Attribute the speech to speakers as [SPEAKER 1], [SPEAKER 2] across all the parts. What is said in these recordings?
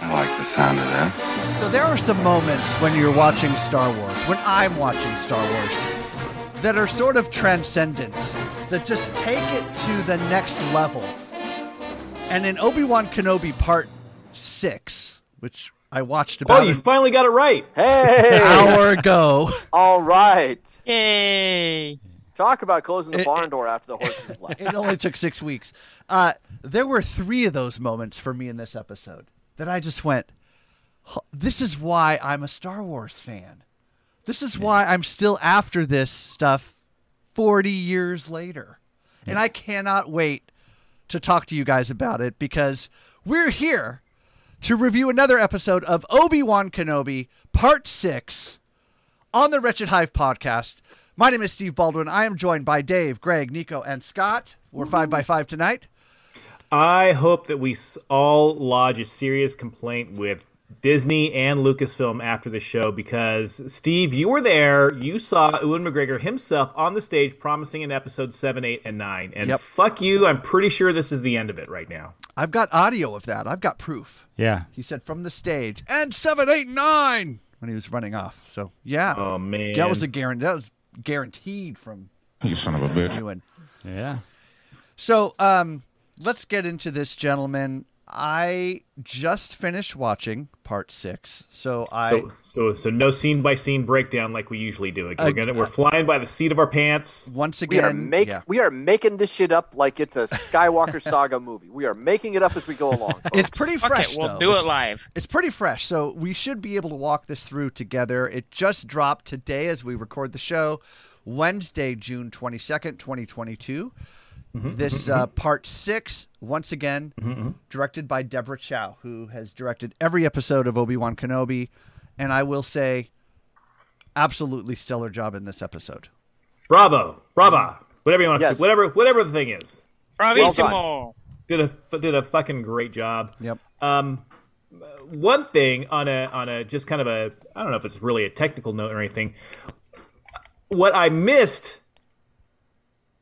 [SPEAKER 1] I like the sound of that.
[SPEAKER 2] So there are some moments when you're watching Star Wars, when I'm watching Star Wars, that are sort of transcendent, that just take it to the next level. And in Obi Wan Kenobi Part 6, which I watched about
[SPEAKER 3] Oh, you
[SPEAKER 2] an
[SPEAKER 3] finally got it right.
[SPEAKER 4] Hey!
[SPEAKER 2] hour ago,
[SPEAKER 4] All right.
[SPEAKER 5] Yay!
[SPEAKER 4] Talk about closing the
[SPEAKER 2] It-
[SPEAKER 4] barn door after the horses left.
[SPEAKER 2] it only took six weeks. Uh, there were three of those moments for me in this episode that I just went, "Huh, this is why I'm a Star Wars fan. This is why I'm still after this stuff 40 years later. And I cannot wait to talk to you guys about it because we're here to review another episode of Obi Wan Kenobi Part 6 on the Wretched Hive podcast. My name is Steve Baldwin. I am joined by Dave, Greg, Nico, and Scott. We're 5 by 5 tonight.
[SPEAKER 3] I hope that we s- all lodge a serious complaint with Disney and Lucasfilm after the show because Steve, you were there. You saw Ewan McGregor himself on the stage promising an episode seven, eight, and nine. And
[SPEAKER 2] Yep.
[SPEAKER 3] fuck you, I'm pretty sure this is the end of it right now.
[SPEAKER 2] I've got audio of that. I've got proof.
[SPEAKER 6] Yeah.
[SPEAKER 2] He said from the stage and 789 when he was running off. So, yeah.
[SPEAKER 3] Oh man,
[SPEAKER 2] that was a guarantee. That was guaranteed from
[SPEAKER 1] You son of a bitch.
[SPEAKER 2] Ewan.
[SPEAKER 6] Yeah.
[SPEAKER 2] So, um, let's get into this, gentlemen. I just finished watching part six, so I
[SPEAKER 3] So, so so no scene by scene breakdown like we usually do. Like, we're gonna we're flying by the seat of our pants.
[SPEAKER 2] once
[SPEAKER 4] We
[SPEAKER 2] again
[SPEAKER 4] are make
[SPEAKER 2] yeah.
[SPEAKER 4] we are making this shit up like it's a Skywalker saga movie. We are making it up as we go along.
[SPEAKER 2] It's
[SPEAKER 4] folks.
[SPEAKER 2] pretty
[SPEAKER 5] Okay,
[SPEAKER 2] fresh.
[SPEAKER 5] we'll
[SPEAKER 2] though.
[SPEAKER 5] do
[SPEAKER 2] It's-
[SPEAKER 5] it live.
[SPEAKER 2] It's pretty fresh, so we should be able to walk this through together. It just dropped today as we record the show, Wednesday, June 22nd, 2022.
[SPEAKER 5] Mm-hmm,
[SPEAKER 2] This uh, part six, once again, directed by Deborah Chow, who has directed every episode of Obi Wan Kenobi. And I will say, absolutely stellar job in this episode.
[SPEAKER 3] Bravo, brava, whatever you want,
[SPEAKER 4] Yes.
[SPEAKER 3] whatever whatever the thing is.
[SPEAKER 5] Bravissimo!
[SPEAKER 3] Did a did a fucking great job. Um,
[SPEAKER 2] Yep.
[SPEAKER 3] one thing on a on a just kind of a I don't know if it's really a technical note or anything. What I missed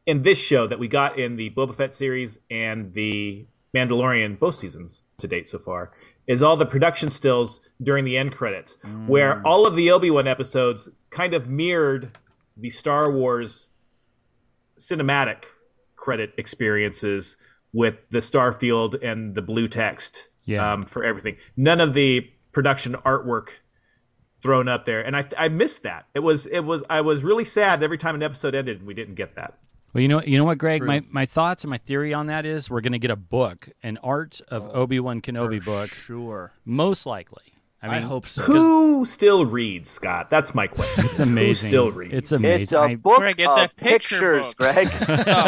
[SPEAKER 3] in this show that we got in the Boba Fett series and the Mandalorian both seasons to date so far is all the production stills during the end credits, where all of the Obi Wan episodes kind of mirrored the Star Wars cinematic credit experiences with the starfield and the blue text
[SPEAKER 6] Yeah.
[SPEAKER 3] um, for everything. None of the production artwork thrown up there, and I, I missed that. It was it was I was really sad every time an episode ended and we didn't get that.
[SPEAKER 6] Well, you know, you know what, Greg. My my thoughts and my theory on that is we're going to get a book, an Art of Obi Wan Kenobi book,
[SPEAKER 2] Oh, Sure.
[SPEAKER 6] most likely. I mean,
[SPEAKER 2] hope so.
[SPEAKER 3] Who still reads Scott? That's my question.
[SPEAKER 6] It's amazing.
[SPEAKER 3] Who still reads?
[SPEAKER 6] It's
[SPEAKER 4] It's
[SPEAKER 6] amazing.
[SPEAKER 4] a
[SPEAKER 6] I-
[SPEAKER 4] book
[SPEAKER 5] Greg, it's
[SPEAKER 4] of
[SPEAKER 5] a picture
[SPEAKER 4] pictures,
[SPEAKER 5] book. Oh.
[SPEAKER 4] Greg.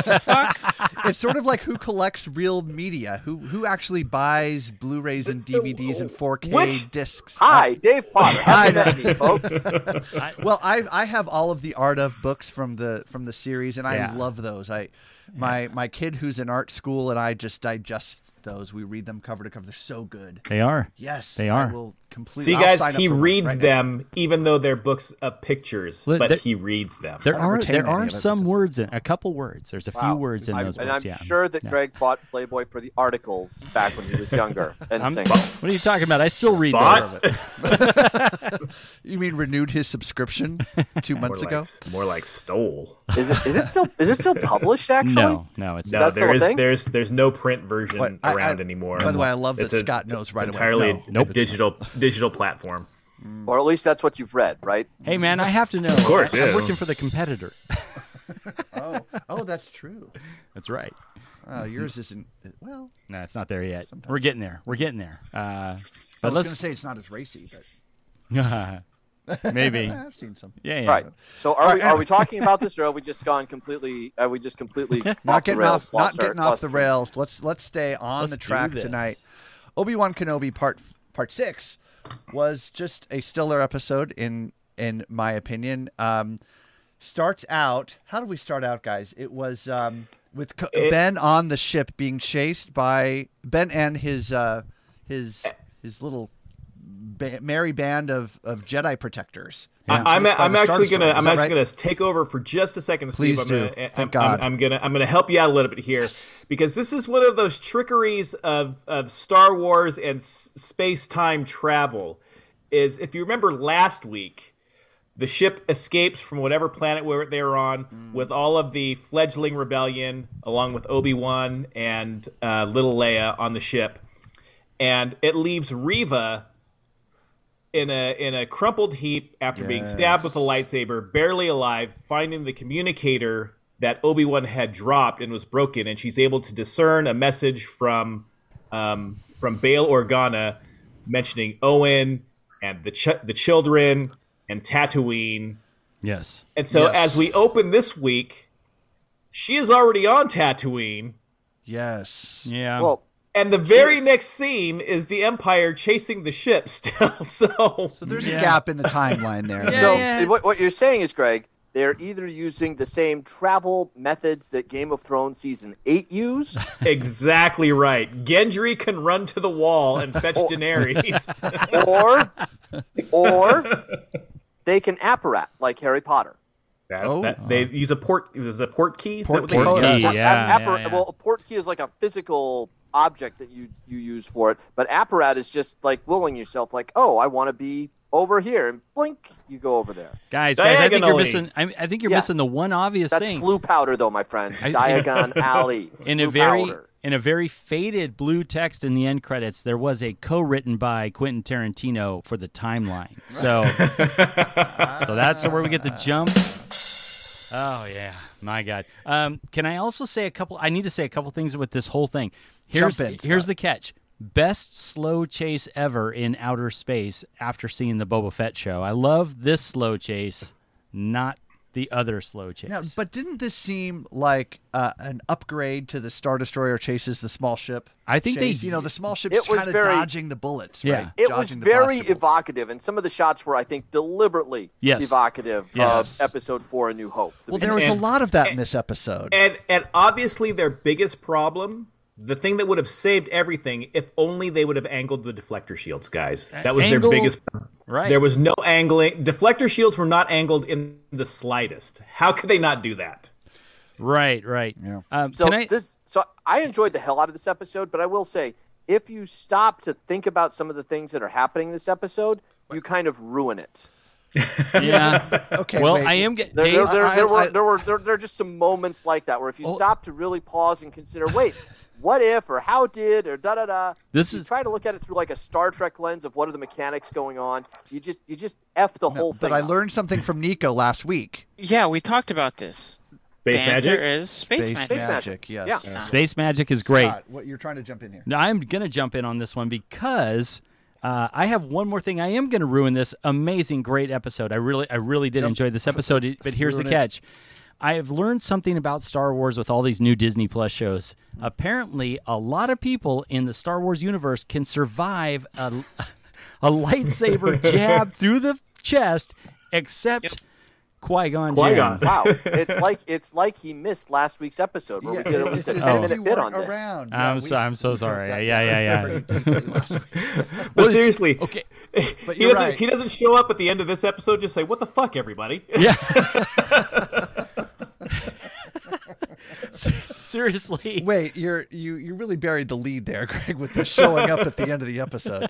[SPEAKER 5] the fuck?
[SPEAKER 2] It's sort of like who collects real media, who who actually buys Blu-rays and DVDs and 4K
[SPEAKER 3] What?
[SPEAKER 2] discs.
[SPEAKER 4] Hi, Dave Potter. How can that be, folks?
[SPEAKER 2] Well, I I have all of the art of books from the from the series, and I
[SPEAKER 6] Yeah.
[SPEAKER 2] love those. I my my kid who's in art school, and I just digest those. We read them cover to cover. They're so good.
[SPEAKER 6] they are.
[SPEAKER 2] Yes,
[SPEAKER 6] They
[SPEAKER 2] I
[SPEAKER 6] are.
[SPEAKER 2] will completely.
[SPEAKER 3] See,
[SPEAKER 2] I'll sign
[SPEAKER 3] guys,
[SPEAKER 2] up
[SPEAKER 3] he
[SPEAKER 2] for one
[SPEAKER 3] reads
[SPEAKER 2] right now.
[SPEAKER 3] them even though they're books of pictures,
[SPEAKER 6] Well,
[SPEAKER 3] but
[SPEAKER 6] there-
[SPEAKER 3] he reads them.
[SPEAKER 6] There are
[SPEAKER 2] retain
[SPEAKER 6] there
[SPEAKER 2] any of
[SPEAKER 6] are
[SPEAKER 2] it
[SPEAKER 6] some
[SPEAKER 2] because-
[SPEAKER 6] words in a couple words. There's a few
[SPEAKER 4] Wow.
[SPEAKER 6] words in
[SPEAKER 4] I'm-
[SPEAKER 6] those
[SPEAKER 4] and
[SPEAKER 6] words.
[SPEAKER 4] I'm
[SPEAKER 6] yeah.
[SPEAKER 4] sure that
[SPEAKER 6] Yeah.
[SPEAKER 4] Greg bought Playboy for the articles back when he was younger and
[SPEAKER 6] I'm-
[SPEAKER 4] single.
[SPEAKER 6] What are you talking about? I still read
[SPEAKER 3] Thoughts?
[SPEAKER 6] those. of it.
[SPEAKER 2] You mean renewed his subscription two months
[SPEAKER 3] more
[SPEAKER 2] ago?
[SPEAKER 3] like, more like stole.
[SPEAKER 4] Is it is it still is it still published actually?
[SPEAKER 6] No, no, it's
[SPEAKER 3] No,
[SPEAKER 6] not.
[SPEAKER 4] that still
[SPEAKER 3] there
[SPEAKER 4] a
[SPEAKER 3] is
[SPEAKER 4] thing?
[SPEAKER 3] there's there's no print version
[SPEAKER 2] What? I- I-
[SPEAKER 3] around anymore.
[SPEAKER 2] by the way, I love
[SPEAKER 3] It's
[SPEAKER 2] that
[SPEAKER 3] a-
[SPEAKER 2] Scott knows right
[SPEAKER 3] it's
[SPEAKER 2] away.
[SPEAKER 3] Entirely
[SPEAKER 2] No.
[SPEAKER 3] a
[SPEAKER 6] Nope.
[SPEAKER 3] digital digital platform.
[SPEAKER 4] Or at least that's what you've read, right?
[SPEAKER 6] Hey, man, I have to know. Of
[SPEAKER 3] course,
[SPEAKER 6] I,
[SPEAKER 3] yeah.
[SPEAKER 6] am working for the competitor.
[SPEAKER 2] Oh, oh, that's true.
[SPEAKER 6] That's right.
[SPEAKER 2] Oh, yours isn't. Well,
[SPEAKER 6] No, it's not there yet. We're getting there. We're getting there. Uh, but
[SPEAKER 2] I was going to
[SPEAKER 6] let's
[SPEAKER 2] say it's not as racy, but
[SPEAKER 6] maybe.
[SPEAKER 2] I've seen some.
[SPEAKER 6] Yeah, yeah.
[SPEAKER 4] Right. So are we are we talking about this, or are we just gone completely? Are we just completely
[SPEAKER 2] not
[SPEAKER 4] off the
[SPEAKER 2] getting
[SPEAKER 4] rails,
[SPEAKER 2] off
[SPEAKER 4] lost
[SPEAKER 2] not getting
[SPEAKER 4] our-
[SPEAKER 2] off
[SPEAKER 4] lost-
[SPEAKER 2] the rails. Let's let's stay on
[SPEAKER 6] Let's
[SPEAKER 2] the
[SPEAKER 6] do
[SPEAKER 2] track
[SPEAKER 6] this.
[SPEAKER 2] tonight. Obi Wan Kenobi part part six was just a stellar episode in in my opinion. Um, starts out. How did we start out, guys? It was um, with Co-
[SPEAKER 3] It-
[SPEAKER 2] Ben on the ship being chased by Ben and his uh, his his little ba- merry band of of Jedi protectors. being
[SPEAKER 3] I, I'm,
[SPEAKER 2] chased by
[SPEAKER 3] I'm
[SPEAKER 2] the Star
[SPEAKER 3] actually gonna
[SPEAKER 2] Destroyer. Is
[SPEAKER 3] I'm
[SPEAKER 2] that
[SPEAKER 3] actually
[SPEAKER 2] right?
[SPEAKER 3] gonna take over for just a second, Steve.
[SPEAKER 2] Please
[SPEAKER 3] I'm
[SPEAKER 2] do.
[SPEAKER 3] Gonna, I'm,
[SPEAKER 2] Thank
[SPEAKER 3] I'm-
[SPEAKER 2] God.
[SPEAKER 3] I'm, gonna I'm gonna help you out a little bit here because this is one of those trickeries of of Star Wars and space time travel. Is if you remember last week, the ship escapes from whatever planet where they were on
[SPEAKER 2] Mm.
[SPEAKER 3] with all of the fledgling rebellion, along with Obi Wan and uh, little Leia on the ship, and it leaves Riva in a in a crumpled heap after being stabbed with a lightsaber, barely alive, finding the communicator that Obi Wan had dropped and was broken, and she's able to discern a message from um, from Bail Organa mentioning Owen and the ch- the children and Tatooine.
[SPEAKER 6] Yes.
[SPEAKER 3] And so
[SPEAKER 2] Yes.
[SPEAKER 3] as we open this week, she is already on Tatooine.
[SPEAKER 2] Yes.
[SPEAKER 6] Yeah.
[SPEAKER 4] Well,
[SPEAKER 3] And the very
[SPEAKER 4] is-
[SPEAKER 3] next scene is the Empire chasing the ship still. So
[SPEAKER 2] So there's
[SPEAKER 6] Yeah.
[SPEAKER 2] a gap in the timeline there.
[SPEAKER 4] so
[SPEAKER 6] yeah.
[SPEAKER 4] What, what you're saying is, Greg, they're either using the same travel methods that Game of Thrones season eight used,
[SPEAKER 3] Exactly right. Gendry can run to the wall and fetch Daenerys.
[SPEAKER 4] or or they can apparat like Harry Potter.
[SPEAKER 2] Oh.
[SPEAKER 3] That- they use a port. Is it a port key? Is that
[SPEAKER 2] Port
[SPEAKER 3] what they call
[SPEAKER 6] key.
[SPEAKER 3] it?
[SPEAKER 6] Yeah,
[SPEAKER 4] Well,
[SPEAKER 6] yeah,
[SPEAKER 4] ap- appar-
[SPEAKER 6] yeah.
[SPEAKER 4] Well, a port key is like a physical object that you you use for it, but apparat is just like willing yourself, like, oh, I want to be over here, and blink, you go over there.
[SPEAKER 6] guys, guys, I think you're
[SPEAKER 3] Diagonally.
[SPEAKER 6] missing. I, I think you're
[SPEAKER 4] Yeah.
[SPEAKER 6] missing the one obvious
[SPEAKER 4] That's
[SPEAKER 6] thing.
[SPEAKER 4] flu powder, though, my friend.
[SPEAKER 6] I-
[SPEAKER 4] Diagon Alley.
[SPEAKER 6] in a
[SPEAKER 4] flu
[SPEAKER 6] very
[SPEAKER 4] powder.
[SPEAKER 6] in a very faded blue text in the end credits, there was a co-written by Quentin Tarantino for the timeline. So, so that's where we get the jump. Oh yeah, my God. Um, can I also say a couple? I need to say a couple things with this whole thing. Here's
[SPEAKER 2] Jump in,
[SPEAKER 6] here's
[SPEAKER 2] Scott.
[SPEAKER 6] the catch. Best slow chase ever in outer space after seeing the Boba Fett show. I love this slow chase, not the other slow chase.
[SPEAKER 2] Now, but didn't this seem like uh, an upgrade to the Star Destroyer chases the small ship?
[SPEAKER 6] I think they-
[SPEAKER 2] chase? you know, the small ship's
[SPEAKER 4] It was
[SPEAKER 2] kind of
[SPEAKER 4] very-
[SPEAKER 2] dodging the bullets.
[SPEAKER 6] Yeah.
[SPEAKER 2] right?
[SPEAKER 4] It was
[SPEAKER 2] Dodging the
[SPEAKER 4] very
[SPEAKER 2] blaster bolts.
[SPEAKER 4] evocative, and some of the shots were, I think, deliberately
[SPEAKER 6] Yes.
[SPEAKER 4] evocative
[SPEAKER 6] Yes.
[SPEAKER 4] of Episode Four: A New Hope. The
[SPEAKER 2] Well, there was a
[SPEAKER 3] And-
[SPEAKER 2] lot of that in this episode.
[SPEAKER 3] And and obviously their biggest problem, the thing that would have saved everything, if only they would have angled the deflector shields, guys. That was
[SPEAKER 6] Angle-
[SPEAKER 3] their biggest.
[SPEAKER 6] right?
[SPEAKER 3] There was no angling. Deflector shields were not angled in the slightest. How could they not do that?
[SPEAKER 6] right, right. Yeah. Um,
[SPEAKER 4] So
[SPEAKER 6] can I?
[SPEAKER 4] this, so I enjoyed the hell out of this episode, but I will say, if you stop to think about some of the things that are happening this episode, you kind of ruin it.
[SPEAKER 6] yeah.
[SPEAKER 2] okay,
[SPEAKER 6] well,
[SPEAKER 2] wait.
[SPEAKER 6] I Oh. am getting.
[SPEAKER 4] There, there, there,
[SPEAKER 2] I-
[SPEAKER 4] there
[SPEAKER 2] I-
[SPEAKER 4] were there were there, there are just some moments like that where if you stop to really pause and consider, wait, what if or how did or da da da.
[SPEAKER 6] This
[SPEAKER 4] you
[SPEAKER 6] is-
[SPEAKER 4] try to look at it through like a Star Trek lens of what are the mechanics going on. You just you just f the whole thing.
[SPEAKER 2] But I
[SPEAKER 4] up.
[SPEAKER 2] learned something from Nico last week.
[SPEAKER 5] Yeah, we talked about this.
[SPEAKER 3] Base
[SPEAKER 5] the answer
[SPEAKER 3] magic.
[SPEAKER 5] is space, magic.
[SPEAKER 4] magic.
[SPEAKER 2] Yes.
[SPEAKER 4] Yeah.
[SPEAKER 6] Space magic is great.
[SPEAKER 2] Scott, what you're trying to jump in here?
[SPEAKER 6] Now, I'm going to jump in on this one because uh, I have one more thing. I am going to ruin this amazing, great episode. I really, I really did enjoy this episode. But here's the catch: I have learned something about Star Wars with all these new Disney Plus shows. Apparently, a lot of people in the Star Wars universe can survive a, a lightsaber jab through the chest, except Qui Gon.
[SPEAKER 3] Qui-Gon.
[SPEAKER 4] Wow, it's like it's like he missed last week's episode where we did at least a
[SPEAKER 2] It's as
[SPEAKER 4] ten
[SPEAKER 2] Oh. if
[SPEAKER 4] minute
[SPEAKER 2] you
[SPEAKER 4] bit on
[SPEAKER 2] weren't
[SPEAKER 4] this.
[SPEAKER 2] around. Yeah,
[SPEAKER 6] I'm
[SPEAKER 2] we-
[SPEAKER 6] so I'm so
[SPEAKER 2] we
[SPEAKER 6] sorry.
[SPEAKER 2] covered
[SPEAKER 6] Yeah,
[SPEAKER 2] that
[SPEAKER 6] yeah,
[SPEAKER 2] pretty
[SPEAKER 6] yeah.
[SPEAKER 2] deeply last week.
[SPEAKER 3] But seriously,
[SPEAKER 6] Okay.
[SPEAKER 2] But
[SPEAKER 3] he
[SPEAKER 2] you're
[SPEAKER 3] doesn't.
[SPEAKER 2] right.
[SPEAKER 3] He doesn't show up at the end of this episode. Just say, "What the fuck, everybody."
[SPEAKER 6] Yeah. Seriously.
[SPEAKER 2] Wait, you're you you really buried the lead there, Greg, with the showing up at the end of the episode.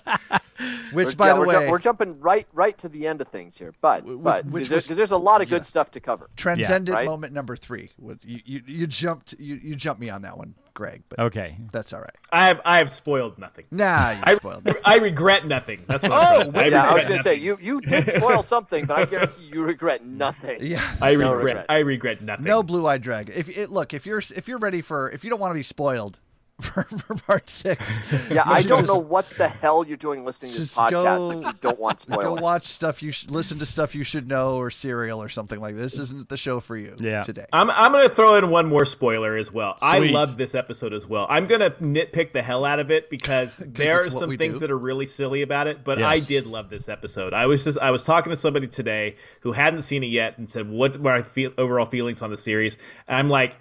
[SPEAKER 2] Which,
[SPEAKER 4] We're-
[SPEAKER 2] by
[SPEAKER 4] yeah,
[SPEAKER 2] the
[SPEAKER 4] we're ju-
[SPEAKER 2] way,
[SPEAKER 4] we're jumping right right to the end of things here, but
[SPEAKER 2] which
[SPEAKER 4] but because there's,
[SPEAKER 2] was-
[SPEAKER 4] 'cause there's a lot of good stuff to cover.
[SPEAKER 2] transcendent
[SPEAKER 4] right?
[SPEAKER 2] moment number three. With you, you you jumped you you jumped me on that one, Greg. But
[SPEAKER 6] Okay.
[SPEAKER 2] that's all right.
[SPEAKER 3] I have. I have spoiled nothing.
[SPEAKER 2] Nah, you
[SPEAKER 3] I,
[SPEAKER 2] spoiled. it.
[SPEAKER 3] I regret nothing. That's what
[SPEAKER 2] Oh,
[SPEAKER 3] I'm trying to say.
[SPEAKER 4] yeah, I was
[SPEAKER 3] regret
[SPEAKER 4] gonna say you you did spoil something, but I guarantee you regret nothing.
[SPEAKER 2] Yeah.
[SPEAKER 3] I
[SPEAKER 4] No
[SPEAKER 3] regret.
[SPEAKER 4] regrets.
[SPEAKER 3] I regret nothing.
[SPEAKER 2] No blue eyed dragon. If it, look, if you're if you're ready for if you don't want to be spoiled, for, for part six.
[SPEAKER 4] Yeah,
[SPEAKER 2] You
[SPEAKER 4] I
[SPEAKER 2] should
[SPEAKER 4] don't
[SPEAKER 2] just
[SPEAKER 4] know what the hell you're doing listening to this
[SPEAKER 2] just
[SPEAKER 4] podcast
[SPEAKER 2] go-
[SPEAKER 4] if you don't want
[SPEAKER 2] Go
[SPEAKER 4] spoilers.
[SPEAKER 2] watch stuff you should listen to stuff you should know or serial or something like this. Isn't the show for you?
[SPEAKER 6] Yeah.
[SPEAKER 2] Today.
[SPEAKER 3] I'm, I'm going to throw in one more spoiler as well. I
[SPEAKER 6] Sweet.
[SPEAKER 3] loved this episode as well. I'm going to nitpick the hell out of it because there are
[SPEAKER 2] it's what
[SPEAKER 3] some
[SPEAKER 2] we
[SPEAKER 3] things
[SPEAKER 2] do.
[SPEAKER 3] that are really silly about it, but
[SPEAKER 6] Yes.
[SPEAKER 3] I did love this episode. I was just I was talking to somebody today who hadn't seen it yet and said, "What were my feel, overall feelings on the series?" And I'm like,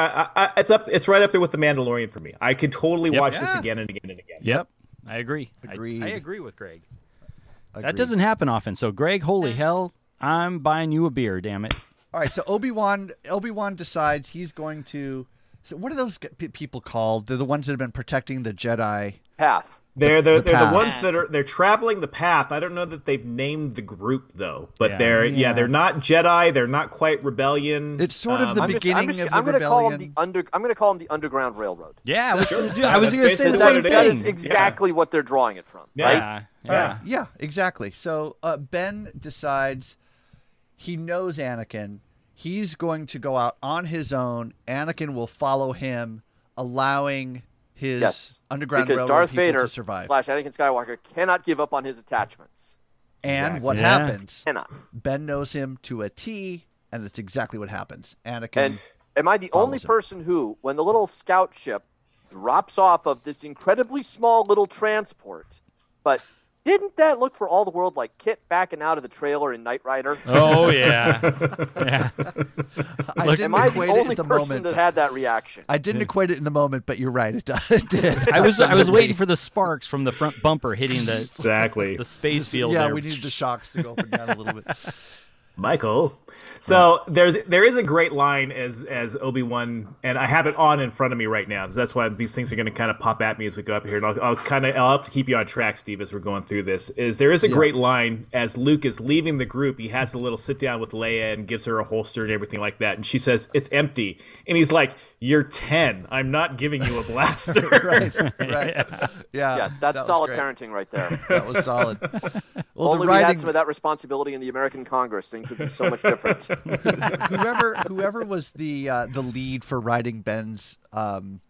[SPEAKER 3] I, I, I, "It's up. It's right up there with the Mandalorian for me. I could totally watch this
[SPEAKER 2] Yeah.
[SPEAKER 3] again and again and again."
[SPEAKER 6] Yep. I agree. I-
[SPEAKER 2] Agreed.
[SPEAKER 6] I, agree with Greg. That
[SPEAKER 2] Agreed.
[SPEAKER 6] doesn't happen often. So, Greg, holy hell, I'm buying you a beer, damn it.
[SPEAKER 2] All right, so Obi Wan Obi Wan decides he's going to. So what are those g- pe- people called? They're the ones that have been protecting the Jedi.
[SPEAKER 4] Path.
[SPEAKER 3] They're the,
[SPEAKER 2] The
[SPEAKER 3] they're
[SPEAKER 2] path.
[SPEAKER 3] the ones that are they're traveling the path. I don't know that they've named the group though, but
[SPEAKER 6] Yeah.
[SPEAKER 3] they're yeah.
[SPEAKER 2] Yeah.
[SPEAKER 3] they're not Jedi. They're not quite rebellion.
[SPEAKER 2] It's sort of
[SPEAKER 3] Um,
[SPEAKER 2] the
[SPEAKER 4] I'm just, I'm,
[SPEAKER 2] beginning
[SPEAKER 4] just,
[SPEAKER 2] of the
[SPEAKER 4] I'm gonna
[SPEAKER 2] rebellion.
[SPEAKER 4] call them the under. I'm gonna call them the Underground Railroad.
[SPEAKER 6] Yeah, I was going to do I
[SPEAKER 3] That's
[SPEAKER 6] was going to say the
[SPEAKER 3] basically
[SPEAKER 6] same
[SPEAKER 3] what it
[SPEAKER 4] that is
[SPEAKER 6] thing.
[SPEAKER 3] is.
[SPEAKER 4] exactly what they're drawing it from.
[SPEAKER 3] Yeah.
[SPEAKER 4] Right?
[SPEAKER 6] Yeah. Yeah.
[SPEAKER 2] Yeah, exactly. So uh, Ben decides he knows Anakin. He's going to go out on his own. Anakin will follow him, allowing his
[SPEAKER 4] Yes,
[SPEAKER 2] underground
[SPEAKER 4] because
[SPEAKER 2] railroad
[SPEAKER 4] Darth
[SPEAKER 2] people
[SPEAKER 4] Vader
[SPEAKER 2] to survive.
[SPEAKER 4] slash Anakin Skywalker cannot give up on his attachments.
[SPEAKER 2] and what
[SPEAKER 6] Yeah.
[SPEAKER 2] happens?
[SPEAKER 4] Cannot.
[SPEAKER 2] Ben knows him to a T, and that's exactly what happens. Anakin.
[SPEAKER 4] And am I the only
[SPEAKER 2] Follows him.
[SPEAKER 4] person who, when the little scout ship drops off of this incredibly small little transport, but didn't that look for all the world like Kit backing out of the trailer in Knight Rider?
[SPEAKER 6] Oh yeah. yeah.
[SPEAKER 2] I
[SPEAKER 6] Look-
[SPEAKER 2] didn't
[SPEAKER 4] Am I the
[SPEAKER 2] equate it
[SPEAKER 4] only
[SPEAKER 2] at the
[SPEAKER 4] person
[SPEAKER 2] moment.
[SPEAKER 4] that had that reaction?
[SPEAKER 2] I didn't equate it in the moment, but you're right. It, do- it did.
[SPEAKER 6] I was I was waiting for the sparks from the front bumper hitting the
[SPEAKER 3] exactly.
[SPEAKER 6] the space field
[SPEAKER 2] Yeah,
[SPEAKER 6] there.
[SPEAKER 2] we needed the shocks to go up and down a little bit.
[SPEAKER 3] Michael. So there's there is a great line as as Obi Wan, and I have it on in front of me right now. So that's why these things are going to kind of pop at me as we go up here, and I'll, I'll kind of I'll have to keep you on track, Steve, as we're going through this. Is there is a great line as Luke is leaving the group, he has a little sit down with Leia and gives her a holster and everything like that, and she says it's empty, and he's like, "You're ten. I'm not giving you a blaster."
[SPEAKER 2] right, right. Yeah,
[SPEAKER 4] yeah,
[SPEAKER 2] uh, that
[SPEAKER 4] that's
[SPEAKER 2] was
[SPEAKER 4] solid
[SPEAKER 2] great.
[SPEAKER 4] parenting right there.
[SPEAKER 2] That was solid. Well, the
[SPEAKER 4] only we had
[SPEAKER 2] writing,
[SPEAKER 4] some of that responsibility in the American Congress, things would be so much different.
[SPEAKER 2] whoever whoever was the uh, the lead for writing Ben's, um,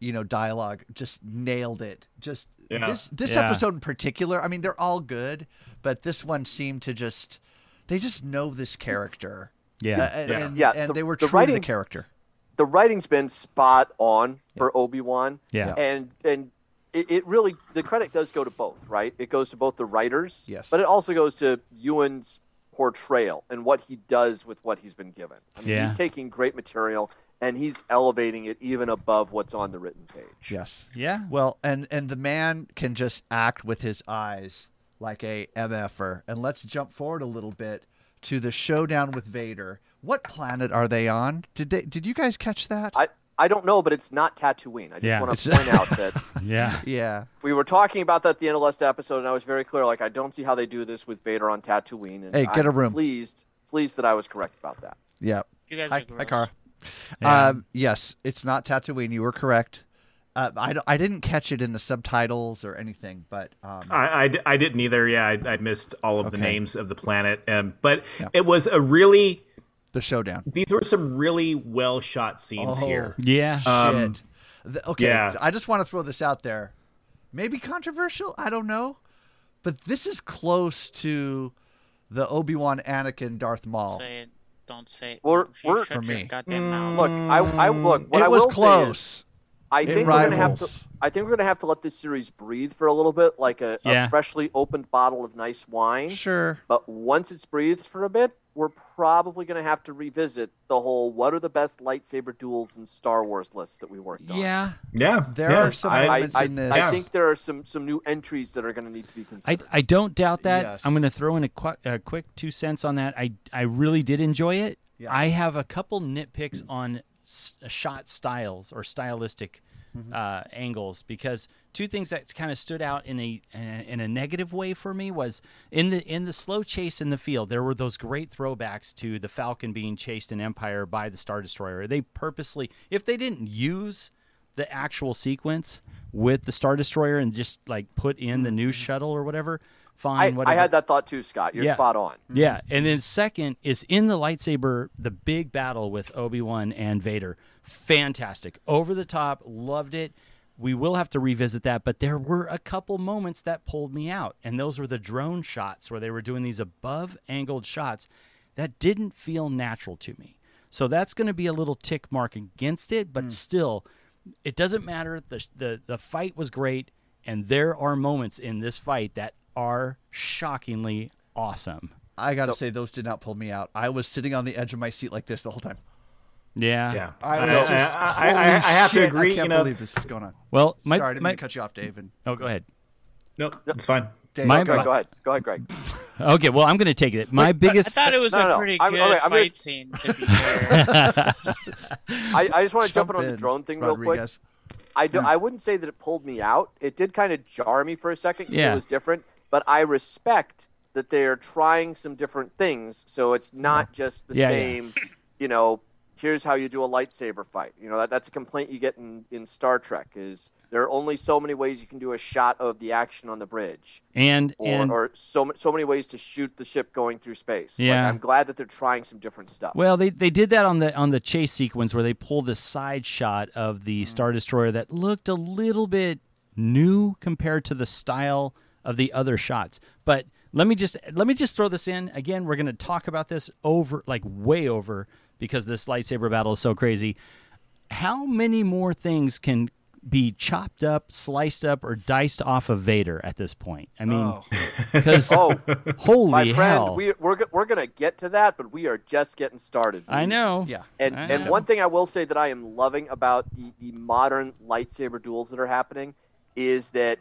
[SPEAKER 2] you know, dialogue just nailed it. Just
[SPEAKER 3] Yeah.
[SPEAKER 2] this this
[SPEAKER 6] Yeah.
[SPEAKER 2] episode in particular. I mean, they're all good, but this one seemed to just they just know this character.
[SPEAKER 6] Yeah.
[SPEAKER 2] Uh, and,
[SPEAKER 3] Yeah.
[SPEAKER 2] and,
[SPEAKER 4] Yeah,
[SPEAKER 2] and
[SPEAKER 4] the-
[SPEAKER 2] they were
[SPEAKER 4] the
[SPEAKER 2] true to the
[SPEAKER 4] writing's-
[SPEAKER 2] character.
[SPEAKER 4] the writing's been spot on for Obi Wan.
[SPEAKER 6] Yeah.
[SPEAKER 4] and and it, it really the credit does go to both, right? It goes to both the writers,
[SPEAKER 2] Yes.
[SPEAKER 4] but it also goes to Ewan's portrayal and what he does with what he's been given. I mean,
[SPEAKER 6] Yeah.
[SPEAKER 4] he's taking great material and he's elevating it even above what's on the written page.
[SPEAKER 2] Yes.
[SPEAKER 6] Yeah.
[SPEAKER 2] Well, and and the man can just act with his eyes like a mf'er. And let's jump forward a little bit to the showdown with Vader. What planet are they on? Did they? Did you guys catch that?
[SPEAKER 4] I I don't know, but it's not Tatooine. I just
[SPEAKER 6] Yeah.
[SPEAKER 4] want
[SPEAKER 2] It's-
[SPEAKER 4] to point out that
[SPEAKER 6] Yeah.
[SPEAKER 2] yeah.
[SPEAKER 4] we were talking about that at the end of last episode, and I was very clear. Like, I don't see how they do this with Vader on Tatooine. And
[SPEAKER 2] Hey, get a
[SPEAKER 4] I'm
[SPEAKER 2] room.
[SPEAKER 4] Pleased, pleased that I was correct about that.
[SPEAKER 2] Yeah.
[SPEAKER 5] You guys
[SPEAKER 2] Hi,
[SPEAKER 5] are
[SPEAKER 2] hi,
[SPEAKER 5] gross.
[SPEAKER 2] Kara.
[SPEAKER 6] Yeah.
[SPEAKER 2] Um, yes, it's not Tatooine. You were correct. Uh, I, don't- I didn't catch it in the subtitles or anything, but um,
[SPEAKER 3] I, I d- I didn't either. Yeah, I, I missed all of the
[SPEAKER 2] Okay.
[SPEAKER 3] names of the planet. Um, but it was a really
[SPEAKER 2] the showdown.
[SPEAKER 3] these were some really well shot scenes
[SPEAKER 2] Oh.
[SPEAKER 3] here.
[SPEAKER 6] Yeah.
[SPEAKER 3] Um,
[SPEAKER 2] Shit. The- okay,
[SPEAKER 3] yeah.
[SPEAKER 2] I just want to throw this out there. Maybe controversial, I don't know, but this is close to the Obi Wan, Anakin, Darth Maul.
[SPEAKER 5] Say it. Don't say it.
[SPEAKER 4] We're-
[SPEAKER 5] You
[SPEAKER 4] we're- Mm.
[SPEAKER 5] shut
[SPEAKER 2] For
[SPEAKER 5] your
[SPEAKER 2] me.
[SPEAKER 5] Goddamn mouth.
[SPEAKER 4] Look, I, I look. What
[SPEAKER 2] it
[SPEAKER 4] I
[SPEAKER 2] was
[SPEAKER 4] will say is-
[SPEAKER 2] close.
[SPEAKER 4] I
[SPEAKER 2] It
[SPEAKER 4] think we're gonna have
[SPEAKER 2] rivals.
[SPEAKER 4] to. I think we're gonna have to let this series breathe for a little bit, like a,
[SPEAKER 6] Yeah.
[SPEAKER 4] a freshly opened bottle of nice wine.
[SPEAKER 2] Sure.
[SPEAKER 4] But once it's breathed for a bit, we're probably gonna have to revisit the whole "What are the best lightsaber duels in Star Wars?" list that we worked on.
[SPEAKER 6] yeah.
[SPEAKER 3] Yeah,
[SPEAKER 2] There
[SPEAKER 3] yeah.
[SPEAKER 2] are some
[SPEAKER 3] I-
[SPEAKER 4] I,
[SPEAKER 2] Elements
[SPEAKER 4] I,
[SPEAKER 2] in this.
[SPEAKER 4] I
[SPEAKER 3] Yeah.
[SPEAKER 4] think there are some some new entries that are gonna need to be
[SPEAKER 6] I,
[SPEAKER 4] considered.
[SPEAKER 6] I don't doubt that.
[SPEAKER 2] Yes.
[SPEAKER 6] I'm going to throw in a, qu- a quick two cents on that. I I really did enjoy it. I have a couple nitpicks on s- uh, shot styles or stylistic uh, angles because two things that kind of stood out in a, in a in a negative way for me was in the in the slow chase in the field there were those great throwbacks to the Falcon being chased in Empire by the Star Destroyer. They purposely if they didn't use the actual sequence with the Star Destroyer and just like put in the new shuttle or whatever,
[SPEAKER 4] Mm-hmm. I,
[SPEAKER 6] fine,
[SPEAKER 4] I
[SPEAKER 6] whatever.
[SPEAKER 4] had that thought too, Scott. You're
[SPEAKER 6] Yeah.
[SPEAKER 4] spot on.
[SPEAKER 6] Yeah, and then second is in the lightsaber, the big battle with Obi Wan and Vader. Fantastic, over the top, loved it. We will have to revisit that, but there were a couple moments that pulled me out, and those were the drone shots where they were doing these above angled shots that didn't feel natural to me. So that's going to be a little tick mark against it, but still, it doesn't matter. The, the The fight was great, and there are moments in this fight that are shockingly awesome.
[SPEAKER 2] I gotta say, those did not pull me out. I was sitting on the edge of my seat like this the whole time.
[SPEAKER 6] Yeah.
[SPEAKER 3] Yeah,
[SPEAKER 2] I was just,
[SPEAKER 3] I, I,
[SPEAKER 2] holy
[SPEAKER 3] I- I have
[SPEAKER 2] shit,
[SPEAKER 3] to agree.
[SPEAKER 2] I can't
[SPEAKER 3] you know,
[SPEAKER 2] believe this is going on.
[SPEAKER 6] Well, my,
[SPEAKER 2] Sorry, I didn't
[SPEAKER 6] my
[SPEAKER 2] mean to cut you off, Dave. And
[SPEAKER 6] oh, go ahead.
[SPEAKER 3] nope, it's fine.
[SPEAKER 2] Dave,
[SPEAKER 6] My-
[SPEAKER 2] go
[SPEAKER 4] Greg,
[SPEAKER 2] ahead.
[SPEAKER 4] go ahead. Go ahead, Greg.
[SPEAKER 6] Okay, well, I'm going to take it. My
[SPEAKER 5] I
[SPEAKER 6] biggest.
[SPEAKER 5] thought it was
[SPEAKER 4] No, no,
[SPEAKER 5] a pretty
[SPEAKER 4] I'm-
[SPEAKER 5] good
[SPEAKER 4] okay,
[SPEAKER 5] fight
[SPEAKER 4] I'm gonna-
[SPEAKER 5] scene, to be fair.
[SPEAKER 4] I, I just want to jump in
[SPEAKER 2] Jump
[SPEAKER 4] on the drone thing real quick.
[SPEAKER 2] Rodriguez.
[SPEAKER 4] I, do, I wouldn't say that it pulled me out. It did kind of jar me for a second 'cause
[SPEAKER 6] Yeah.
[SPEAKER 4] it was different, but I respect that they're trying some different things. So it's not just the
[SPEAKER 6] Yeah, yeah.
[SPEAKER 4] same, you know, here's how you do a lightsaber fight. You know, that, that's a complaint you get in, in Star Trek is there are only so many ways you can do a shot of the action on the bridge
[SPEAKER 6] and
[SPEAKER 4] or,
[SPEAKER 6] and
[SPEAKER 4] or so, ma- so many ways to shoot the ship going through space. Like,
[SPEAKER 6] Yeah.
[SPEAKER 4] I'm glad that they're trying some different stuff.
[SPEAKER 6] well, they they did that on the on the chase sequence where they pulled the side shot of the star destroyer that looked a little bit new compared to the style of the other shots. But let me just let me just throw this in again. We're going to talk about this over like way over because this lightsaber battle is so crazy. how many more things can be chopped up, sliced up, or diced off of Vader at this point? I mean, because
[SPEAKER 4] Oh,
[SPEAKER 6] holy
[SPEAKER 4] my friend,
[SPEAKER 6] hell,
[SPEAKER 4] we, we're, go- we're going to get to that, but we are just getting started.
[SPEAKER 6] I know.
[SPEAKER 2] Yeah.
[SPEAKER 4] And
[SPEAKER 6] I
[SPEAKER 4] and
[SPEAKER 6] know.
[SPEAKER 4] one thing I will say that I am loving about the, the modern lightsaber duels that are happening is that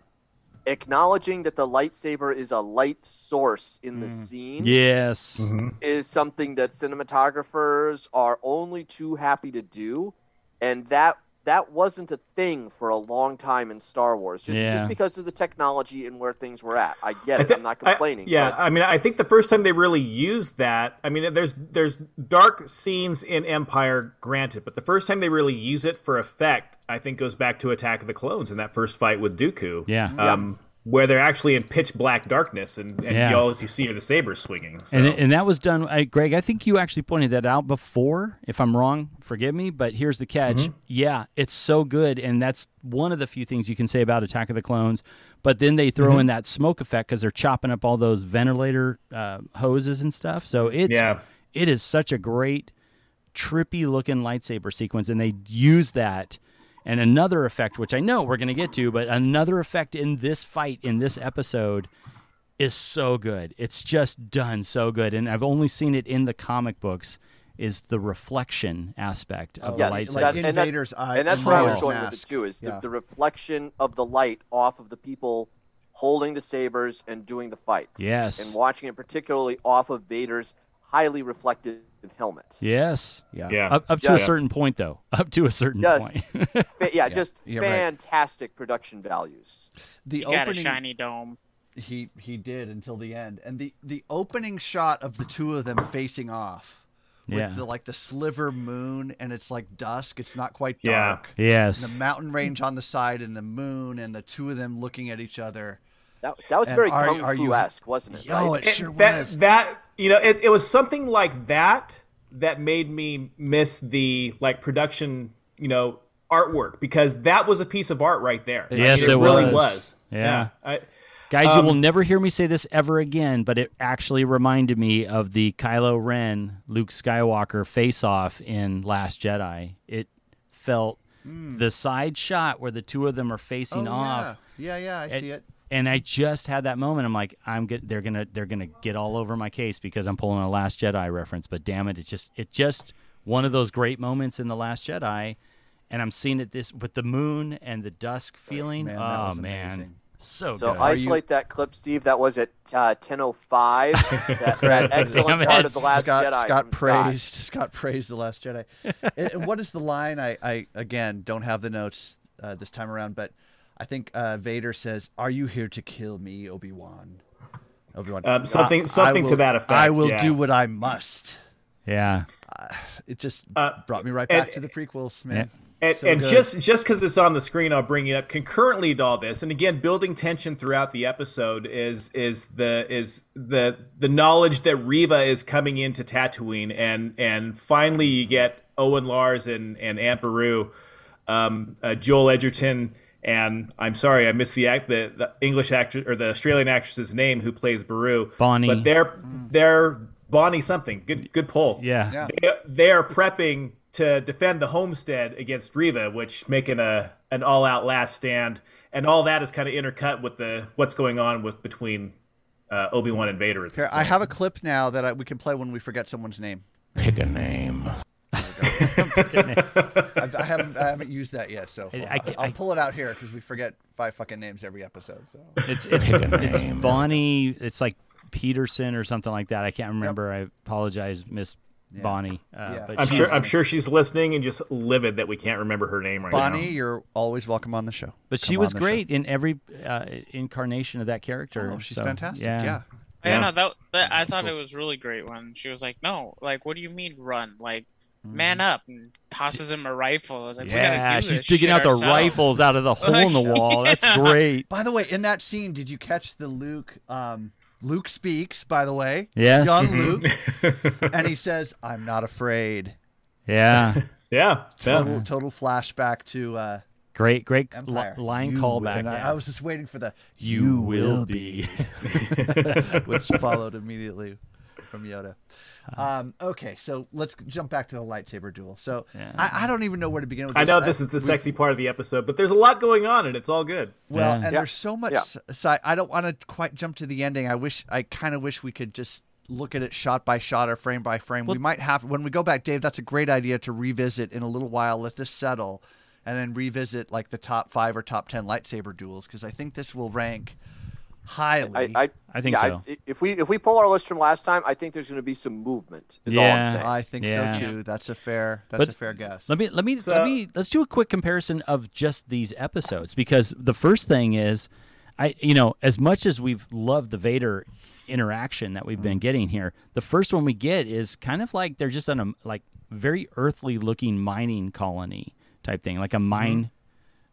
[SPEAKER 4] acknowledging that the lightsaber is a light source in
[SPEAKER 6] Mm.
[SPEAKER 4] the scene
[SPEAKER 6] Yes.
[SPEAKER 4] is something that cinematographers are only too happy to do and that that wasn't a thing for a long time in Star Wars just,
[SPEAKER 6] Yeah.
[SPEAKER 4] just because of the technology and where things were at. I get
[SPEAKER 3] I
[SPEAKER 4] it.
[SPEAKER 3] thi-
[SPEAKER 4] I'm not
[SPEAKER 3] I-
[SPEAKER 4] complaining.
[SPEAKER 3] yeah,
[SPEAKER 4] but-
[SPEAKER 3] I mean, I think the first time they really used that, I mean, there's there's dark scenes in Empire, granted, but the first time they really use it for effect, I think goes back to Attack of the Clones in that first fight with Dooku.
[SPEAKER 6] Yeah.
[SPEAKER 3] Um, where they're actually in pitch black darkness, and, and
[SPEAKER 6] Yeah.
[SPEAKER 3] all you see are the sabers swinging. So.
[SPEAKER 6] And, and that was done, I, Greg. I think you actually pointed that out before. If I'm wrong, forgive me. But here's the catch.
[SPEAKER 3] Mm-hmm.
[SPEAKER 6] Yeah, it's so good, and that's one of the few things you can say about Attack of the Clones. But then they throw
[SPEAKER 3] Mm-hmm.
[SPEAKER 6] in that smoke effect because they're chopping up all those ventilator uh, hoses and stuff. So it's
[SPEAKER 3] Yeah.
[SPEAKER 6] it is such a great trippy looking lightsaber sequence, and they use that. And another effect, which I know we're going to get to, but another effect in this fight in this episode is so good. It's just done so good, and I've only seen it in the comic books. Is the reflection aspect of the
[SPEAKER 4] Yes,
[SPEAKER 6] lightsaber?
[SPEAKER 4] that-
[SPEAKER 2] Like in
[SPEAKER 4] and that-
[SPEAKER 2] Vader's eye.
[SPEAKER 4] and that's where I was
[SPEAKER 2] Vader's
[SPEAKER 4] going with
[SPEAKER 2] mask.
[SPEAKER 4] it too. Is the,
[SPEAKER 2] Yeah.
[SPEAKER 4] the reflection of the light off of the people holding the sabers and doing the fights.
[SPEAKER 6] Yes.
[SPEAKER 4] and watching it particularly off of Vader's highly reflective helmet.
[SPEAKER 6] yes,
[SPEAKER 2] Yeah.
[SPEAKER 3] yeah.
[SPEAKER 6] up, up to
[SPEAKER 4] Yeah.
[SPEAKER 6] a certain point, though. Up to a certain
[SPEAKER 4] Yes.
[SPEAKER 6] point.
[SPEAKER 4] Fa- yeah, just
[SPEAKER 2] Yeah, right.
[SPEAKER 4] fantastic production values.
[SPEAKER 2] The
[SPEAKER 5] You got a
[SPEAKER 2] opening
[SPEAKER 5] shiny dome.
[SPEAKER 2] he he did until the end and the the opening shot of the two of them facing off with
[SPEAKER 6] Yeah.
[SPEAKER 2] the like the sliver moon and it's like dusk it's not quite
[SPEAKER 3] Yeah.
[SPEAKER 2] dark
[SPEAKER 6] yes,
[SPEAKER 2] and the mountain range on the side and the moon and the two of them looking at each other
[SPEAKER 4] That, that was
[SPEAKER 2] And
[SPEAKER 4] very
[SPEAKER 2] are-
[SPEAKER 4] kung
[SPEAKER 2] are you-
[SPEAKER 4] fu esque, wasn't it?
[SPEAKER 2] yo
[SPEAKER 4] right?
[SPEAKER 2] it,
[SPEAKER 3] It-
[SPEAKER 2] sure
[SPEAKER 3] that,
[SPEAKER 2] was
[SPEAKER 3] That you know, it, it was something like that that made me miss the like production, you know, artwork because that was a piece of art right there.
[SPEAKER 6] Yes,
[SPEAKER 3] I mean,
[SPEAKER 6] it
[SPEAKER 3] it, really
[SPEAKER 6] was.
[SPEAKER 3] was.
[SPEAKER 6] Yeah.
[SPEAKER 3] I,
[SPEAKER 6] guys, you
[SPEAKER 2] Um,
[SPEAKER 6] will never hear me say this ever again. But it actually reminded me of the Kylo Ren, Luke Skywalker face-off in Last Jedi. It felt
[SPEAKER 2] Hmm.
[SPEAKER 6] the side shot where the two of them are facing off.
[SPEAKER 2] yeah yeah Oh, yeah i see it
[SPEAKER 6] and I just had that moment. I'm like, I'm get, they're gonna they're gonna get all over my case because I'm pulling a Last Jedi reference. But damn it, it just it just one of those great moments in the Last Jedi, and I'm seeing it this with the moon and the dusk feeling.
[SPEAKER 2] Man, that
[SPEAKER 6] oh
[SPEAKER 2] was
[SPEAKER 6] man,
[SPEAKER 2] amazing.
[SPEAKER 6] so,
[SPEAKER 4] So
[SPEAKER 6] good.
[SPEAKER 4] isolate that clip, Steve. That was at uh, 10:05. that, that excellent
[SPEAKER 6] Damn
[SPEAKER 4] part
[SPEAKER 6] it.
[SPEAKER 4] of the Last
[SPEAKER 2] Scott,
[SPEAKER 4] Jedi.
[SPEAKER 2] Scott
[SPEAKER 4] from
[SPEAKER 2] praised Scott praised the Last Jedi. and, and what is the line? I, I again don't have the notes uh, this time around, but I think uh, Vader says, "Are you here to kill me, Obi Wan?" Obi Wan.
[SPEAKER 3] Um, something- something to that effect,
[SPEAKER 2] I will
[SPEAKER 3] yeah.
[SPEAKER 2] do what I must.
[SPEAKER 6] yeah,
[SPEAKER 2] It just
[SPEAKER 3] Uh,
[SPEAKER 2] brought me right back
[SPEAKER 3] and-
[SPEAKER 2] to the prequels, man.
[SPEAKER 3] And, and just just because it's on the screen, I'll bring it up concurrently to all this. And again, building tension throughout the episode is is the is the the knowledge that Riva is coming into Tatooine, and and finally you get Owen Lars and and Aunt Beru, um, uh, Joel Edgerton, and I'm sorry I missed the act the, the English actress or the Australian actress's name who plays Beru,
[SPEAKER 6] Bonnie.
[SPEAKER 3] But they're they're Bonnie something. Good good pull
[SPEAKER 6] Mm. Yeah.
[SPEAKER 3] they, they are prepping to defend the homestead against Riva, which making a an all out last stand, and all that is kind of intercut with the what's going on with between uh, Obi Wan and Vader. At this
[SPEAKER 2] Here, I
[SPEAKER 3] point.
[SPEAKER 2] have a clip now that I, we can play when we forget someone's name.
[SPEAKER 1] Pick a name.
[SPEAKER 2] I've, I haven't I haven't used that yet, so
[SPEAKER 6] I- I
[SPEAKER 2] I'll,
[SPEAKER 6] ca-
[SPEAKER 2] I'll
[SPEAKER 6] I-
[SPEAKER 2] pull it out here because we forget five fucking names every episode. So
[SPEAKER 6] It's it's it's Bonnie. It's like Peterson or something like that. I can't remember. I apologize, Miss Bonnie. Uh,
[SPEAKER 2] Yeah.
[SPEAKER 6] But
[SPEAKER 3] I'm
[SPEAKER 6] she's-
[SPEAKER 3] sure I'm sure she's listening and just livid that we can't remember her name right
[SPEAKER 2] Bonnie,
[SPEAKER 3] now.
[SPEAKER 2] you're always welcome on the show.
[SPEAKER 6] But she
[SPEAKER 2] Come
[SPEAKER 6] was
[SPEAKER 2] on the show.
[SPEAKER 6] great in every uh, incarnation of that character.
[SPEAKER 2] Oh, she's
[SPEAKER 6] so,
[SPEAKER 2] fantastic.
[SPEAKER 6] Yeah.
[SPEAKER 2] Yeah.
[SPEAKER 3] Yeah.
[SPEAKER 5] I know Oh, that, that I thought it was really great when she was like, "No, like, what do you mean run? Like, man up!" and tosses him a rifle. I was like, "We gotta do
[SPEAKER 6] Mm-hmm. Yeah, she's
[SPEAKER 5] this
[SPEAKER 6] digging
[SPEAKER 5] shit
[SPEAKER 6] out the
[SPEAKER 5] ourselves."
[SPEAKER 6] rifles out of the hole in the
[SPEAKER 5] Like,
[SPEAKER 6] wall. That's
[SPEAKER 5] yeah.
[SPEAKER 6] great.
[SPEAKER 2] By the way, in that scene, did you catch the Luke? Um, Luke speaks. By the way,
[SPEAKER 6] Yes. Mm-hmm.
[SPEAKER 2] young Luke, and he says, "I'm not afraid."
[SPEAKER 6] Yeah.
[SPEAKER 3] Yeah, yeah.
[SPEAKER 2] Total, total flashback to uh,
[SPEAKER 6] Great, great li-
[SPEAKER 2] Empire.
[SPEAKER 6] line
[SPEAKER 2] You-
[SPEAKER 6] callback.
[SPEAKER 2] And I,
[SPEAKER 6] yeah.
[SPEAKER 2] I was just waiting for the
[SPEAKER 6] You will be."
[SPEAKER 2] which followed immediately from Yoda.
[SPEAKER 6] Uh.
[SPEAKER 2] Um, okay, so let's jump back to the lightsaber duel. So I, I don't even know where to begin with.
[SPEAKER 3] I know this is the sexy part of the episode, but there's a lot going on and it's all good.
[SPEAKER 2] well,
[SPEAKER 6] Yeah.
[SPEAKER 2] and
[SPEAKER 4] Yeah.
[SPEAKER 2] there's so much.
[SPEAKER 4] Yeah.
[SPEAKER 2] s So I don't want to quite jump to the ending. I wish I kind of wish we could just look at it shot by shot or frame by frame. we might have when we go back, Dave. That's a great idea to revisit in a little while. Let this settle, and then revisit like the top five or top ten lightsaber duels because I think this will rank highly.
[SPEAKER 4] I, I,
[SPEAKER 6] I think
[SPEAKER 4] yeah,
[SPEAKER 6] so.
[SPEAKER 4] I, if we if we pull our list from last time, I think there's going to be some movement. Is all
[SPEAKER 6] Yeah.
[SPEAKER 4] I'm saying.
[SPEAKER 2] I think
[SPEAKER 6] Yeah.
[SPEAKER 2] so too. That's a fair. That's
[SPEAKER 6] But
[SPEAKER 2] a fair guess.
[SPEAKER 6] Let me let me
[SPEAKER 3] So-
[SPEAKER 6] let me let's do a quick comparison of just these episodes because the first thing is I you know as much as we've loved the Vader interaction that we've been getting here the first one we get is kind of like they're just on a like very earthly looking mining colony type thing like a mine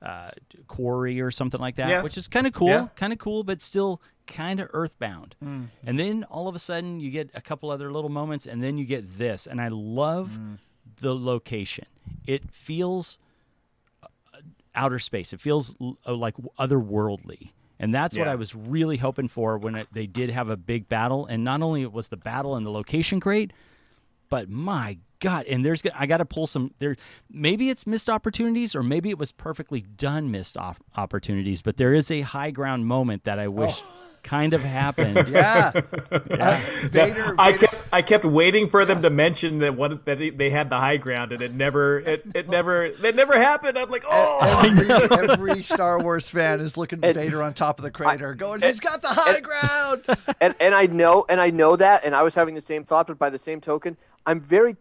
[SPEAKER 6] uh, quarry or something like that
[SPEAKER 3] Mm-hmm. Yeah.
[SPEAKER 6] which is kind of cool
[SPEAKER 3] Yeah.
[SPEAKER 6] kind of cool but still kind of earthbound and then all of a sudden you get a couple other little moments and then you get this and I love the location. It feels uh, outer space. It feels l- uh, like otherworldly. And that's what
[SPEAKER 3] Yeah.
[SPEAKER 6] I was really hoping for when it, they did have a big battle. And not only was the battle and the location great, but my God, and there's go- I got to pull some there. Maybe it's missed opportunities, or maybe it was perfectly done missed off opportunities. But there is a high ground moment that I wish kind of happened.
[SPEAKER 2] yeah. Uh, Vader.
[SPEAKER 3] I
[SPEAKER 2] Vader-
[SPEAKER 3] kept I kept waiting for them to mention that one that they- they had the high ground and it never it, it never that never happened. I'm like, oh,
[SPEAKER 2] Every, every Star Wars fan is looking at Vader on top of the crater, going, "He's got the high ground."
[SPEAKER 4] and and I know and I know that, and I was having the same thought, but by the same token, I'm very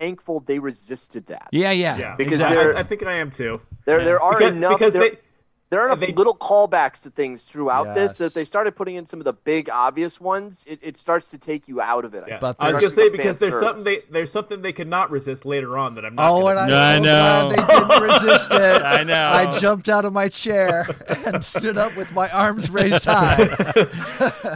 [SPEAKER 4] thankful they resisted that.
[SPEAKER 6] Yeah, yeah,
[SPEAKER 3] yeah.
[SPEAKER 4] Because
[SPEAKER 3] I-
[SPEAKER 4] they're-
[SPEAKER 3] I, think I am too.
[SPEAKER 4] there there are
[SPEAKER 3] Because-
[SPEAKER 4] enough
[SPEAKER 3] because
[SPEAKER 4] there,
[SPEAKER 3] they-
[SPEAKER 4] there are enough
[SPEAKER 3] they-
[SPEAKER 4] little callbacks to things throughout this
[SPEAKER 2] Yes.
[SPEAKER 4] that if they started putting in some of the big obvious ones. It, it starts to take you out of it. I
[SPEAKER 3] Yeah.
[SPEAKER 4] think.
[SPEAKER 2] But
[SPEAKER 3] I was
[SPEAKER 2] they're-
[SPEAKER 3] gonna say
[SPEAKER 4] Especially the
[SPEAKER 3] because
[SPEAKER 4] fan
[SPEAKER 3] there's something they
[SPEAKER 4] service.
[SPEAKER 3] there's something they could not resist later on that I'm not.
[SPEAKER 2] Oh,
[SPEAKER 3] gonna
[SPEAKER 2] and
[SPEAKER 3] say.
[SPEAKER 6] I
[SPEAKER 2] I'm so
[SPEAKER 6] know.
[SPEAKER 2] glad they didn't resist it.
[SPEAKER 6] I know.
[SPEAKER 2] I jumped out of my chair and stood up with my arms raised high.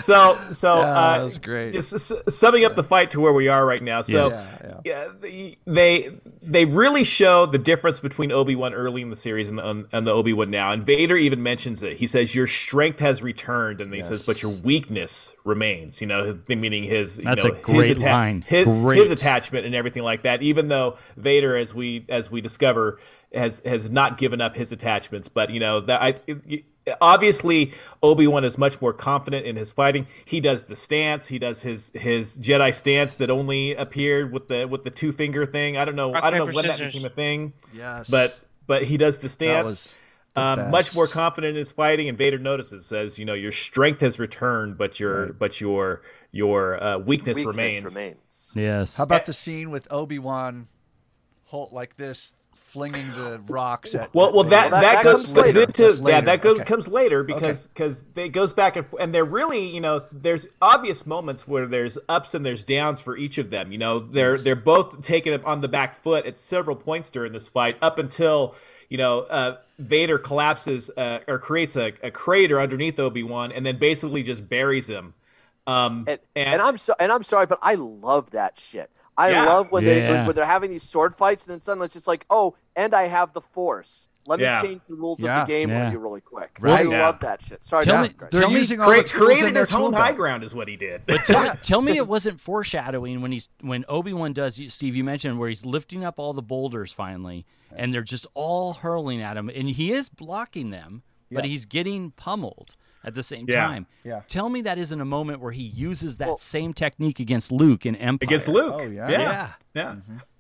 [SPEAKER 3] so so uh,
[SPEAKER 2] that's great.
[SPEAKER 3] Just s- summing up the fight to where we are right now. So
[SPEAKER 2] Yes. Yeah,
[SPEAKER 3] yeah, the- they they really show the difference between Obi Wan early in the series and the and the Obi Wan now. And Vader even mentions it. He says your strength has returned, and he says, but your weakness remains. You know, his- meaning his.
[SPEAKER 6] That's
[SPEAKER 3] you
[SPEAKER 6] a
[SPEAKER 3] know,
[SPEAKER 6] great
[SPEAKER 3] his atta-
[SPEAKER 6] line.
[SPEAKER 3] His,
[SPEAKER 6] Great.
[SPEAKER 3] his attachment and everything like that. Even though Vader, as we as we discover, has has not given up his attachments, but you know that I. it- Obviously, Obi Wan is much more confident in his fighting. He does the stance. He does his his Jedi stance that only appeared with the with the two finger thing. I don't know.
[SPEAKER 5] Rock,
[SPEAKER 3] I don't know
[SPEAKER 5] paper,
[SPEAKER 3] when that
[SPEAKER 5] scissors.
[SPEAKER 3] became a thing.
[SPEAKER 2] Yes.
[SPEAKER 3] But but he does the
[SPEAKER 2] that
[SPEAKER 3] stance
[SPEAKER 2] was
[SPEAKER 3] um, much
[SPEAKER 2] best.
[SPEAKER 3] more confident in his fighting, and Vader notices, says, "You know, your strength has returned, but your but your your uh, weakness,
[SPEAKER 4] Weakness
[SPEAKER 3] remains."
[SPEAKER 4] remains.
[SPEAKER 6] Yes.
[SPEAKER 2] How about the scene with Obi Wan, Holt like this, flinging the rocks at.
[SPEAKER 3] Well, well, that
[SPEAKER 4] that-
[SPEAKER 3] that,
[SPEAKER 4] that
[SPEAKER 3] goes,
[SPEAKER 4] comes
[SPEAKER 3] goes
[SPEAKER 4] later.
[SPEAKER 3] into
[SPEAKER 2] That's
[SPEAKER 3] yeah,
[SPEAKER 2] later.
[SPEAKER 3] that goes,
[SPEAKER 2] Okay.
[SPEAKER 3] comes later because because it goes back and and they're really you know there's obvious moments where there's ups and there's downs for each of them. You know they're they're both taken up on the back foot at several points during this fight up until you know uh, Vader collapses uh, or creates a, a crater underneath Obi Wan and then basically just buries him. Um,
[SPEAKER 4] and,
[SPEAKER 3] and-
[SPEAKER 4] and, I'm so and I'm sorry, but I love that shit. I
[SPEAKER 3] Yeah.
[SPEAKER 4] love when they
[SPEAKER 6] Yeah.
[SPEAKER 4] when, when they're having these sword fights, and then suddenly it's just like, oh, and I have the force. Let
[SPEAKER 3] Yeah.
[SPEAKER 4] me change the rules
[SPEAKER 2] Yeah.
[SPEAKER 4] of the game
[SPEAKER 6] Yeah.
[SPEAKER 4] with you really quick.
[SPEAKER 2] Right.
[SPEAKER 4] I
[SPEAKER 3] Yeah.
[SPEAKER 4] love that shit. Sorry,
[SPEAKER 6] Tell
[SPEAKER 4] about
[SPEAKER 6] me-
[SPEAKER 4] that, Greg.
[SPEAKER 2] They're
[SPEAKER 6] Tell me-
[SPEAKER 2] using all
[SPEAKER 3] Cre-
[SPEAKER 2] the tools in
[SPEAKER 3] created
[SPEAKER 2] their
[SPEAKER 3] his own
[SPEAKER 2] tool
[SPEAKER 3] high
[SPEAKER 2] belt.
[SPEAKER 3] ground is what he did.
[SPEAKER 6] tell, tell me it wasn't foreshadowing when he's when Obi Wan does Steve you mentioned where he's lifting up all the boulders finally and they're just all hurling at him and he is blocking them but
[SPEAKER 2] Yeah.
[SPEAKER 6] he's getting pummeled at the same
[SPEAKER 3] Yeah.
[SPEAKER 6] time.
[SPEAKER 2] Yeah.
[SPEAKER 6] Tell me that isn't a moment where he uses that
[SPEAKER 4] Well-
[SPEAKER 6] same technique against Luke in Empire.
[SPEAKER 3] against Luke.
[SPEAKER 2] Oh, yeah. Mm-hmm.
[SPEAKER 3] yeah,
[SPEAKER 6] Yeah.
[SPEAKER 3] Yeah.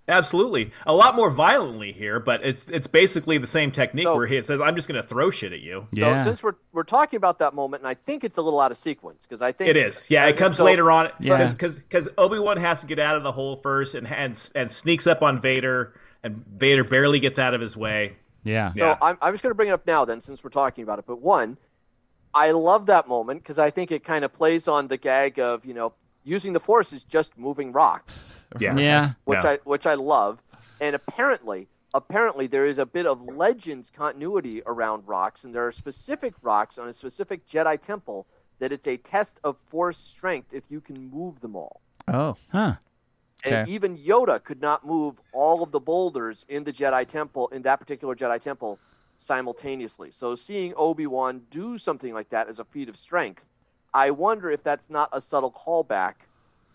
[SPEAKER 3] absolutely. A lot more violently here, but it's it's basically the same technique
[SPEAKER 4] So-
[SPEAKER 3] where he says, "I'm just going to throw shit at you."
[SPEAKER 4] So
[SPEAKER 6] Yeah.
[SPEAKER 4] since we're we're talking about that moment, and I think it's a little out of sequence because I think
[SPEAKER 3] It is, yeah. It comes
[SPEAKER 4] so-
[SPEAKER 3] later on,
[SPEAKER 6] Yeah.
[SPEAKER 3] because because Obi Wan has to get out of the hole first and and and sneaks up on Vader, and Vader barely gets out of his way.
[SPEAKER 6] Yeah.
[SPEAKER 4] So I'm, I'm just going to bring it up now then, since we're talking about it. But one, I love that moment because I think it kind of plays on the gag of you know using the force is just moving rocks,
[SPEAKER 3] Yeah,
[SPEAKER 6] Yeah.
[SPEAKER 4] which
[SPEAKER 3] Yeah.
[SPEAKER 4] I which I love. And apparently, apparently there is a bit of legends continuity around rocks, and there are specific rocks on a specific Jedi temple that it's a test of force strength if you can move them all.
[SPEAKER 2] Oh,
[SPEAKER 6] Huh.
[SPEAKER 4] And
[SPEAKER 2] Okay.
[SPEAKER 4] even Yoda could not move all of the boulders in the Jedi Temple, in that particular Jedi Temple, simultaneously. So seeing Obi Wan do something like that as a feat of strength, I wonder if that's not a subtle callback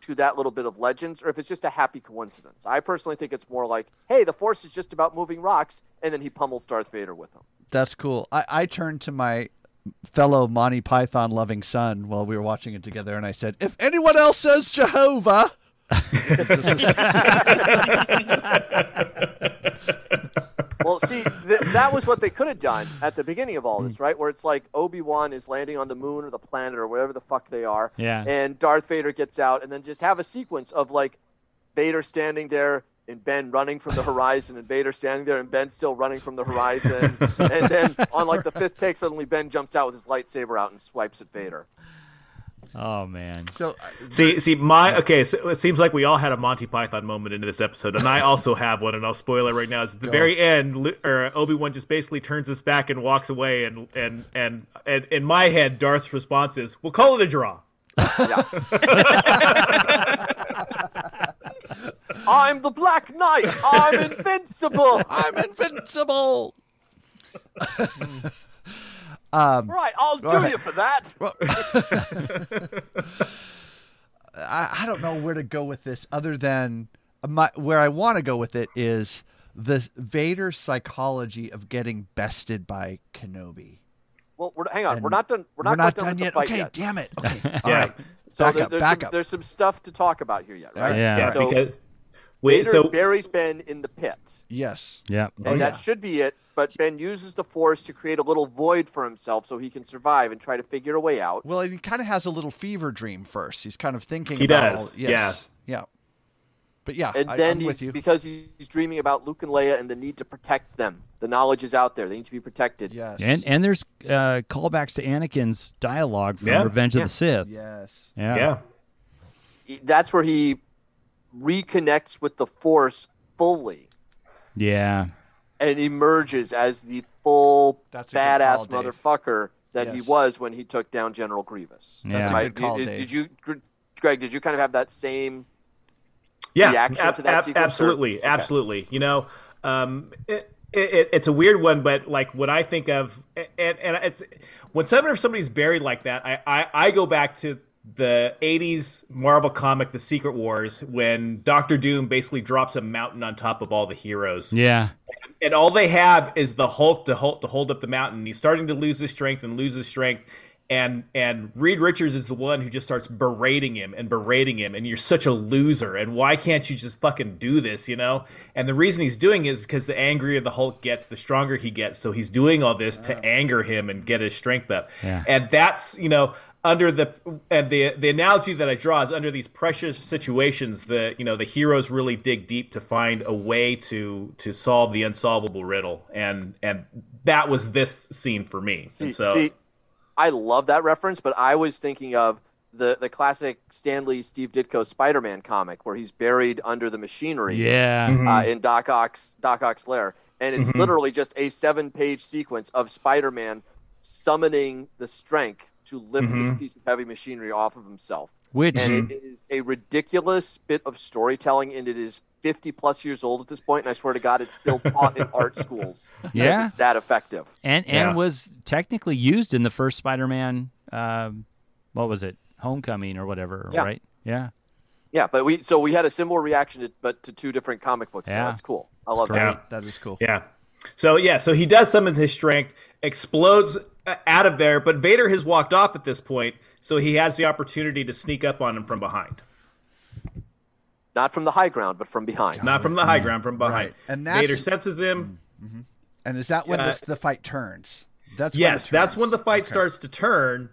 [SPEAKER 4] to that little bit of Legends, or if it's just a happy coincidence. I personally think it's more like, hey, the Force is just about moving rocks, and then he pummels Darth Vader with them.
[SPEAKER 2] that's cool. I, I turned to my fellow Monty Python loving son while we were watching it together, and I said, "If anyone else says Jehovah."
[SPEAKER 4] Well, see, th- that was what they could have done at the beginning of all this, right? Where it's like Obi Wan is landing on the moon or the planet or whatever the fuck they are.
[SPEAKER 6] Yeah.
[SPEAKER 4] And Darth Vader gets out, and then just have a sequence of like Vader standing there and Ben running from the horizon, and Vader standing there and Ben still running from the horizon. and then on like the fifth take, suddenly Ben jumps out with his lightsaber out and swipes at Vader.
[SPEAKER 6] Oh man.
[SPEAKER 2] So
[SPEAKER 3] See, see, my okay. So it seems like we all had a Monty Python moment into this episode, and I also have one. And I'll spoil it right now. Is at the very end, Lu- or Obi Wan just basically turns his back and walks away, and and and and in my head, Darth's response is, "We'll call it a draw."
[SPEAKER 4] I'm the Black Knight. I'm invincible.
[SPEAKER 2] I'm invincible.
[SPEAKER 4] right, I'll do you for that.
[SPEAKER 2] I, I don't know where to go with this other than my where I want to go with it is the Vader's psychology of getting bested by Kenobi.
[SPEAKER 4] Well, we're, hang on. We're not done. We're not,
[SPEAKER 2] We're not
[SPEAKER 4] quite
[SPEAKER 2] done
[SPEAKER 4] with the
[SPEAKER 2] yet.
[SPEAKER 4] fight
[SPEAKER 2] Okay,
[SPEAKER 4] yet.
[SPEAKER 2] damn it. Okay, all
[SPEAKER 3] Yeah.
[SPEAKER 2] right.
[SPEAKER 4] So
[SPEAKER 2] back
[SPEAKER 4] there-
[SPEAKER 2] up,
[SPEAKER 4] there's,
[SPEAKER 2] back
[SPEAKER 4] some,
[SPEAKER 2] up.
[SPEAKER 4] there's some stuff to talk about here yet, right?
[SPEAKER 6] Yeah.
[SPEAKER 3] Yeah,
[SPEAKER 4] So-
[SPEAKER 3] because wait,
[SPEAKER 4] Vader
[SPEAKER 3] so
[SPEAKER 4] buries Ben in the pit,
[SPEAKER 2] Yes.
[SPEAKER 6] Yeah.
[SPEAKER 4] and
[SPEAKER 2] Oh, yeah.
[SPEAKER 4] that should be it. But Ben uses the Force to create a little void for himself so he can survive and try to figure a way out.
[SPEAKER 2] Well, he kind of has a little fever dream first. He's kind of thinking.
[SPEAKER 3] He
[SPEAKER 2] about
[SPEAKER 3] does,
[SPEAKER 2] all- yes. Yeah. Yeah. But yeah,
[SPEAKER 4] and
[SPEAKER 2] I,
[SPEAKER 4] then
[SPEAKER 2] am
[SPEAKER 4] he's,
[SPEAKER 2] with you.
[SPEAKER 4] because he's dreaming about Luke and Leia and the need to protect them. The knowledge is out there; they need to be protected.
[SPEAKER 2] yes.
[SPEAKER 6] And and there's uh, callbacks to Anakin's dialogue from
[SPEAKER 3] Yeah.
[SPEAKER 6] Revenge
[SPEAKER 4] Yeah.
[SPEAKER 6] of the Sith.
[SPEAKER 2] yes.
[SPEAKER 6] Yeah.
[SPEAKER 3] yeah,
[SPEAKER 4] He- That's where he reconnects with the Force fully
[SPEAKER 6] Yeah.
[SPEAKER 4] and emerges as the full
[SPEAKER 2] That's a good call,
[SPEAKER 4] badass
[SPEAKER 2] Dave.
[SPEAKER 4] motherfucker that he
[SPEAKER 2] Yes.
[SPEAKER 4] was when he took down General Grievous.
[SPEAKER 6] That's a
[SPEAKER 4] Right?
[SPEAKER 2] good call,
[SPEAKER 4] Did-
[SPEAKER 2] Dave.
[SPEAKER 4] Did you, Gre- Greg? Did you kind of have that same?
[SPEAKER 3] yeah,
[SPEAKER 4] reaction to that sequence, or-
[SPEAKER 3] absolutely,
[SPEAKER 4] Okay.
[SPEAKER 3] absolutely. You know, um, it, it, it's a weird one, but like what I think of, and and it's when whenever somebody's buried like that, I I, I go back to the 80s Marvel comic The Secret Wars when Doctor Doom basically drops a mountain on top of all the heroes
[SPEAKER 6] Yeah.
[SPEAKER 3] and all they have is the Hulk to Hulk to hold up the mountain. He's starting to lose his strength and lose his strength. And and Reed Richards is the one who just starts berating him and berating him, and you're such a loser. And why can't you just fucking do this, you know? And the reason he's doing it is because the angrier the Hulk gets, the stronger he gets. So he's doing all this to anger him and get his strength up.
[SPEAKER 6] Yeah.
[SPEAKER 3] And that's you know under the and the the analogy that I draw is under these precious situations the you know the heroes really dig deep to find a way to to solve the unsolvable riddle and and that was this scene for me
[SPEAKER 4] See,
[SPEAKER 3] and so
[SPEAKER 4] see, I love that reference, but I was thinking of the the classic Stanley Steve Ditko Spider Man comic where he's buried under the machinery.
[SPEAKER 6] Yeah. Mm-hmm.
[SPEAKER 4] uh, in Doc Ock's Doc Ock's lair, and it's literally just a seven-page sequence of Spider-Man summoning the strength to lift
[SPEAKER 6] Mm-hmm.
[SPEAKER 4] this piece of heavy machinery off of himself.
[SPEAKER 6] Which
[SPEAKER 4] And it is a ridiculous bit of storytelling, and it is 50 plus years old at this point, and I swear to God, it's still taught in art schools. because
[SPEAKER 6] Yeah.
[SPEAKER 4] it's that effective.
[SPEAKER 6] and and
[SPEAKER 3] Yeah.
[SPEAKER 6] was technically used in the first Spider-Man. Um, what was it? Homecoming or whatever,
[SPEAKER 4] Yeah.
[SPEAKER 6] right? Yeah.
[SPEAKER 4] Yeah, but we so we had a similar reaction, to, but to two different comic books.
[SPEAKER 6] Yeah.
[SPEAKER 4] So that's cool. I love
[SPEAKER 6] great.
[SPEAKER 4] that.
[SPEAKER 3] Yeah.
[SPEAKER 2] That is cool.
[SPEAKER 3] yeah so yeah so he does summon his strength explodes uh, out of there but Vader has walked off at this point so he has the opportunity to sneak up on him from behind
[SPEAKER 4] Not from the high ground, but from behind.
[SPEAKER 3] not from the high ground from behind
[SPEAKER 2] Mm. Right. And that's-
[SPEAKER 3] Vader senses him
[SPEAKER 2] And is that when
[SPEAKER 3] Yeah.
[SPEAKER 2] this, the fight turns? That's
[SPEAKER 3] yes,
[SPEAKER 2] when it
[SPEAKER 3] that's
[SPEAKER 2] turns.
[SPEAKER 3] when the fight
[SPEAKER 2] Okay.
[SPEAKER 3] starts to turn.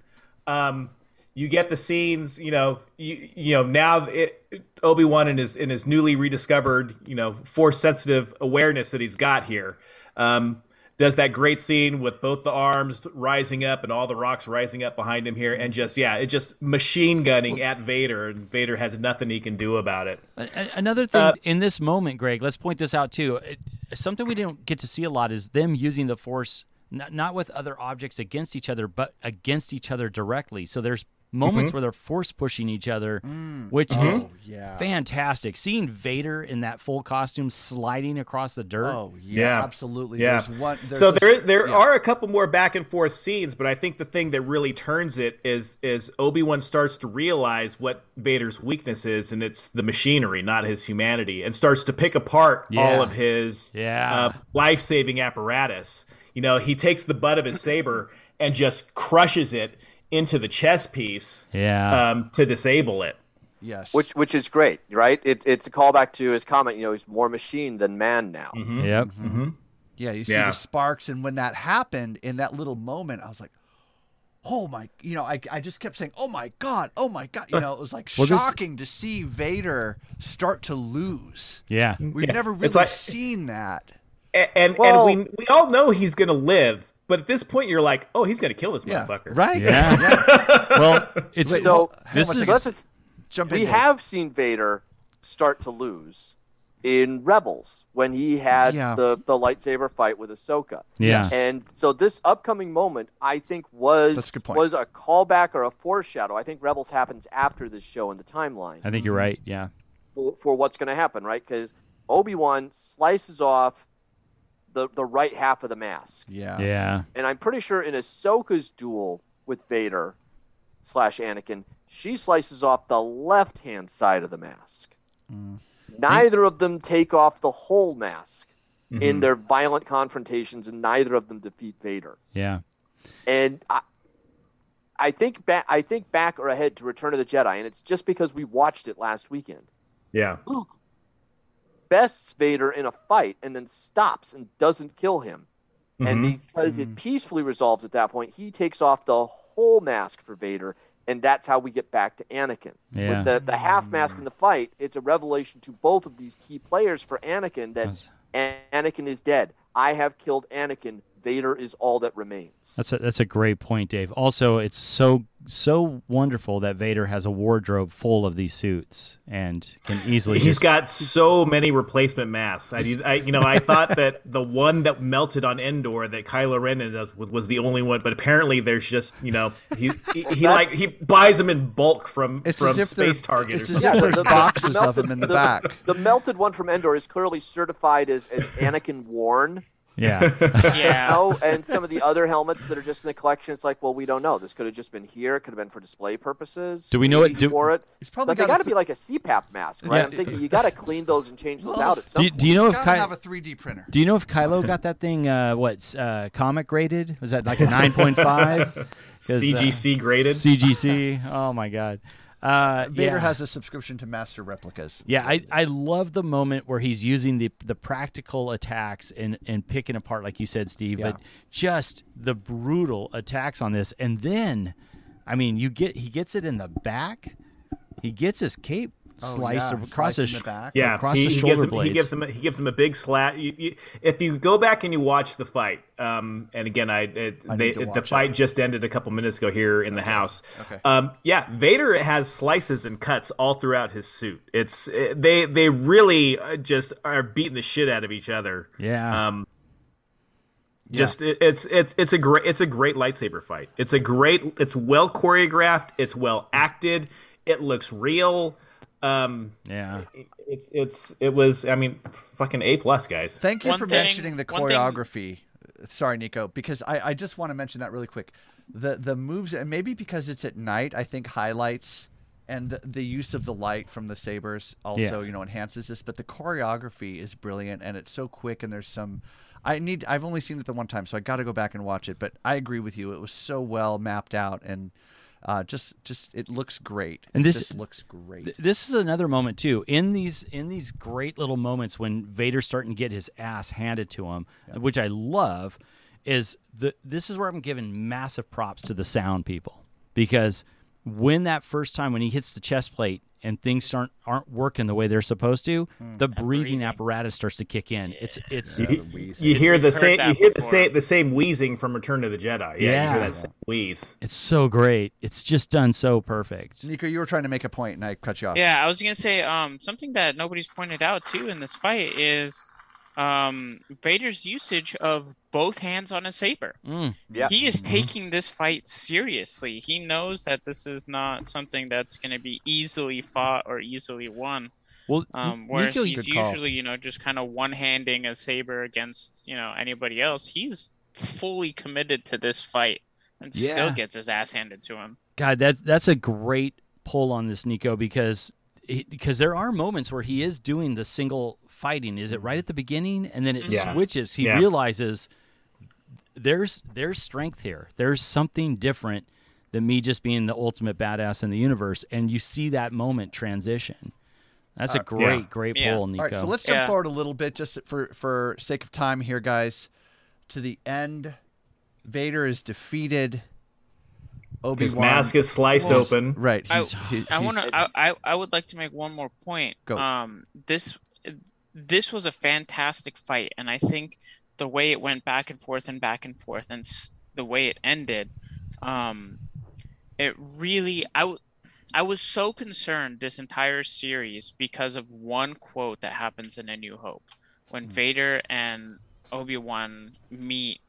[SPEAKER 3] Um, you get the scenes, you know, you, you know now it, Obi-Wan in his in his newly rediscovered, you know, force sensitive awareness that he's got here. Um, does that great scene with both the arms rising up and all the rocks rising up behind him here and just yeah, it just machine gunning at Vader and Vader has nothing he can do about it.
[SPEAKER 6] A- a- Another thing
[SPEAKER 4] Uh,
[SPEAKER 6] in this moment, Greg, let's point this out too. It, something we didn't get to see a lot is them using the force not, not with other objects against each other, but against each other directly. So there's moments where they're force pushing each other,
[SPEAKER 4] Mm.
[SPEAKER 6] which is
[SPEAKER 4] Oh,
[SPEAKER 2] yeah.
[SPEAKER 6] fantastic. Seeing Vader in that full costume sliding across the dirt.
[SPEAKER 2] Oh yeah,
[SPEAKER 3] Yeah.
[SPEAKER 2] absolutely.
[SPEAKER 3] Yeah.
[SPEAKER 2] There's one. There's
[SPEAKER 3] so
[SPEAKER 2] a-
[SPEAKER 3] there there
[SPEAKER 2] yeah.
[SPEAKER 3] are a couple more back and forth scenes, but I think the thing that really turns it is is Obi Wan starts to realize what Vader's weakness is, and it's the machinery, not his humanity, and starts to pick apart
[SPEAKER 6] Yeah.
[SPEAKER 3] all of his
[SPEAKER 6] Yeah.
[SPEAKER 3] life saving apparatus. You know, he takes the butt of his saber and just crushes it into the chess piece
[SPEAKER 6] Yeah.
[SPEAKER 3] um, to disable it.
[SPEAKER 2] Yes.
[SPEAKER 4] Which which is great, right? It, it's a callback to his comment. You know, he's more machine than man
[SPEAKER 6] Mm-hmm.
[SPEAKER 4] now.
[SPEAKER 6] Yep.
[SPEAKER 2] Yeah, you see
[SPEAKER 3] Yeah.
[SPEAKER 2] the sparks, and when that happened in that little moment, I was like, "Oh my!" You know, I, I just kept saying, "Oh my god! Oh my god!" You know, it was like
[SPEAKER 6] Well, this-
[SPEAKER 2] shocking to see Vader start to lose.
[SPEAKER 6] Yeah.
[SPEAKER 2] We've
[SPEAKER 3] Yeah.
[SPEAKER 2] never
[SPEAKER 3] It's
[SPEAKER 2] really
[SPEAKER 3] like-
[SPEAKER 2] seen that.
[SPEAKER 3] A- And
[SPEAKER 4] Well-
[SPEAKER 3] and we we all know he's gonna live, but at this point you're like, oh, he's gonna kill this
[SPEAKER 2] Yeah,
[SPEAKER 3] motherfucker.
[SPEAKER 2] right?
[SPEAKER 6] Yeah. well, it's
[SPEAKER 2] Wait,
[SPEAKER 4] So
[SPEAKER 6] This
[SPEAKER 2] Hang on a
[SPEAKER 6] is-
[SPEAKER 2] second.
[SPEAKER 4] Let's
[SPEAKER 2] Let's jump in.
[SPEAKER 4] we
[SPEAKER 2] Dave.
[SPEAKER 4] have seen Vader start to lose in Rebels when he had
[SPEAKER 2] Yeah.
[SPEAKER 4] the, the lightsaber fight with Ahsoka.
[SPEAKER 6] Yeah.
[SPEAKER 4] And so this upcoming moment, I think, was
[SPEAKER 2] That's a good point.
[SPEAKER 4] was a callback or a foreshadow. I think Rebels happens after this show in the timeline
[SPEAKER 6] I think you're right. Yeah.
[SPEAKER 4] for, for what's going to happen, right? Because Obi Wan slices off the the right half of the mask,
[SPEAKER 2] Yeah.
[SPEAKER 6] Yeah.
[SPEAKER 4] and I'm pretty sure in Ahsoka's duel with Vader slash Anakin, she slices off the left hand side of the mask. Neither of them take off the whole mask in their violent confrontations, and neither of them defeat Vader.
[SPEAKER 6] Yeah.
[SPEAKER 4] And I, I think back, I think back or ahead to Return of the Jedi, and it's just because we watched it last weekend.
[SPEAKER 3] Yeah.
[SPEAKER 4] bests Vader in a fight and then stops and doesn't kill him. And because
[SPEAKER 6] Mm-hmm.
[SPEAKER 4] it peacefully resolves at that point, he takes off the whole mask for Vader, and that's how we get back to Anakin.
[SPEAKER 6] Yeah.
[SPEAKER 4] With the, the half mask in the fight, it's a revelation to both of these key players for Anakin that An- Anakin is dead. I have killed Anakin. Vader is all that remains.
[SPEAKER 6] That's a, that's a great point, Dave. Also, it's so so wonderful that Vader has a wardrobe full of these suits and can easily.
[SPEAKER 3] He's
[SPEAKER 6] just,
[SPEAKER 3] got so many replacement masks. I, did- I, you know, I thought that the one that melted on Endor that Kylo Ren ended up with was the only one, but apparently there's just you know he he, he like he buys them in bulk from
[SPEAKER 2] It's
[SPEAKER 3] from
[SPEAKER 2] as if
[SPEAKER 3] space
[SPEAKER 2] they're-
[SPEAKER 3] target. Or
[SPEAKER 2] It's as
[SPEAKER 3] something.
[SPEAKER 2] if
[SPEAKER 4] Yeah,
[SPEAKER 2] there's
[SPEAKER 4] the- the-
[SPEAKER 2] boxes
[SPEAKER 4] the
[SPEAKER 2] of them in the back.
[SPEAKER 4] The melted one from Endor is clearly certified as, as Anakin worn.
[SPEAKER 6] yeah,
[SPEAKER 5] Yeah.
[SPEAKER 4] know, and some of the other helmets that are just in the collection, it's like, well, we don't know. This could have just been here. It could have been for display purposes.
[SPEAKER 6] Do we know it-
[SPEAKER 4] He
[SPEAKER 6] do-
[SPEAKER 4] wore it.
[SPEAKER 2] It's probably
[SPEAKER 4] like they
[SPEAKER 2] got
[SPEAKER 4] got
[SPEAKER 2] a
[SPEAKER 4] to
[SPEAKER 2] th-
[SPEAKER 4] be like a CPAP mask, right?
[SPEAKER 2] Yeah.
[SPEAKER 4] I'm thinking you got to clean those and change those out at some
[SPEAKER 6] do,
[SPEAKER 4] point.
[SPEAKER 6] do you know
[SPEAKER 2] It's
[SPEAKER 6] if
[SPEAKER 2] gotta
[SPEAKER 6] Ky-
[SPEAKER 2] have a 3D printer.
[SPEAKER 6] do you know if Kylo got that thing? Uh, what's uh, comic graded? Was that like a nine point five? uh,
[SPEAKER 3] CGC graded.
[SPEAKER 6] CGC. Oh my god. Uh,
[SPEAKER 2] Vader
[SPEAKER 6] yeah.
[SPEAKER 2] has a subscription to master replicas.
[SPEAKER 6] Yeah, I, I love the moment where he's using the the practical attacks and, and picking apart, like you said, Steve, but just the brutal attacks on this. And then I mean, you get he gets it in the back. He gets his cape
[SPEAKER 2] Oh,
[SPEAKER 6] sliced
[SPEAKER 2] yeah,
[SPEAKER 6] across
[SPEAKER 2] sliced
[SPEAKER 6] his
[SPEAKER 2] in the
[SPEAKER 6] sh-
[SPEAKER 2] back.
[SPEAKER 3] Yeah,
[SPEAKER 6] across
[SPEAKER 3] he,
[SPEAKER 6] the
[SPEAKER 3] he
[SPEAKER 6] shoulder
[SPEAKER 3] gives him,
[SPEAKER 6] blades.
[SPEAKER 3] He gives him he gives him a big slap. You, you, if you go back and you watch the fight, um, and again, I, it,
[SPEAKER 2] I need
[SPEAKER 3] they,
[SPEAKER 2] to
[SPEAKER 3] the
[SPEAKER 2] watch
[SPEAKER 3] fight just ended a couple minutes ago here in the house.
[SPEAKER 2] Okay.
[SPEAKER 3] Um, yeah, Vader has slices and cuts all throughout his suit. It's eh, they they really uh, just are beating the shit out of each other.
[SPEAKER 6] yeah.
[SPEAKER 3] Um, just it, it's it's it's a great it's a great lightsaber fight. It's a great it's well choreographed. It's well acted. It looks real. Um,
[SPEAKER 6] yeah.
[SPEAKER 3] it's it's it was I mean fucking A plus guys.
[SPEAKER 2] Thank you
[SPEAKER 5] One
[SPEAKER 2] for
[SPEAKER 5] thing-
[SPEAKER 2] mentioning the
[SPEAKER 5] one thing-
[SPEAKER 2] choreography. Sorry, Nico, because I, I just want to mention that really quick. The the moves and maybe because it's at night, I think highlights and the, the use of the light from the sabers also, you know, enhances this, but the choreography is brilliant and it's so quick and there's some I need I've only seen it the one time, so I got to go back and watch it, but I agree with you. It was so well mapped out and uh, just just it looks great.
[SPEAKER 6] And
[SPEAKER 2] it
[SPEAKER 6] this-
[SPEAKER 2] just looks great.
[SPEAKER 6] Th- this is another moment too in these in these great little moments when Vader's starting to get his ass handed to him, which I love. Is the this is where I'm giving massive props to the sound people because when that first time when he hits the chest plate and things aren't aren't working the way they're supposed to,
[SPEAKER 5] Hmm.
[SPEAKER 6] the breathing, apparatus starts to kick in. It's it's
[SPEAKER 3] You, you hear the
[SPEAKER 5] Heard
[SPEAKER 3] same
[SPEAKER 5] that
[SPEAKER 3] you hear the
[SPEAKER 5] before.
[SPEAKER 3] same the same wheezing from Return to the Jedi. Yeah, you
[SPEAKER 6] Yeah.
[SPEAKER 3] hear that same wheeze.
[SPEAKER 6] it's so great. It's just done so perfect.
[SPEAKER 2] Nico, you were trying to make a point and I cut you off.
[SPEAKER 5] Yeah, I was gonna say um, something that nobody's pointed out too in this fight is um, Vader's usage of both hands on a saber.
[SPEAKER 6] Mm.
[SPEAKER 4] Yeah.
[SPEAKER 5] He is taking this fight seriously. He knows that this is not something that's going to be easily fought or easily won.
[SPEAKER 6] Well,
[SPEAKER 5] Um, whereas
[SPEAKER 6] Nico,
[SPEAKER 5] he's usually, you know, just kind of one-handing a saber against, you know, anybody else. He's fully committed to this fight and
[SPEAKER 6] Yeah.
[SPEAKER 5] still gets his ass handed to him.
[SPEAKER 6] God, that that's a great pull on this, Nico, because he- because there are moments where he is doing the single fighting. Is it right at the beginning, and then it
[SPEAKER 3] Yeah.
[SPEAKER 6] switches? He
[SPEAKER 3] Yeah.
[SPEAKER 6] realizes there's there's strength here. There's something different than me just being the ultimate badass in the universe. And you see that moment transition. That's
[SPEAKER 3] Uh,
[SPEAKER 6] a great, great
[SPEAKER 5] Yeah.
[SPEAKER 6] pull, Nico.
[SPEAKER 2] All right, so let's jump
[SPEAKER 5] Yeah.
[SPEAKER 2] forward a little bit just for for sake of time here, guys, to the end. Vader is defeated. Obi
[SPEAKER 3] His
[SPEAKER 2] Wan
[SPEAKER 3] mask is sliced
[SPEAKER 5] Well,
[SPEAKER 3] open.
[SPEAKER 2] right.
[SPEAKER 5] I-
[SPEAKER 2] He's, he-
[SPEAKER 5] I
[SPEAKER 2] he's-
[SPEAKER 5] want to. I, I I would like to make one more point.
[SPEAKER 2] Go.
[SPEAKER 5] Um, this this was a fantastic fight, and I think the way it went back and forth and back and forth, and s- the way it ended, um, it really I. W- I was so concerned this entire series because of one quote that happens in A New Hope when Vader and Obi Wan meet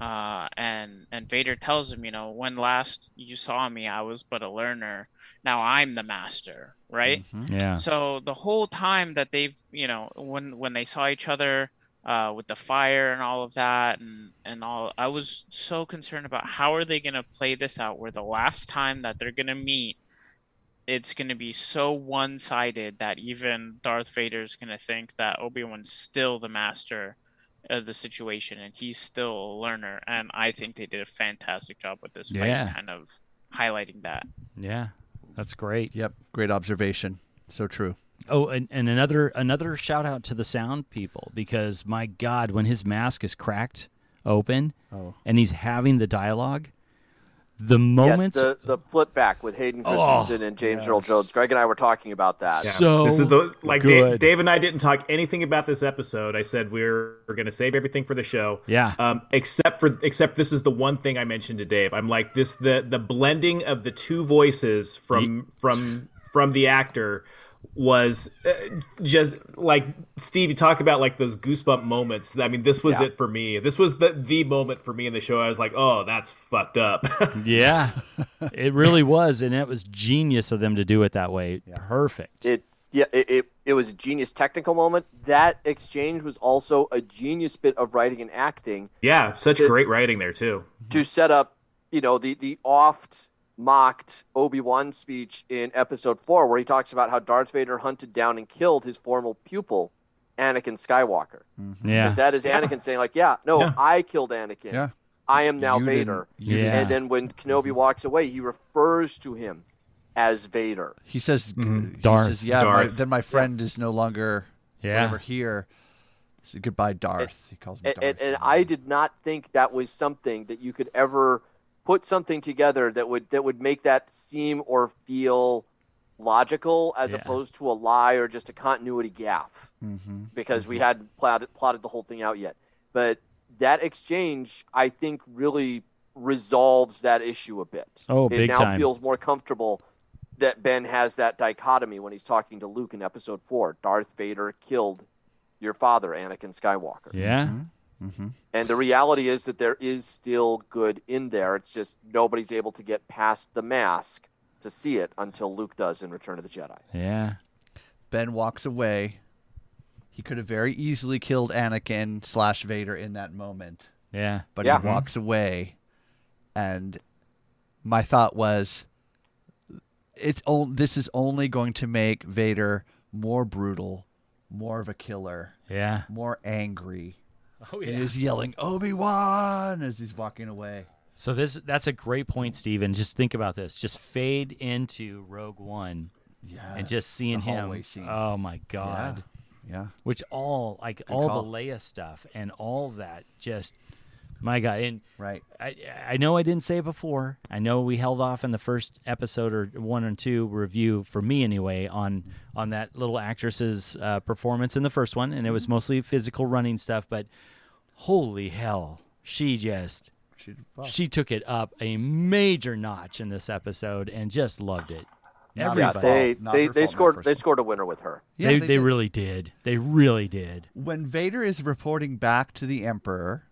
[SPEAKER 5] uh, and and Vader tells him, you know, when last you saw me, I was but a learner. Now I'm the master, right?
[SPEAKER 2] Mm-hmm.
[SPEAKER 6] yeah,
[SPEAKER 5] So the whole time that they've, you know, when when they saw each other uh, with the fire and all of that, and and all, I was so concerned about how are they going to play this out, where the last time that they're going to meet, it's going to be so one sided that even Darth Vader's going to think that Obi Wan's still the master of the situation and he's still a learner. And I think they did a fantastic job with this fight,
[SPEAKER 6] Yeah.
[SPEAKER 5] kind of highlighting that.
[SPEAKER 6] yeah, that's great.
[SPEAKER 2] yep, great observation. So true.
[SPEAKER 6] Oh, and, and another another shout out to the sound people because my God, when his mask is cracked open
[SPEAKER 2] Oh.
[SPEAKER 6] and he's having the dialogue, the moments
[SPEAKER 4] Yes, the, the flip back with Hayden
[SPEAKER 2] Oh,
[SPEAKER 4] Christensen and James Earl Jones. Greg and I were talking about that.
[SPEAKER 3] Yeah.
[SPEAKER 6] so
[SPEAKER 3] this is the like
[SPEAKER 6] good.
[SPEAKER 3] Dave, Dave and I didn't talk anything about this episode. I said we're we're gonna save everything for the show.
[SPEAKER 6] Yeah.
[SPEAKER 3] Um, except for except this is the one thing I mentioned to Dave. I'm like this the the blending of the two voices from from from the actor was uh, just like Steve. You talk about like those goosebump moments. I mean, this was it for me. This was the the moment for me in the show. I was like, oh, that's fucked up.
[SPEAKER 6] yeah, it really was, and it was genius of them to do it that way. Perfect.
[SPEAKER 4] It yeah, it, it, it was a genius technical moment. That exchange was also a genius bit of writing and acting
[SPEAKER 3] yeah, such
[SPEAKER 4] It-
[SPEAKER 3] great writing there too.
[SPEAKER 4] to set up, you know, the the oft mocked Obi-Wan speech in episode 4 where he talks about how Darth Vader hunted down and killed his former pupil Anakin Skywalker.
[SPEAKER 6] Mm-hmm. yeah,
[SPEAKER 4] Because that is Anakin saying like, "Yeah, no,
[SPEAKER 3] Yeah.
[SPEAKER 4] I killed Anakin.
[SPEAKER 2] Yeah.
[SPEAKER 4] I am now
[SPEAKER 2] You didn't-
[SPEAKER 4] Vader."
[SPEAKER 6] you didn't-
[SPEAKER 4] And then when Kenobi walks away, he refers to him as Vader.
[SPEAKER 2] He says, he
[SPEAKER 6] Darth.
[SPEAKER 2] says, yeah. my-
[SPEAKER 3] Mm-hmm. Darth.
[SPEAKER 2] then my friend is no longer
[SPEAKER 6] Yeah.
[SPEAKER 2] whatever here. So goodbye, Darth. he calls me
[SPEAKER 4] And,
[SPEAKER 2] Darth.
[SPEAKER 4] and, and I did not think that was something that you could ever put something together that would that would make that seem or feel logical as
[SPEAKER 6] Yeah.
[SPEAKER 4] opposed to a lie or just a continuity gaff
[SPEAKER 2] Mm-hmm.
[SPEAKER 4] because we hadn't plotted, plotted the whole thing out yet. But that exchange, I think, really resolves that issue a bit.
[SPEAKER 6] Oh,
[SPEAKER 4] it
[SPEAKER 6] big
[SPEAKER 4] now
[SPEAKER 6] time.
[SPEAKER 4] feels more comfortable that Ben has that dichotomy when he's talking to Luke in episode four. Darth Vader killed your father, Anakin Skywalker.
[SPEAKER 6] Yeah.
[SPEAKER 2] Mm-hmm.
[SPEAKER 4] And the reality is that there is still good in there. It's just nobody's able to get past the mask to see it until Luke does in Return of the Jedi.
[SPEAKER 6] Yeah.
[SPEAKER 2] Ben walks away. He could have very easily killed Anakin slash Vader in that moment,
[SPEAKER 6] Yeah.
[SPEAKER 2] but
[SPEAKER 4] Yeah.
[SPEAKER 2] he walks away. And my thought was, it's o- this is only going to make Vader more brutal, more of a killer,
[SPEAKER 6] Yeah.
[SPEAKER 2] more angry.
[SPEAKER 6] Oh
[SPEAKER 2] And he's yelling Obi Wan as he's walking away.
[SPEAKER 6] So this that's a great point, Steven. Just think about this. Just fade into Rogue One
[SPEAKER 2] Yeah,
[SPEAKER 6] and just seeing
[SPEAKER 2] the
[SPEAKER 6] him.
[SPEAKER 2] hallway scene.
[SPEAKER 6] Oh my god.
[SPEAKER 2] yeah.
[SPEAKER 6] Which all like all the Leia stuff and all that just my god and
[SPEAKER 2] Right.
[SPEAKER 6] I, I know I didn't say it before. I know we held off in the first episode or one and two review for me anyway on on that little actress's uh, performance in the first one, and it
[SPEAKER 2] Mm-hmm.
[SPEAKER 6] was mostly physical running stuff. But holy hell, she just
[SPEAKER 2] She, well,
[SPEAKER 6] she took it up a major notch in this episode and just loved it.
[SPEAKER 2] Not
[SPEAKER 6] Everybody,
[SPEAKER 2] her fault.
[SPEAKER 4] They
[SPEAKER 2] Not
[SPEAKER 4] they,
[SPEAKER 2] her
[SPEAKER 4] they
[SPEAKER 2] fault, not
[SPEAKER 4] scored
[SPEAKER 2] first
[SPEAKER 4] they
[SPEAKER 2] one.
[SPEAKER 4] scored a winner with her.
[SPEAKER 2] Yeah,
[SPEAKER 6] they,
[SPEAKER 2] they
[SPEAKER 6] they,
[SPEAKER 2] did.
[SPEAKER 6] really did. They really did.
[SPEAKER 2] when Vader is reporting back to the Emperor,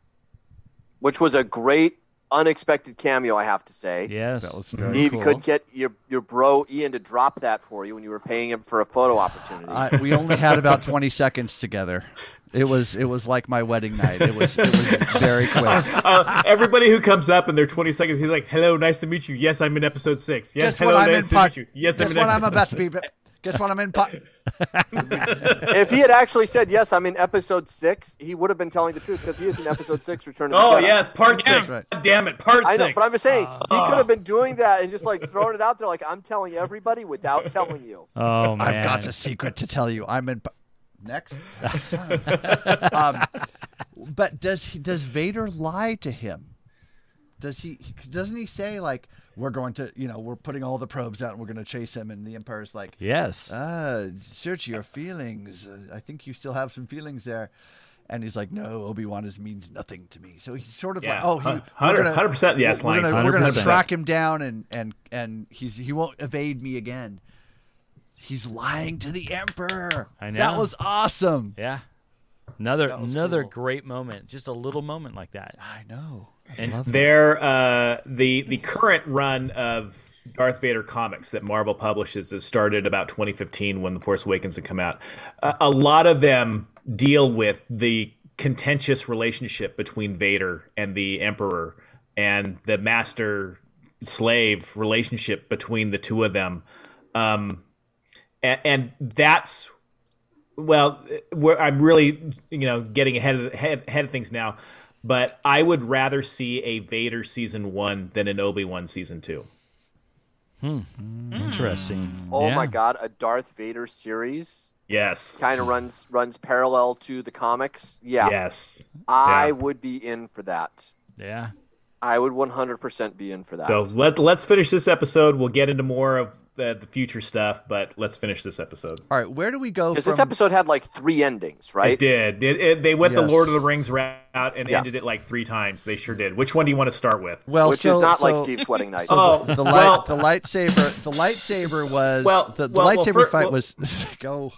[SPEAKER 4] which was a great unexpected cameo, I have to say.
[SPEAKER 6] Yes,
[SPEAKER 2] that was very
[SPEAKER 4] Steve
[SPEAKER 2] cool.
[SPEAKER 4] could get your your bro Ian to drop that for you when you were paying him for a photo opportunity.
[SPEAKER 2] Uh, we only had about 20 seconds together. It was it was like my wedding night. It was it was very quick.
[SPEAKER 3] Uh, everybody who comes up in their 20 seconds, he's like, "Hello, nice to meet you. Yes, I'm in episode six. Yes,
[SPEAKER 2] Guess
[SPEAKER 3] hello,
[SPEAKER 2] what I'm in
[SPEAKER 3] nice to
[SPEAKER 2] part.
[SPEAKER 3] meet you. Yes,
[SPEAKER 2] Guess
[SPEAKER 3] I'm in
[SPEAKER 2] what I'm
[SPEAKER 3] episode-
[SPEAKER 2] about to be. Guess what I'm in part.
[SPEAKER 4] if he had actually said yes, I'm in episode six, he would have been telling the truth because he is in episode six, Return of the
[SPEAKER 3] Oh
[SPEAKER 4] Jedi.
[SPEAKER 3] yes, part six.
[SPEAKER 2] Right.
[SPEAKER 3] God damn it, part
[SPEAKER 4] I know,
[SPEAKER 3] six.
[SPEAKER 4] but I'm just saying he could have been doing that and just like throwing it out there, like I'm telling everybody without telling you.
[SPEAKER 6] Oh man,
[SPEAKER 2] I've got a secret to tell you. I'm in. pa- Next, Son. um, but does he, does Vader lie to him? Does he? he- Doesn't he say like we're going to? You know, we're putting all the probes out and we're going to chase him. And the Emperor's like,
[SPEAKER 6] Yes,
[SPEAKER 2] ah, search your feelings. Uh, I think you still have some feelings there. And he's like, no, Obi Wan is means nothing to me. So he's sort of like,
[SPEAKER 3] Yeah.
[SPEAKER 2] oh, he,
[SPEAKER 3] Hun-
[SPEAKER 2] we're
[SPEAKER 3] hundred-
[SPEAKER 2] gonna-
[SPEAKER 3] 100% yes,
[SPEAKER 2] we're
[SPEAKER 3] lying.
[SPEAKER 2] gonna, we're gonna
[SPEAKER 6] 100%.
[SPEAKER 2] track him down, and and and he's he won't evade me again. He's lying to the Emperor.
[SPEAKER 6] I
[SPEAKER 2] That
[SPEAKER 6] know.
[SPEAKER 2] was awesome.
[SPEAKER 6] yeah. Another
[SPEAKER 2] was
[SPEAKER 6] another
[SPEAKER 2] cool.
[SPEAKER 6] great moment. Just a little moment like that.
[SPEAKER 2] I know.
[SPEAKER 6] And-
[SPEAKER 2] I love that.
[SPEAKER 3] They're uh, the the current run of Darth Vader comics that Marvel publishes that started about 2015 when The Force Awakens had come out. Uh, a lot of them deal with the contentious relationship between Vader and the Emperor and the master slave relationship between the two of them. Um, and, and that's well, where I'm really, you know, getting ahead of ahead, ahead of things now, but I would rather see a Vader season one than an Obi Wan season two.
[SPEAKER 6] Mm. Interesting.
[SPEAKER 4] Oh
[SPEAKER 6] Yeah.
[SPEAKER 4] my God, a Darth Vader series
[SPEAKER 3] Yes,
[SPEAKER 4] kind of runs runs parallel to the comics. Yeah,
[SPEAKER 3] yes.
[SPEAKER 4] I
[SPEAKER 3] Yeah.
[SPEAKER 4] would be in for that.
[SPEAKER 6] Yeah.
[SPEAKER 4] I would 100% be in for that.
[SPEAKER 3] So let let's finish this episode. We'll get into more of the, the future stuff, but let's finish this episode.
[SPEAKER 2] All right, where do we go from?
[SPEAKER 4] Because this episode had like three endings,
[SPEAKER 3] It
[SPEAKER 4] right?
[SPEAKER 3] did. It, it, they went
[SPEAKER 2] Yes.
[SPEAKER 3] the Lord of the Rings route and
[SPEAKER 4] Yeah.
[SPEAKER 3] ended it like three times. They sure did. Which one do you want to start with?
[SPEAKER 2] well,
[SPEAKER 4] Which
[SPEAKER 2] so,
[SPEAKER 4] is not like
[SPEAKER 2] so-
[SPEAKER 4] Steve's wedding night.
[SPEAKER 3] Oh,
[SPEAKER 2] The light,
[SPEAKER 3] well,
[SPEAKER 2] the lightsaber, the lightsaber was
[SPEAKER 3] Well,
[SPEAKER 2] the, the
[SPEAKER 3] well, well,
[SPEAKER 2] lightsaber
[SPEAKER 3] fir-
[SPEAKER 2] fight
[SPEAKER 3] well-
[SPEAKER 2] was go.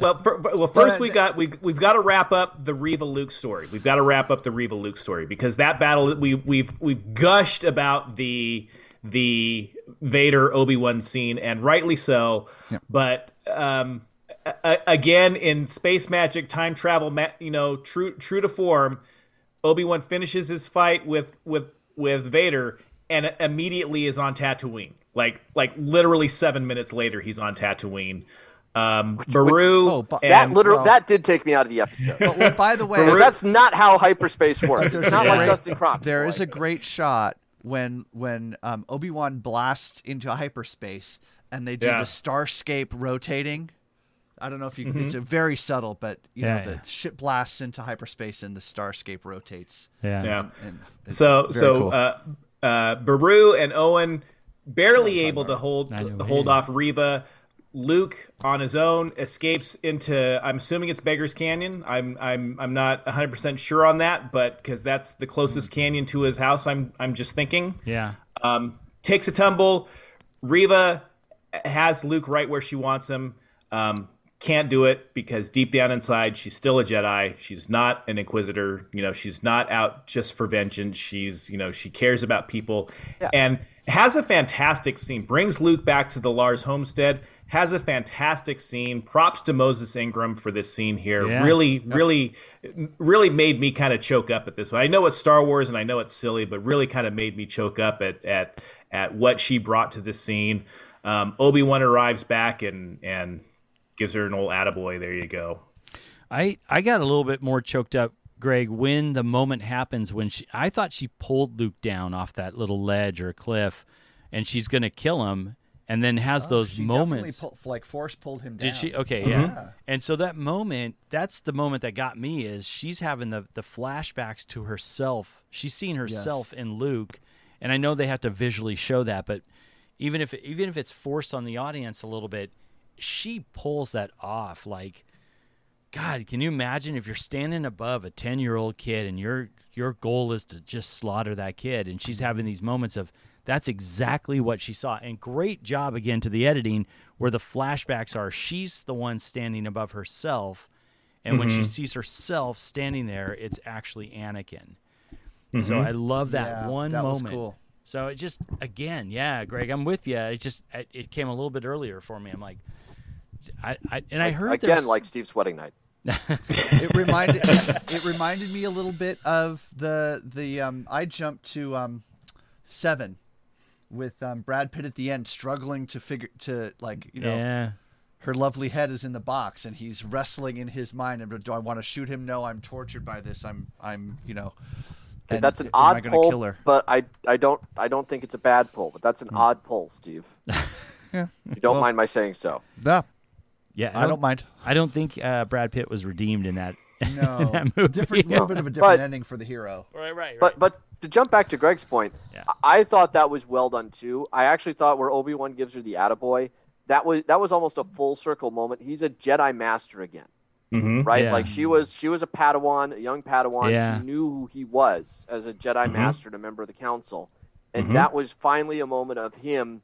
[SPEAKER 3] well, for, for- well, first
[SPEAKER 2] But-
[SPEAKER 3] we got we we've got to wrap up the Reva Luke story. We've got to wrap up the Reva Luke story because that battle we we've we've gushed about the the Vader Obi Wan scene and rightly so, but um, a- a- again in space magic time travel, ma- you know, true true to form, Obi Wan finishes his fight with with with Vader and immediately is on Tatooine. Like like literally seven minutes later, he's on Tatooine. Um, Baru
[SPEAKER 2] oh, but-
[SPEAKER 4] that
[SPEAKER 3] and-
[SPEAKER 4] literally
[SPEAKER 2] well-
[SPEAKER 4] that did take me out of the episode.
[SPEAKER 2] But well, by the way,
[SPEAKER 4] 'Cause that's not how hyperspace works. It's not like
[SPEAKER 2] Yeah.
[SPEAKER 4] Dustin Crop.
[SPEAKER 2] There is a great shot when when um, Obi Wan blasts into hyperspace and they do
[SPEAKER 3] Yeah.
[SPEAKER 2] the starscape rotating. I don't know if you. It's a very subtle, but you
[SPEAKER 6] Yeah,
[SPEAKER 2] know the
[SPEAKER 6] yeah.
[SPEAKER 2] ship blasts into hyperspace and the starscape rotates.
[SPEAKER 6] Yeah.
[SPEAKER 3] yeah.
[SPEAKER 2] And it's
[SPEAKER 3] So
[SPEAKER 2] very
[SPEAKER 3] so
[SPEAKER 2] cool.
[SPEAKER 3] uh, uh, Baru and Owen barely able to hold
[SPEAKER 6] I know
[SPEAKER 3] to
[SPEAKER 6] it
[SPEAKER 3] hold
[SPEAKER 6] is.
[SPEAKER 3] off Reva. Luke on his own escapes into I'm assuming it's Beggar's Canyon. I'm I'm I'm not 100% sure on that, but cuz that's the
[SPEAKER 6] Hmm.
[SPEAKER 3] closest canyon to his house I'm I'm just thinking.
[SPEAKER 6] Yeah.
[SPEAKER 3] Um, takes a tumble. Reva has Luke right where she wants him. Um, can't do it because deep down inside, she's still a Jedi. She's not an Inquisitor. You know, she's not out just for vengeance. She's, you know, she cares about people and has a fantastic scene. Brings Luke back to the Lars homestead. Has a fantastic scene. Props to Moses Ingram for this scene here.
[SPEAKER 6] Yeah.
[SPEAKER 3] Really, really, really made me kind of choke up at this one. I know it's Star Wars and I know it's silly, but really kind of made me choke up at at at what she brought to this scene. Um, Obi Wan arrives back and and gives her an old attaboy. There you go.
[SPEAKER 6] I I got a little bit more choked up, Greg, when the moment happens when she I thought she pulled Luke down off that little ledge or cliff and she's going to kill him and then has those
[SPEAKER 2] Oh, she definitely
[SPEAKER 6] moments.
[SPEAKER 2] pull- like force pulled him down.
[SPEAKER 6] Did she? Okay, yeah. And so that moment, that's the moment that got me is she's having the the flashbacks to herself. She's seeing herself in Luke, and I know they have to visually show that, but even if even if it's forced on the audience a little bit, she pulls that off. Like, God, can you imagine if you're standing above a ten year old kid and your your goal is to just slaughter that kid, and she's having these moments of that's exactly what she saw. And great job again to the editing where the flashbacks are she's the one standing above herself, and when she sees herself standing there, it's actually Anakin. So I love that
[SPEAKER 2] Yeah,
[SPEAKER 6] one
[SPEAKER 2] that was
[SPEAKER 6] moment.
[SPEAKER 2] cool.
[SPEAKER 6] So it just again, yeah, Greg, I'm with you. It just it, it came a little bit earlier for me. I'm like, I, I and I heard
[SPEAKER 4] Again,
[SPEAKER 6] there's-
[SPEAKER 4] like Steve's wedding night.
[SPEAKER 2] it reminded it reminded me a little bit of the the um I jumped to um seven with um Brad Pitt at the end struggling to figure to like you know
[SPEAKER 6] yeah,
[SPEAKER 2] her lovely head is in the box and he's wrestling in his mind and do I want to shoot him no I'm tortured by this I'm I'm you know and
[SPEAKER 4] That's an
[SPEAKER 2] am I
[SPEAKER 4] odd
[SPEAKER 2] gonna
[SPEAKER 4] poll,
[SPEAKER 2] kill her Hmm.
[SPEAKER 4] but I I don't I don't think it's a bad poll, but that's an odd poll, Steve. yeah. You don't mind my saying so.
[SPEAKER 2] no
[SPEAKER 6] yeah.
[SPEAKER 2] I don't mind
[SPEAKER 6] I don't think uh, Brad Pitt was redeemed in that.
[SPEAKER 2] no
[SPEAKER 6] that movie.
[SPEAKER 2] different little bit of a different ending for the hero
[SPEAKER 6] Right, right,
[SPEAKER 4] But but to jump back to Greg's point,
[SPEAKER 6] Yeah.
[SPEAKER 4] I I thought that was well done too. I actually thought where Obi Wan gives her the attaboy, that was that was almost a full circle moment. He's a Jedi master again,
[SPEAKER 3] Mhm.
[SPEAKER 4] right?
[SPEAKER 6] Yeah.
[SPEAKER 4] Like she was she was a Padawan, a young Padawan.
[SPEAKER 6] Yeah.
[SPEAKER 4] She knew who he was as a Jedi master and a member of the Council, and that was finally a moment of him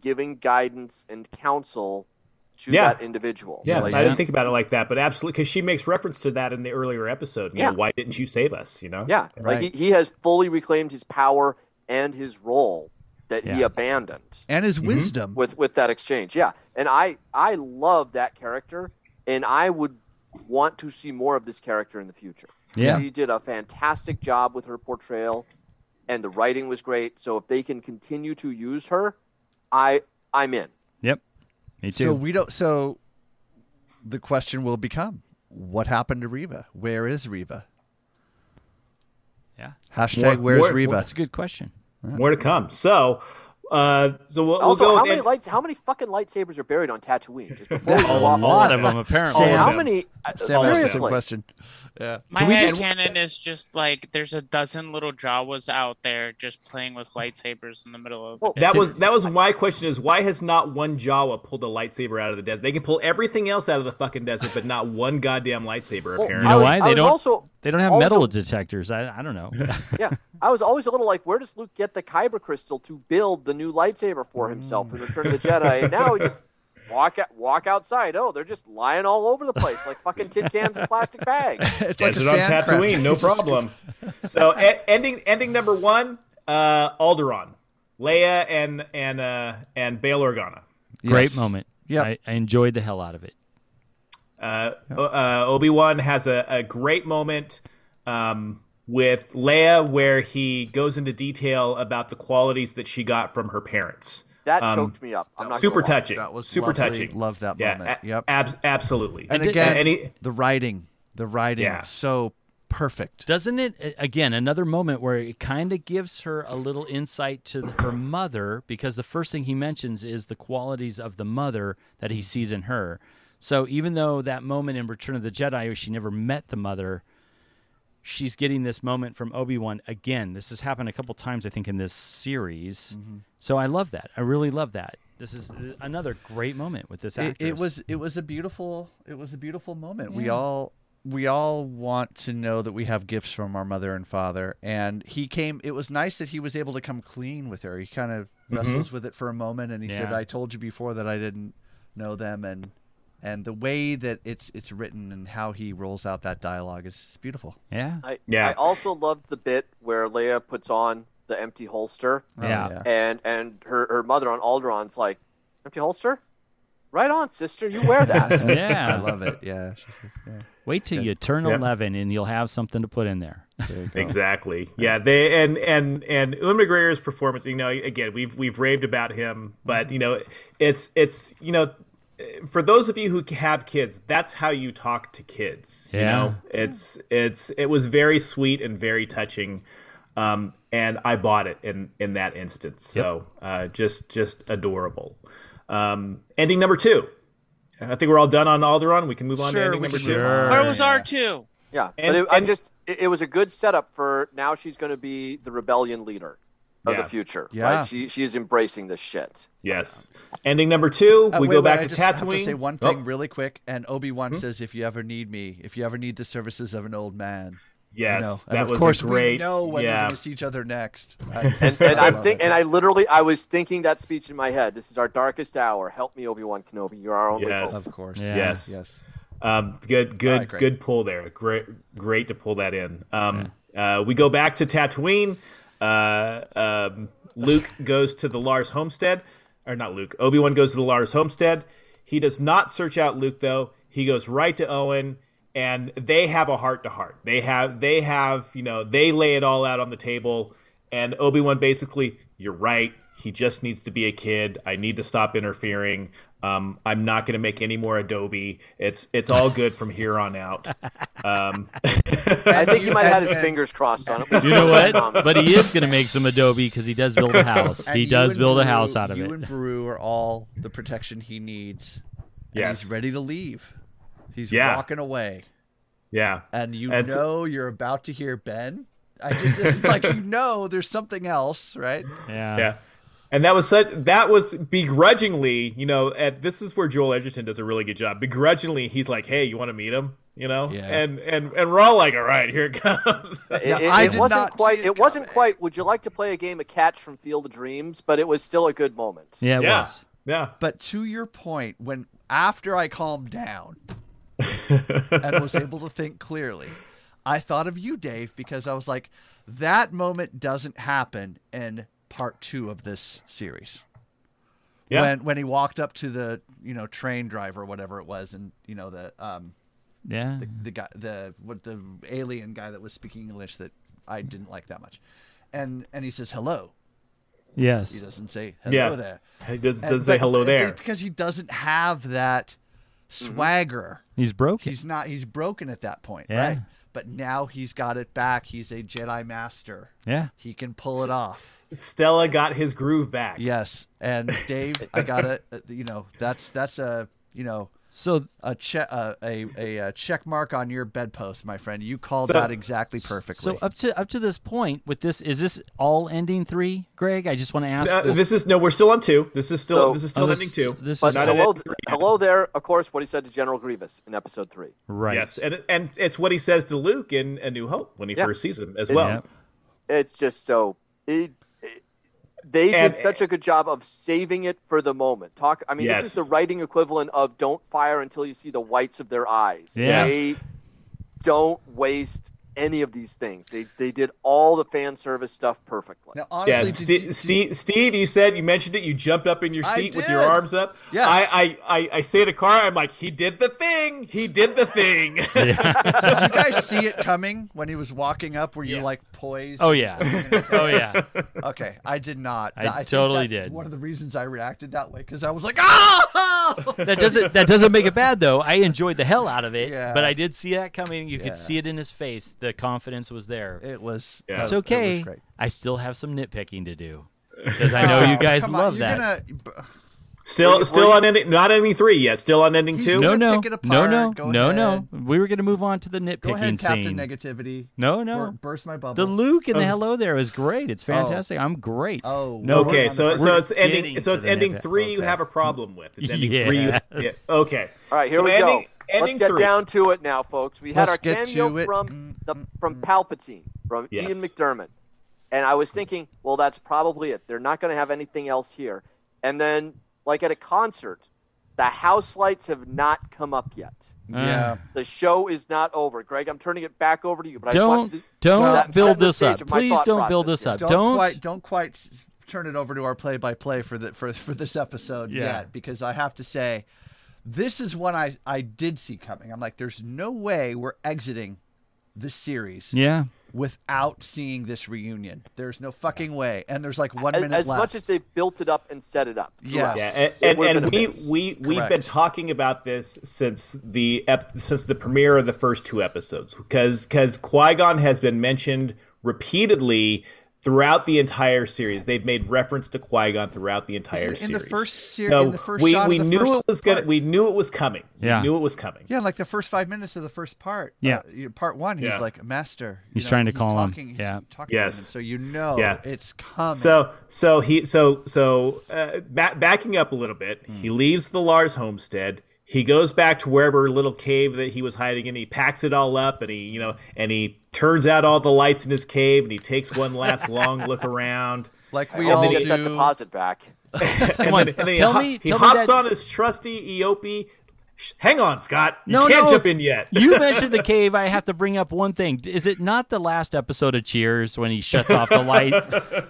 [SPEAKER 4] giving guidance and counsel to
[SPEAKER 3] Yeah.
[SPEAKER 4] that individual.
[SPEAKER 3] Yeah,
[SPEAKER 4] Like,
[SPEAKER 3] I didn't think about it like that, but absolutely, because she makes reference to that in the earlier episode. You
[SPEAKER 4] Yeah.
[SPEAKER 3] know, why didn't you save us? You know.
[SPEAKER 4] Yeah, like
[SPEAKER 2] Right.
[SPEAKER 4] he, he has fully reclaimed his power and his role that he
[SPEAKER 6] Yeah.
[SPEAKER 4] abandoned.
[SPEAKER 2] and his wisdom
[SPEAKER 4] with with that exchange. Yeah, and I I love that character, and I would want to see more of this character in the future.
[SPEAKER 6] Yeah.
[SPEAKER 4] she did a fantastic job with her portrayal, and the writing was great. So if they can continue to use her, I I'm in.
[SPEAKER 6] Yep, me too.
[SPEAKER 2] So we don't. So the question will become: What happened to Reva? Where is Reva?
[SPEAKER 6] Yeah.
[SPEAKER 2] Hashtag
[SPEAKER 3] What-
[SPEAKER 2] Where's
[SPEAKER 3] what-
[SPEAKER 2] Reva?
[SPEAKER 6] That's a good question.
[SPEAKER 3] More to come. So, uh, so we'll, we'll
[SPEAKER 4] Also,
[SPEAKER 3] go.
[SPEAKER 4] how
[SPEAKER 3] with
[SPEAKER 4] many
[SPEAKER 3] Ed-
[SPEAKER 4] lights? How many fucking lightsabers are buried on Tatooine? Just before we go
[SPEAKER 6] A
[SPEAKER 4] off
[SPEAKER 6] lot
[SPEAKER 4] on
[SPEAKER 6] of
[SPEAKER 4] that.
[SPEAKER 6] them, apparently.
[SPEAKER 3] All of
[SPEAKER 4] How
[SPEAKER 3] them.
[SPEAKER 4] many?
[SPEAKER 2] Sam
[SPEAKER 4] uh,
[SPEAKER 2] asked the same
[SPEAKER 4] seriously,
[SPEAKER 2] question.
[SPEAKER 5] My
[SPEAKER 6] Can we
[SPEAKER 5] head
[SPEAKER 6] just-
[SPEAKER 5] cannon is just like there's a dozen little Jawas out there just playing with lightsabers in the middle of the
[SPEAKER 4] Well,
[SPEAKER 5] day.
[SPEAKER 3] That was that was my question is why has not one Jawa pulled a lightsaber out of the desert? They can pull everything else out of the fucking desert, but not one goddamn lightsaber
[SPEAKER 4] Well,
[SPEAKER 6] You know
[SPEAKER 3] apparently.
[SPEAKER 4] I was-
[SPEAKER 6] why?
[SPEAKER 4] I
[SPEAKER 6] They
[SPEAKER 4] was
[SPEAKER 6] don't-
[SPEAKER 4] Also,
[SPEAKER 6] They don't have
[SPEAKER 4] also-
[SPEAKER 6] metal detectors. I, I don't know.
[SPEAKER 4] yeah, I was always a little like, where does Luke get the kyber crystal to build the new lightsaber
[SPEAKER 3] Mm.
[SPEAKER 4] for himself in Return of the Jedi? And now he just walk out, walk outside. Oh, they're just lying all over the place like fucking tin cans and plastic bags.
[SPEAKER 2] It's
[SPEAKER 3] Desert on
[SPEAKER 2] sand
[SPEAKER 3] Tatooine,
[SPEAKER 2] crab.
[SPEAKER 3] no
[SPEAKER 2] It's just-
[SPEAKER 3] problem. so e- ending ending number one, uh, Alderaan, Leia and and uh, and Bail Organa.
[SPEAKER 6] Great
[SPEAKER 2] Yes.
[SPEAKER 6] moment.
[SPEAKER 2] Yep.
[SPEAKER 6] I, I enjoyed the hell out of it.
[SPEAKER 3] Uh, uh, Obi Wan has a, a great moment um, with Leia where he goes into detail about the qualities that she got from her parents.
[SPEAKER 4] That
[SPEAKER 3] Um,
[SPEAKER 4] choked me up. I'm not
[SPEAKER 3] super
[SPEAKER 4] gonna lie.
[SPEAKER 3] touching.
[SPEAKER 2] That was
[SPEAKER 3] super
[SPEAKER 2] lovely.
[SPEAKER 3] touching.
[SPEAKER 2] Loved that
[SPEAKER 3] yeah,
[SPEAKER 2] moment.
[SPEAKER 3] a-
[SPEAKER 2] Yep.
[SPEAKER 3] abs- absolutely.
[SPEAKER 2] And
[SPEAKER 6] did-
[SPEAKER 2] again,
[SPEAKER 3] any-
[SPEAKER 2] the writing, the writing,
[SPEAKER 3] Yeah.
[SPEAKER 2] so perfect.
[SPEAKER 6] Doesn't it a- again another moment where it kind of gives her a little insight to her mother because the first thing he mentions is the qualities of the mother that he sees in her. So even though that moment in Return of the Jedi where she never met the mother, she's getting this moment from Obi Wan again. This has happened a couple times, I think, in this series.
[SPEAKER 2] Mm-hmm.
[SPEAKER 6] So I love that. I really love that. This is uh, another great moment with this
[SPEAKER 2] it,
[SPEAKER 6] actress.
[SPEAKER 2] it was it was a beautiful it was a beautiful moment. We all we all want to know that we have gifts from our mother and father, and he came. It was nice that he was able to come clean with her. He kind of wrestles with it for a moment, and he said,
[SPEAKER 6] Yeah.
[SPEAKER 2] "I told you before that I didn't know them," and and the way that it's it's written and how he rolls out that dialogue is beautiful.
[SPEAKER 6] yeah,
[SPEAKER 4] I,
[SPEAKER 3] Yeah.
[SPEAKER 4] I also loved the bit where Leia puts on the empty holster,
[SPEAKER 2] Oh,
[SPEAKER 6] yeah.
[SPEAKER 4] and and her, her mother on Alderon's like, empty holster, right on, sister, you wear that.
[SPEAKER 6] yeah.
[SPEAKER 2] I love it. Yeah, she says, yeah.
[SPEAKER 6] Wait till you turn
[SPEAKER 3] Yeah.
[SPEAKER 6] eleven, and you'll have something to put in there.
[SPEAKER 3] Exactly. Yeah. They and and and Ewan McGregor's performance. You know, again, we've we've raved about him, but you know, it's it's you know, for those of you who have kids, that's how you talk to kids. You
[SPEAKER 6] Yeah.
[SPEAKER 3] know, it's it's it was very sweet and very touching, um, and I bought it in in that instance. So uh, just just adorable. Um, ending number two. I think we're all done on Alderon. We can move on to
[SPEAKER 2] Sure,
[SPEAKER 3] ending
[SPEAKER 2] we
[SPEAKER 3] number
[SPEAKER 2] should
[SPEAKER 3] two.
[SPEAKER 2] move on.
[SPEAKER 5] Where was R two?
[SPEAKER 4] yeah, but
[SPEAKER 3] And-
[SPEAKER 4] it, I'm
[SPEAKER 3] and-
[SPEAKER 4] just it, it was a good setup for now. She's going to be the rebellion leader of
[SPEAKER 3] Yeah.
[SPEAKER 4] the future.
[SPEAKER 2] Yeah.
[SPEAKER 4] like, she she is embracing this shit.
[SPEAKER 3] Yes. Ending number two,
[SPEAKER 2] Uh,
[SPEAKER 3] we
[SPEAKER 2] wait,
[SPEAKER 3] go
[SPEAKER 2] wait,
[SPEAKER 3] back
[SPEAKER 2] I
[SPEAKER 3] to
[SPEAKER 2] just
[SPEAKER 3] Tatooine.
[SPEAKER 2] Have to say one
[SPEAKER 3] Oh, Hmm?
[SPEAKER 2] thing really quick, and Obi Wan says, "If you ever need me, if you ever need the services of an old man, you know."
[SPEAKER 3] yes,
[SPEAKER 2] And
[SPEAKER 3] that
[SPEAKER 2] of
[SPEAKER 3] was
[SPEAKER 2] course,
[SPEAKER 3] a great.
[SPEAKER 2] we know when they're
[SPEAKER 3] yeah,
[SPEAKER 2] going to see each other next. I,
[SPEAKER 4] And
[SPEAKER 2] I
[SPEAKER 4] I'm
[SPEAKER 2] love
[SPEAKER 4] think,
[SPEAKER 2] it.
[SPEAKER 4] and I literally, I was thinking that speech in my head. This is our darkest hour. Help me, Obi Wan Kenobi. You're our only
[SPEAKER 3] Yes.
[SPEAKER 4] hope.
[SPEAKER 2] of course,
[SPEAKER 6] Yeah.
[SPEAKER 3] Yes.
[SPEAKER 2] yes.
[SPEAKER 3] um, good,
[SPEAKER 2] I
[SPEAKER 3] good,
[SPEAKER 2] agree.
[SPEAKER 3] good pull there. Great, great to pull that in. Um, uh, we go back to Tatooine. Uh, um, Luke goes to the Lars homestead, or not Luke. Obi Wan goes to the Lars homestead. He does not search out Luke though. He goes right to Owen, and they have a heart to heart. They have, they have, you know, they lay it all out on the table. And Obi Wan basically, you're right. He just needs to be a kid. I need to stop interfering. Um, I'm not going to make any more Adobe. It's it's all good from here on out. Um,
[SPEAKER 4] I think he might have had his fingers crossed on it.
[SPEAKER 6] You know what? But he is going to make some adobe because he does build a house.
[SPEAKER 2] And
[SPEAKER 6] He
[SPEAKER 2] you
[SPEAKER 6] does
[SPEAKER 2] and
[SPEAKER 6] build a
[SPEAKER 2] Brew-
[SPEAKER 6] house out of
[SPEAKER 2] you
[SPEAKER 6] it.
[SPEAKER 2] and Brew are all the protection he needs. and
[SPEAKER 3] yes.
[SPEAKER 2] he's ready to leave. He's
[SPEAKER 3] Yeah.
[SPEAKER 2] walking away,
[SPEAKER 3] Yeah.
[SPEAKER 2] and you
[SPEAKER 3] And so-
[SPEAKER 2] know you're about to hear Ben. I just, it's like you know there's something else, right?
[SPEAKER 6] yeah.
[SPEAKER 3] Yeah. And that was such, that was begrudgingly, you know, at this is where Joel Edgerton does a really good job. Begrudgingly, he's like, "Hey, you want to meet him?" You know,
[SPEAKER 2] Yeah.
[SPEAKER 3] and and and we're all like, "All right, here it comes."
[SPEAKER 4] It,
[SPEAKER 2] No,
[SPEAKER 4] it-
[SPEAKER 2] I
[SPEAKER 4] it
[SPEAKER 2] did
[SPEAKER 4] wasn't
[SPEAKER 2] not see
[SPEAKER 4] quite.
[SPEAKER 2] it
[SPEAKER 4] It, wasn't
[SPEAKER 2] coming.
[SPEAKER 4] quite. Would you like to play a game of catch from Field of Dreams? But it was still a good moment.
[SPEAKER 6] Yeah, it
[SPEAKER 3] yeah,
[SPEAKER 6] was.
[SPEAKER 3] yeah,
[SPEAKER 2] But to your point, when after I calmed down and was able to think clearly, I thought of you, Dave, because I was like, that moment doesn't happen in part two of this series.
[SPEAKER 3] yeah.
[SPEAKER 2] When when he walked up to the you know train driver or whatever it was, and you know the um
[SPEAKER 6] Yeah.
[SPEAKER 2] the guy the what the alien guy that was speaking English that I didn't like that much, and and he says hello. He
[SPEAKER 6] Yes.
[SPEAKER 2] doesn't say hello
[SPEAKER 3] Yes.
[SPEAKER 2] there.
[SPEAKER 3] He does,
[SPEAKER 2] And-
[SPEAKER 3] does say
[SPEAKER 2] but-
[SPEAKER 3] hello
[SPEAKER 2] but
[SPEAKER 3] there.
[SPEAKER 2] because he doesn't have that swagger.
[SPEAKER 6] He's broken.
[SPEAKER 2] He's not. He's broken at that point,
[SPEAKER 6] Yeah.
[SPEAKER 2] right? But now he's got it back. He's a Jedi master.
[SPEAKER 6] yeah.
[SPEAKER 2] He can pull it off.
[SPEAKER 3] Stella got his groove back.
[SPEAKER 2] Yes. And Dave, I gotta, uh, you know, that's that's a you know
[SPEAKER 6] So
[SPEAKER 2] a check a, a a uh, check mark on your bedpost, my friend. You called
[SPEAKER 3] So-
[SPEAKER 2] that exactly perfectly.
[SPEAKER 6] so up to up to this point with this is this all ending three, Greg? I just want to ask.
[SPEAKER 3] Uh,
[SPEAKER 6] was-
[SPEAKER 3] this is no, we're still on two. This is still
[SPEAKER 4] So-
[SPEAKER 3] this is still
[SPEAKER 6] Oh, this-
[SPEAKER 3] ending two.
[SPEAKER 6] this
[SPEAKER 4] But
[SPEAKER 6] is
[SPEAKER 3] Not
[SPEAKER 4] hello,
[SPEAKER 3] ending
[SPEAKER 4] th-
[SPEAKER 3] three yet.
[SPEAKER 4] hello there. Of course, what he said to General Grievous in Episode Three.
[SPEAKER 6] right.
[SPEAKER 3] Yes, and and it's what he says to Luke in A New Hope when he
[SPEAKER 4] Yeah.
[SPEAKER 3] first sees him as
[SPEAKER 4] It's-
[SPEAKER 3] well.
[SPEAKER 6] Yeah.
[SPEAKER 4] It's just so. It, it- they did
[SPEAKER 3] And-
[SPEAKER 4] such a good job of saving it for the moment. Talk. I mean, this is
[SPEAKER 3] Yes.
[SPEAKER 4] the writing equivalent of "Don't fire until you see the whites of their eyes."
[SPEAKER 6] Yeah.
[SPEAKER 4] They don't waste any of these things. They they did all the fan service stuff perfectly.
[SPEAKER 2] now, honestly,
[SPEAKER 3] Yeah,
[SPEAKER 2] did
[SPEAKER 3] Ste-
[SPEAKER 2] you- did-
[SPEAKER 3] Steve, Steve, you said you mentioned it. You jumped up in your
[SPEAKER 2] I
[SPEAKER 3] seat with your
[SPEAKER 2] did.
[SPEAKER 3] arms up.
[SPEAKER 2] Yes.
[SPEAKER 3] I, I, I, I say to Car, I'm like, he did the thing. He did the thing.
[SPEAKER 2] did you guys see it coming when he was walking up? Were you like poised?
[SPEAKER 6] Oh yeah. oh yeah.
[SPEAKER 2] Okay, I did not.
[SPEAKER 6] I
[SPEAKER 2] Th- think
[SPEAKER 6] totally
[SPEAKER 2] that's
[SPEAKER 6] did.
[SPEAKER 2] One of the reasons I reacted that way because I was like, "Ah!"
[SPEAKER 6] That doesn't that doesn't make it bad though. I enjoyed the hell out of it,
[SPEAKER 2] Yeah.
[SPEAKER 6] but I did see that coming. You
[SPEAKER 2] Yeah.
[SPEAKER 6] could see it in his face. The confidence was there.
[SPEAKER 2] it was.
[SPEAKER 3] Yeah.
[SPEAKER 6] It's
[SPEAKER 2] it was
[SPEAKER 6] okay.
[SPEAKER 2] great.
[SPEAKER 6] I still have some nitpicking to do because I know you
[SPEAKER 2] Oh,
[SPEAKER 6] guys
[SPEAKER 2] come
[SPEAKER 6] love
[SPEAKER 2] on,
[SPEAKER 6] that.
[SPEAKER 2] You're gonna,
[SPEAKER 4] Were you-
[SPEAKER 3] Still, still
[SPEAKER 4] were you-
[SPEAKER 3] on ending, not ending three yet. Still on ending
[SPEAKER 2] He's
[SPEAKER 3] two.
[SPEAKER 6] No,
[SPEAKER 2] We're
[SPEAKER 6] no,
[SPEAKER 2] picking
[SPEAKER 6] no,
[SPEAKER 2] apart.
[SPEAKER 6] no,
[SPEAKER 2] Go
[SPEAKER 6] no,
[SPEAKER 2] ahead.
[SPEAKER 6] no. We were going to move on to the nitpicking
[SPEAKER 2] Go ahead, Captain
[SPEAKER 6] scene.
[SPEAKER 2] Negativity.
[SPEAKER 6] no, no.
[SPEAKER 2] Bur- burst my bubble.
[SPEAKER 6] the Luke and the
[SPEAKER 3] Um,
[SPEAKER 6] hello there is great. It's fantastic. I'm great.
[SPEAKER 2] Oh,
[SPEAKER 6] no.
[SPEAKER 2] we're
[SPEAKER 3] Oh. okay,
[SPEAKER 2] on
[SPEAKER 3] so
[SPEAKER 2] the-
[SPEAKER 3] so
[SPEAKER 6] we're
[SPEAKER 3] it's
[SPEAKER 6] getting
[SPEAKER 3] ending. So
[SPEAKER 6] to
[SPEAKER 3] it's
[SPEAKER 6] the
[SPEAKER 3] ending
[SPEAKER 6] next-
[SPEAKER 3] three. You
[SPEAKER 6] okay.
[SPEAKER 3] have a problem with. It's ending three. You,
[SPEAKER 6] Yes.
[SPEAKER 3] yeah, okay.
[SPEAKER 4] All right, here
[SPEAKER 3] So
[SPEAKER 4] we
[SPEAKER 3] ending-
[SPEAKER 4] go. Let's
[SPEAKER 3] ending
[SPEAKER 4] get
[SPEAKER 3] three.
[SPEAKER 4] down to it now, folks. We had
[SPEAKER 2] Let's
[SPEAKER 4] our
[SPEAKER 2] get to
[SPEAKER 4] cameo
[SPEAKER 2] it.
[SPEAKER 4] from the,
[SPEAKER 6] Mm-hmm.
[SPEAKER 4] from Palpatine, from
[SPEAKER 3] Yes.
[SPEAKER 4] Ian McDermott, and I was thinking, well, that's probably it. They're not going to have anything else here. And then, like at a concert, the house lights have not come up yet.
[SPEAKER 6] Uh,
[SPEAKER 2] Yeah.
[SPEAKER 4] The show is not over, Greg. I'm turning it back over to you, but I just wanted
[SPEAKER 6] Don't
[SPEAKER 4] to
[SPEAKER 6] don't
[SPEAKER 4] that- set
[SPEAKER 6] build
[SPEAKER 4] the
[SPEAKER 6] this
[SPEAKER 4] stage
[SPEAKER 6] up.
[SPEAKER 4] of my
[SPEAKER 6] Please
[SPEAKER 4] thought
[SPEAKER 6] don't build this
[SPEAKER 4] process here.
[SPEAKER 6] up.
[SPEAKER 2] don't,
[SPEAKER 6] Don't.
[SPEAKER 2] quite don't quite s- turn it over to our play by play for the for for this episode
[SPEAKER 6] Yeah.
[SPEAKER 2] yet because I have to say this is one I I did see coming. I'm like there's no way we're exiting this series
[SPEAKER 6] Yeah.
[SPEAKER 2] without seeing this reunion. There's no fucking way. And there's like 1
[SPEAKER 4] as,
[SPEAKER 2] minute
[SPEAKER 4] as
[SPEAKER 2] left.
[SPEAKER 4] much as they've built it up and set it up.
[SPEAKER 2] Yes.
[SPEAKER 3] Yeah,
[SPEAKER 2] It
[SPEAKER 3] and,
[SPEAKER 4] would've
[SPEAKER 3] and,
[SPEAKER 4] been a
[SPEAKER 3] we
[SPEAKER 4] miss.
[SPEAKER 3] we we've been
[SPEAKER 2] Correct.
[SPEAKER 3] talking about this since the ep- since the premiere of the first two episodes because because Qui Gon has been mentioned repeatedly throughout the entire series. They've made reference to Qui Gon throughout the entire
[SPEAKER 2] in
[SPEAKER 3] series.
[SPEAKER 2] the first ser-
[SPEAKER 3] So
[SPEAKER 2] in the first
[SPEAKER 3] we
[SPEAKER 2] shot of
[SPEAKER 3] we
[SPEAKER 2] the
[SPEAKER 3] knew
[SPEAKER 2] first
[SPEAKER 3] it was gonna
[SPEAKER 2] part.
[SPEAKER 3] we knew it was coming.
[SPEAKER 6] Yeah.
[SPEAKER 3] we knew it was coming.
[SPEAKER 2] Yeah, like the first five minutes of the first part.
[SPEAKER 6] Yeah.
[SPEAKER 2] uh, you- part one, he's
[SPEAKER 3] Yeah.
[SPEAKER 2] like master. you
[SPEAKER 6] He's
[SPEAKER 2] know,
[SPEAKER 6] trying to call him.
[SPEAKER 2] talking,
[SPEAKER 6] Yeah.
[SPEAKER 2] He's talking to him,
[SPEAKER 3] Yes.
[SPEAKER 2] and so you know
[SPEAKER 3] Yeah.
[SPEAKER 2] it's coming.
[SPEAKER 3] So so he so so uh, ba- backing up a little bit, he leaves the Lars homestead. He goes back to wherever little cave that he was hiding in. He packs it all up and he you know and he turns out all the lights in his cave and he takes one last long look around.
[SPEAKER 2] like
[SPEAKER 4] We
[SPEAKER 2] we all
[SPEAKER 4] only
[SPEAKER 2] do.
[SPEAKER 4] get that deposit back.
[SPEAKER 3] And
[SPEAKER 6] on,
[SPEAKER 3] then, and then
[SPEAKER 6] tell
[SPEAKER 3] he, hop-
[SPEAKER 6] me-
[SPEAKER 3] he
[SPEAKER 6] tell me
[SPEAKER 3] hops
[SPEAKER 6] that-
[SPEAKER 3] on his trusty Eope. Sh- Hang on, Scott. You
[SPEAKER 6] No,
[SPEAKER 3] can't
[SPEAKER 6] no.
[SPEAKER 3] jump in yet.
[SPEAKER 6] You mentioned the cave. I have to bring up one thing. Is it not the last episode of Cheers when he shuts off the light,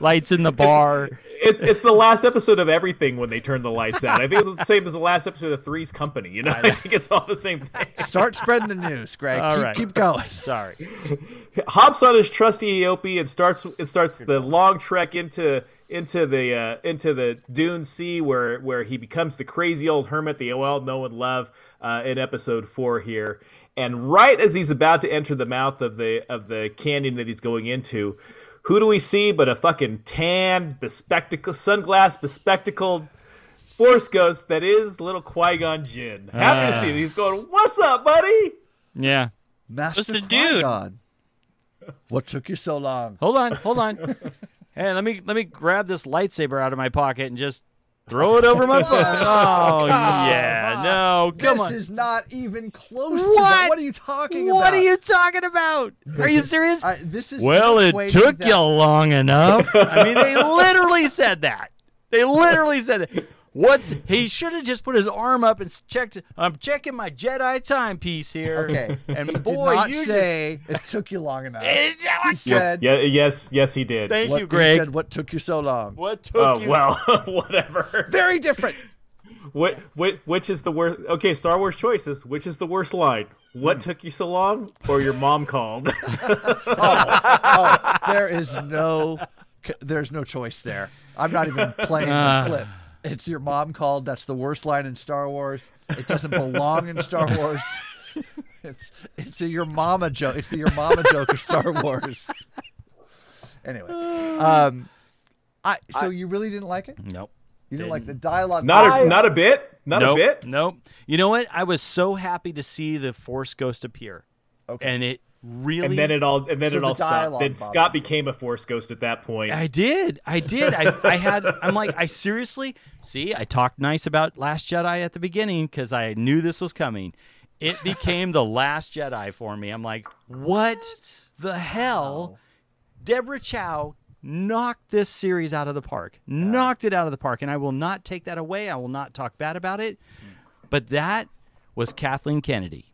[SPEAKER 6] lights in the bar?
[SPEAKER 3] it's it's the last episode of everything when they turn the lights out. I think it's the same as the last episode of Three's Company. You know, I think it's all the same thing.
[SPEAKER 2] Start spreading the news, Greg.
[SPEAKER 6] All
[SPEAKER 2] keep,
[SPEAKER 6] right.
[SPEAKER 2] keep going.
[SPEAKER 6] Sorry.
[SPEAKER 3] hops on his trusty Eope and starts it starts the long trek into into the uh, into the Dune Sea where where he becomes the crazy old hermit that you all know and love uh, in episode four here. And right as he's about to enter the mouth of the of the canyon that he's going into, who do we see but a fucking tan, bespectacled, sunglass bespectacled force ghost that is little Qui Gon Jinn. Happy to see him. He's going, "What's up, buddy?"
[SPEAKER 6] Yeah.
[SPEAKER 2] Master
[SPEAKER 5] the dude?
[SPEAKER 2] Qui-Gon. What took you so long?
[SPEAKER 6] Hold on. Hold on. hey, let me let me grab this lightsaber out of my pocket and just throw it over my foot. Oh yeah. No. Come
[SPEAKER 2] this
[SPEAKER 6] on.
[SPEAKER 2] is not even close to
[SPEAKER 6] What?
[SPEAKER 2] that. What are you talking
[SPEAKER 6] What
[SPEAKER 2] about?
[SPEAKER 6] are you talking about? Are you serious?
[SPEAKER 2] I, this is
[SPEAKER 6] Well, it
[SPEAKER 2] equating
[SPEAKER 6] took
[SPEAKER 2] that-
[SPEAKER 6] you long enough. I mean, they literally said that. They literally said that. What's he should have just put his arm up and s- checked. I'm checking my Jedi timepiece here.
[SPEAKER 2] Okay.
[SPEAKER 6] and
[SPEAKER 2] He
[SPEAKER 6] boy,
[SPEAKER 2] did not
[SPEAKER 6] you
[SPEAKER 2] say it took you long enough.
[SPEAKER 6] just.
[SPEAKER 2] He said,
[SPEAKER 3] Yeah, yes, yes, he did.
[SPEAKER 6] Thank
[SPEAKER 2] what,
[SPEAKER 6] you,
[SPEAKER 2] He
[SPEAKER 6] Greg.
[SPEAKER 2] said, what took you so long?
[SPEAKER 6] what took
[SPEAKER 3] Oh
[SPEAKER 6] you?
[SPEAKER 3] well, whatever.
[SPEAKER 2] Very different.
[SPEAKER 3] What, which, which is the worst? Okay, Star Wars choices. Which is the worst line? What took you so long? Or your mom called?
[SPEAKER 2] oh, there is no, c- there's no choice there. I'm not even playing
[SPEAKER 6] Ah.
[SPEAKER 2] the clip. It's your mom called. That's the worst line in Star Wars. It doesn't belong in Star Wars. It's it's a your mama joke. It's the your mama joke of Star Wars. Anyway, um, I so you really didn't like it.
[SPEAKER 6] Nope.
[SPEAKER 2] You didn't like the dialogue.
[SPEAKER 3] not
[SPEAKER 2] I-
[SPEAKER 3] a, not a bit. Not
[SPEAKER 6] nope.
[SPEAKER 3] a bit.
[SPEAKER 6] Nope. You know what? I was so happy to see the Force Ghost appear,
[SPEAKER 2] Okay.
[SPEAKER 6] and it really.
[SPEAKER 3] And then it all. And then
[SPEAKER 2] So
[SPEAKER 3] it
[SPEAKER 2] the
[SPEAKER 3] all stopped.
[SPEAKER 2] dialogue
[SPEAKER 3] Then
[SPEAKER 2] bothered
[SPEAKER 3] Scott
[SPEAKER 2] you.
[SPEAKER 3] became a Force ghost at that point.
[SPEAKER 6] I did. I did. I, I had. I'm like. I seriously. See, I talked nice about Last Jedi at the beginning because I knew this was coming. It became the Last Jedi for me. I'm like, what the hell? Deborah Chow knocked this series out of the park. Knocked it out of the park, and I will not take that away. I will not talk bad about it.
[SPEAKER 3] Hmm.
[SPEAKER 6] But that was Kathleen Kennedy.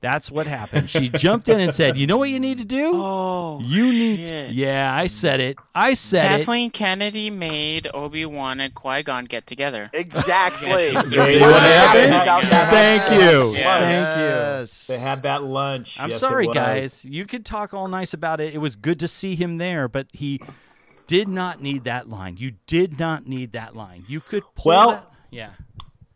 [SPEAKER 6] That's what happened. She jumped in and said, "You know what you need to do?
[SPEAKER 5] Oh,
[SPEAKER 6] you need
[SPEAKER 5] shit.
[SPEAKER 6] yeah i said it i said it
[SPEAKER 5] Kathleen Kennedy made Obi Wan and Qui Gon get together.
[SPEAKER 4] Exactly.
[SPEAKER 5] Yeah, she's
[SPEAKER 3] They
[SPEAKER 5] doing
[SPEAKER 3] had-
[SPEAKER 5] it.
[SPEAKER 3] they
[SPEAKER 6] happened?
[SPEAKER 3] had-
[SPEAKER 6] thank you
[SPEAKER 5] Yeah.
[SPEAKER 6] thank you
[SPEAKER 2] Yes.
[SPEAKER 3] They had that lunch.
[SPEAKER 6] i'm
[SPEAKER 3] Yes, it
[SPEAKER 6] sorry
[SPEAKER 3] was.
[SPEAKER 6] guys you could talk all nice about it it was good to see him there but he did not need that line you did not need that line you could pull
[SPEAKER 3] Well-
[SPEAKER 6] that- yeah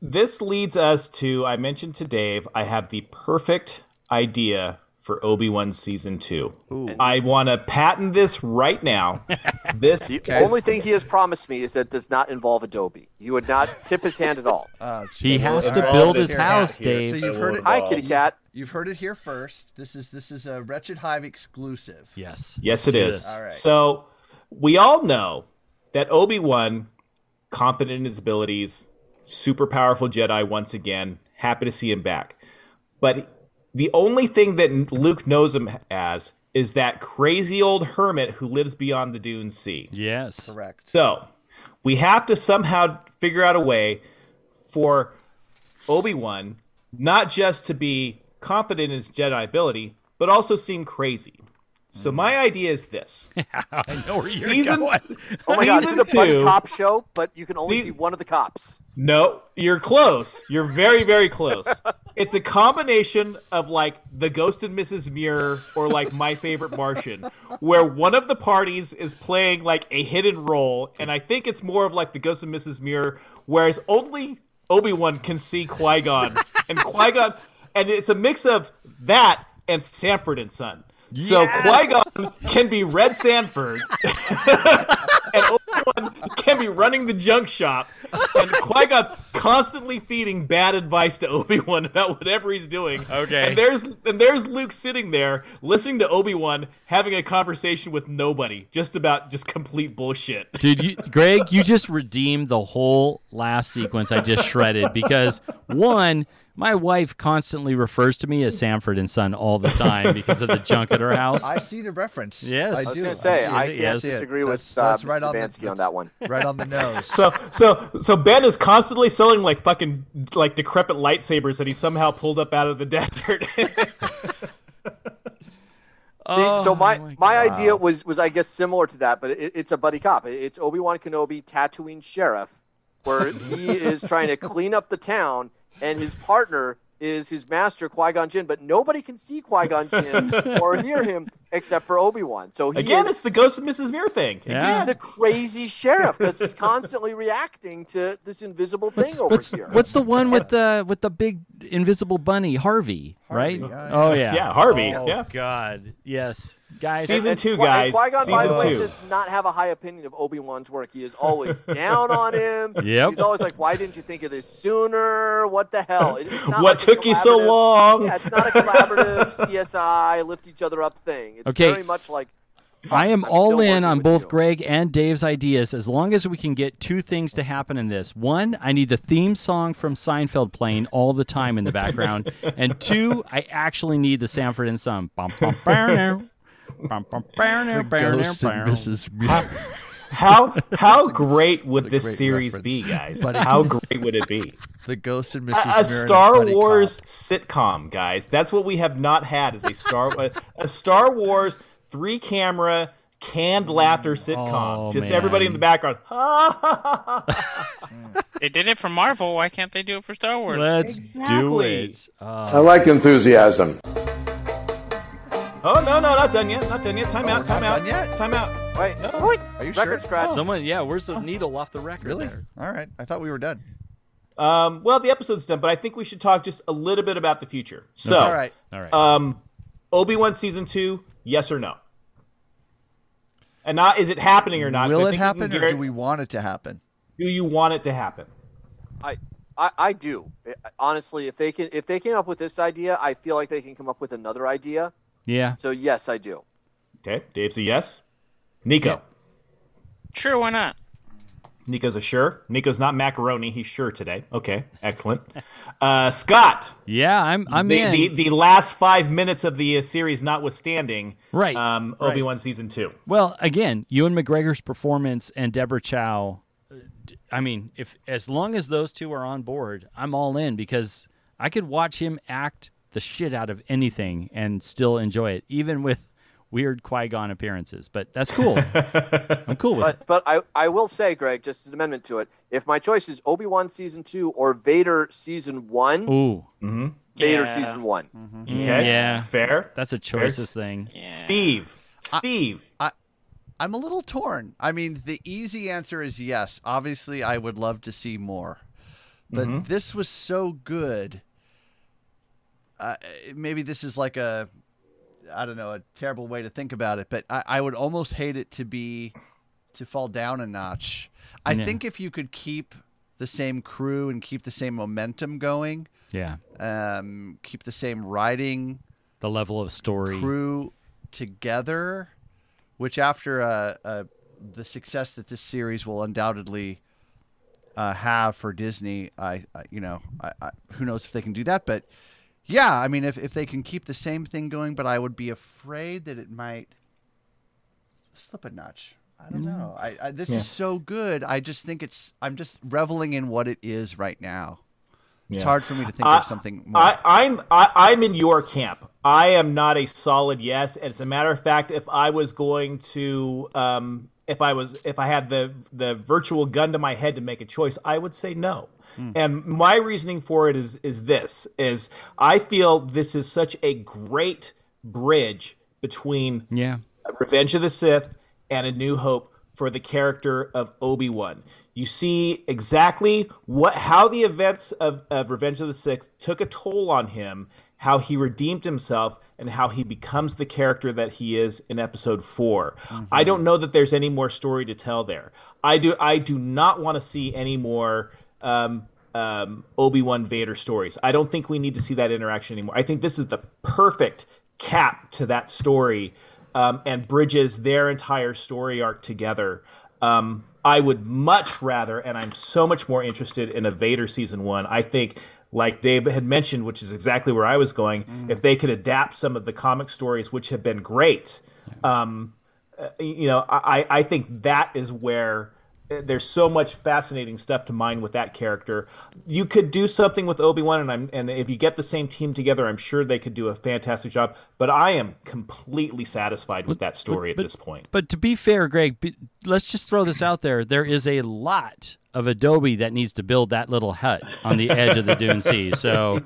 [SPEAKER 3] This leads us to. I mentioned to Dave. I have the perfect idea for Obi Wan season two. I want to patent this right now. This
[SPEAKER 4] The only thing he has promised me is that it does not involve Adobe. You would not tip his hand at all.
[SPEAKER 2] Oh,
[SPEAKER 6] He
[SPEAKER 2] jeez.
[SPEAKER 6] has
[SPEAKER 2] All
[SPEAKER 6] to
[SPEAKER 2] right.
[SPEAKER 6] build his
[SPEAKER 2] So
[SPEAKER 6] house,
[SPEAKER 2] So
[SPEAKER 6] Dave.
[SPEAKER 2] you've heard it.
[SPEAKER 4] Hi, kitty cat.
[SPEAKER 2] You've heard it here first. This is this is a wretched hive exclusive.
[SPEAKER 6] Yes.
[SPEAKER 3] Yes, it
[SPEAKER 6] do
[SPEAKER 3] is.
[SPEAKER 6] this.
[SPEAKER 2] All right.
[SPEAKER 3] So we all know that Obi Wan, confident in his abilities, super powerful Jedi once again, happy to see him back. But the only thing that Luke knows him as is that crazy old hermit who lives beyond the Dune Sea.
[SPEAKER 6] Yes.
[SPEAKER 2] Correct.
[SPEAKER 3] So we have to somehow figure out a way for Obi Wan not just to be confident in his Jedi ability, but also seem crazy. So my idea is this:
[SPEAKER 6] I know where you're
[SPEAKER 3] Season-
[SPEAKER 6] going.
[SPEAKER 4] Oh my god, is
[SPEAKER 3] Season
[SPEAKER 4] it a fun
[SPEAKER 3] two.
[SPEAKER 4] cop show? But you can only
[SPEAKER 3] See-
[SPEAKER 4] see one of the cops.
[SPEAKER 3] No, you're close. You're very, very close. it's a combination of like the Ghost and Mrs. Muir or like My Favorite Martian, where one of the parties is playing like a hidden role, and I think it's more of like the Ghost and Mrs. Muir, whereas only Obi Wan can see Qui Gon, and Qui Gon, and it's a mix of that and Sanford and Son. So Qui Gon can be Red Sanford, and Obi-Wan can be running the junk shop, and Qui-Gon constantly feeding bad advice to Obi-Wan about whatever he's doing.
[SPEAKER 6] Okay.
[SPEAKER 3] And there's and there's Luke sitting there listening to Obi-Wan having a conversation with nobody, just about just complete bullshit.
[SPEAKER 6] Dude, you, Greg, you just redeemed the whole last sequence I just shredded because one, my wife constantly refers to me as Sanford and Son all the time because of the junk at her house.
[SPEAKER 2] I see the reference.
[SPEAKER 6] Yes.
[SPEAKER 2] I
[SPEAKER 6] I was
[SPEAKER 2] do.
[SPEAKER 6] gonna
[SPEAKER 4] I say, I
[SPEAKER 2] see
[SPEAKER 4] can't
[SPEAKER 2] it.
[SPEAKER 6] yes.
[SPEAKER 2] see it.
[SPEAKER 4] disagree
[SPEAKER 2] That's-
[SPEAKER 4] with uh,
[SPEAKER 2] that's right
[SPEAKER 4] Mr.
[SPEAKER 2] on the-
[SPEAKER 4] Stefanski on
[SPEAKER 2] that's
[SPEAKER 4] that one.
[SPEAKER 2] Right on the nose.
[SPEAKER 3] So so so Ben is constantly selling like fucking like decrepit lightsabers that he somehow pulled up out of the desert.
[SPEAKER 4] See,
[SPEAKER 2] Oh
[SPEAKER 4] so my my, idea was was I guess similar to that, but it, it's a buddy cop. It- It's Obi Wan Kenobi, Tatooine sheriff, where he is trying to clean up the town, and his partner is his master Qui Gon Jinn, but nobody can see Qui Gon Jinn or hear him except for Obi Wan. So he
[SPEAKER 3] Again,
[SPEAKER 4] is
[SPEAKER 3] it's the Ghost of Mrs. Muir thing.
[SPEAKER 6] Yeah.
[SPEAKER 4] the crazy sheriff because he's constantly reacting to this invisible thing
[SPEAKER 6] What's,
[SPEAKER 4] over
[SPEAKER 6] what's,
[SPEAKER 4] here.
[SPEAKER 6] what's the one with the with the big invisible bunny, Harvey, right?
[SPEAKER 2] Harvey, yeah,
[SPEAKER 6] Oh yeah.
[SPEAKER 3] Yeah, Harvey.
[SPEAKER 6] Oh
[SPEAKER 3] yeah.
[SPEAKER 6] God. Yes. Guys,
[SPEAKER 3] Season
[SPEAKER 4] And-
[SPEAKER 3] two,
[SPEAKER 4] and
[SPEAKER 3] guys.
[SPEAKER 4] Qui-Gon, by
[SPEAKER 3] Season
[SPEAKER 4] the way,
[SPEAKER 3] two.
[SPEAKER 4] does not have a high opinion of Obi Wan's work. He is always down on him.
[SPEAKER 6] Yep.
[SPEAKER 4] He's always like, "Why didn't you think of this sooner? What the hell? It- it's not
[SPEAKER 3] What
[SPEAKER 4] like a
[SPEAKER 3] took you so
[SPEAKER 4] collaborative-
[SPEAKER 3] long?
[SPEAKER 4] Yeah, it's not a collaborative CSI lift each other up thing. It's
[SPEAKER 6] Okay.
[SPEAKER 4] very much like
[SPEAKER 6] I am
[SPEAKER 4] I'm
[SPEAKER 6] all
[SPEAKER 4] still
[SPEAKER 6] in
[SPEAKER 4] working
[SPEAKER 6] on
[SPEAKER 4] with
[SPEAKER 6] both
[SPEAKER 4] you.
[SPEAKER 6] Greg and Dave's ideas as long as we can get two things to happen in this. One, I need the theme song from Seinfeld playing all the time in the background. and two, I actually need the Sanford and Son. Bum, bum, burner. Bum, bum, burner, burner,
[SPEAKER 2] Ghost and
[SPEAKER 6] burner.
[SPEAKER 2] Mrs. Muir.
[SPEAKER 3] How how great would this
[SPEAKER 2] great
[SPEAKER 3] series be,
[SPEAKER 2] reference.
[SPEAKER 3] guys? How great would it be?
[SPEAKER 2] the Ghost and
[SPEAKER 3] A,
[SPEAKER 2] Mrs.
[SPEAKER 3] a
[SPEAKER 2] Muir and
[SPEAKER 3] Uh, Star
[SPEAKER 2] buddy
[SPEAKER 3] Wars
[SPEAKER 2] cop.
[SPEAKER 3] sitcom, guys. That's what we have not had is a Star a, a Star Wars three camera canned
[SPEAKER 2] Mm.
[SPEAKER 3] laughter sitcom.
[SPEAKER 6] Oh,
[SPEAKER 3] Just everybody in
[SPEAKER 6] man.
[SPEAKER 3] the background. Ha, ha, ha, ha, ha.
[SPEAKER 5] They did it for Marvel. Why can't they do it for Star Wars?
[SPEAKER 6] Let's do
[SPEAKER 3] Exactly.
[SPEAKER 6] it. Uh,
[SPEAKER 7] I like enthusiasm.
[SPEAKER 3] oh no, no, not done yet. Not done yet. Time out.
[SPEAKER 2] we're
[SPEAKER 3] Time
[SPEAKER 2] not
[SPEAKER 3] out.
[SPEAKER 2] done yet?
[SPEAKER 3] Time out.
[SPEAKER 4] wait,
[SPEAKER 3] No.
[SPEAKER 4] wait,
[SPEAKER 2] Are you sure?
[SPEAKER 4] record scratch.
[SPEAKER 6] someone, yeah, where's the needle off the record?
[SPEAKER 2] Really?
[SPEAKER 6] there?
[SPEAKER 2] All right. I thought we were done.
[SPEAKER 3] Um, well, the episode's done, but I think we should talk just a little bit about the future. Oh. So,
[SPEAKER 2] All right.
[SPEAKER 6] All right.
[SPEAKER 3] um, Obi Wan season two, yes or no? And not is it happening or not? 'Cause I
[SPEAKER 2] Will it
[SPEAKER 3] think we can
[SPEAKER 2] happen, or
[SPEAKER 3] guar-
[SPEAKER 2] do we want it to happen?
[SPEAKER 3] Do you want it to happen?
[SPEAKER 4] I, I, I do I- honestly. If they can, if they came up with this idea, I feel like they can come up with another idea.
[SPEAKER 6] yeah.
[SPEAKER 4] So yes, I do.
[SPEAKER 3] Okay, Dave's a yes. Nico,
[SPEAKER 5] Sure, why not?
[SPEAKER 3] Nico's a sure. Nico's not macaroni. He's sure today. Okay, excellent. Uh, Scott,
[SPEAKER 6] Yeah, I'm I'm
[SPEAKER 3] the,
[SPEAKER 6] in.
[SPEAKER 3] the the last five minutes of the uh, series notwithstanding,
[SPEAKER 6] Right,
[SPEAKER 3] Um,
[SPEAKER 6] right.
[SPEAKER 3] Obi Wan season two.
[SPEAKER 6] Well, again, Ewan McGregor's performance and Deborah Chow. uh, d- I mean, if as long as those two are on board, I'm all in because I could watch him act the shit out of anything and still enjoy it, even with weird Qui Gon appearances. But that's cool. I'm cool with it.
[SPEAKER 4] But but I, I will say, Greg, just as an amendment to it, if my choice is Obi Wan season two or Vader season one,
[SPEAKER 6] Ooh,
[SPEAKER 4] Vader
[SPEAKER 5] Yeah.
[SPEAKER 4] season one.
[SPEAKER 3] Okay,
[SPEAKER 6] Mm, yeah.
[SPEAKER 3] fair.
[SPEAKER 6] that's a choices thing.
[SPEAKER 3] Steve, Steve.
[SPEAKER 2] I'm a little torn. I mean, the easy answer is yes. Obviously, I would love to see more, but this was so good. Uh, maybe this is like a I don't know, a terrible way to think about it, but I, I would almost hate it to be to fall down a notch. I
[SPEAKER 6] Yeah.
[SPEAKER 2] think if you could keep the same crew and keep the same momentum going,
[SPEAKER 6] Yeah.
[SPEAKER 2] um, keep the same writing
[SPEAKER 6] The level of story.
[SPEAKER 2] crew together, which after uh, uh, the success that this series will undoubtedly uh, have for Disney, I, I you know, I, I, who knows if they can do that, but yeah, I mean, if if they can keep the same thing going, but I would be afraid that it might slip a notch. I don't know. I, I this
[SPEAKER 8] Mm-hmm. Yeah.
[SPEAKER 2] is so good. I just think it's. I'm just reveling in what it is right now. It's
[SPEAKER 8] Yeah.
[SPEAKER 2] hard for me to think
[SPEAKER 3] I-
[SPEAKER 2] of something more.
[SPEAKER 3] I, I'm I, I'm in your camp. I am not a solid yes. As a matter of fact, if I was going to, um, if I was, if I had the the virtual gun to my head to make a choice, I would say no. And my reasoning for it is is this: is I feel this is such a great bridge between
[SPEAKER 6] Yeah.
[SPEAKER 3] Revenge of the Sith and A New Hope for the character of Obi-Wan. You see exactly what how the events of, of Revenge of the Sith took a toll on him, how he redeemed himself, and how he becomes the character that he is in episode 4 I don't know that there's any more story to tell there. I do I do not want to see any more um, um, Obi Wan Vader stories. I don't think we need to see that interaction anymore. I think this is the perfect cap to that story um, and bridges their entire story arc together. Um, I would much rather, and I'm so much more interested in a Vader season one. I think, like Dave had mentioned, which is exactly where I was going, if they could adapt some of the comic stories, which have been great. Um, uh, you know, I, I I think that is where uh, there's so much fascinating stuff to mine with that character. You could do something with Obi Wan, and I'm and if you get the same team together, I'm sure they could do a fantastic job. But I am completely satisfied with that story at this point.
[SPEAKER 6] But to be fair, Greg, be, let's just throw this out there. There is a lot of Adobe that needs to build that little hut on the edge of the Dune Sea. So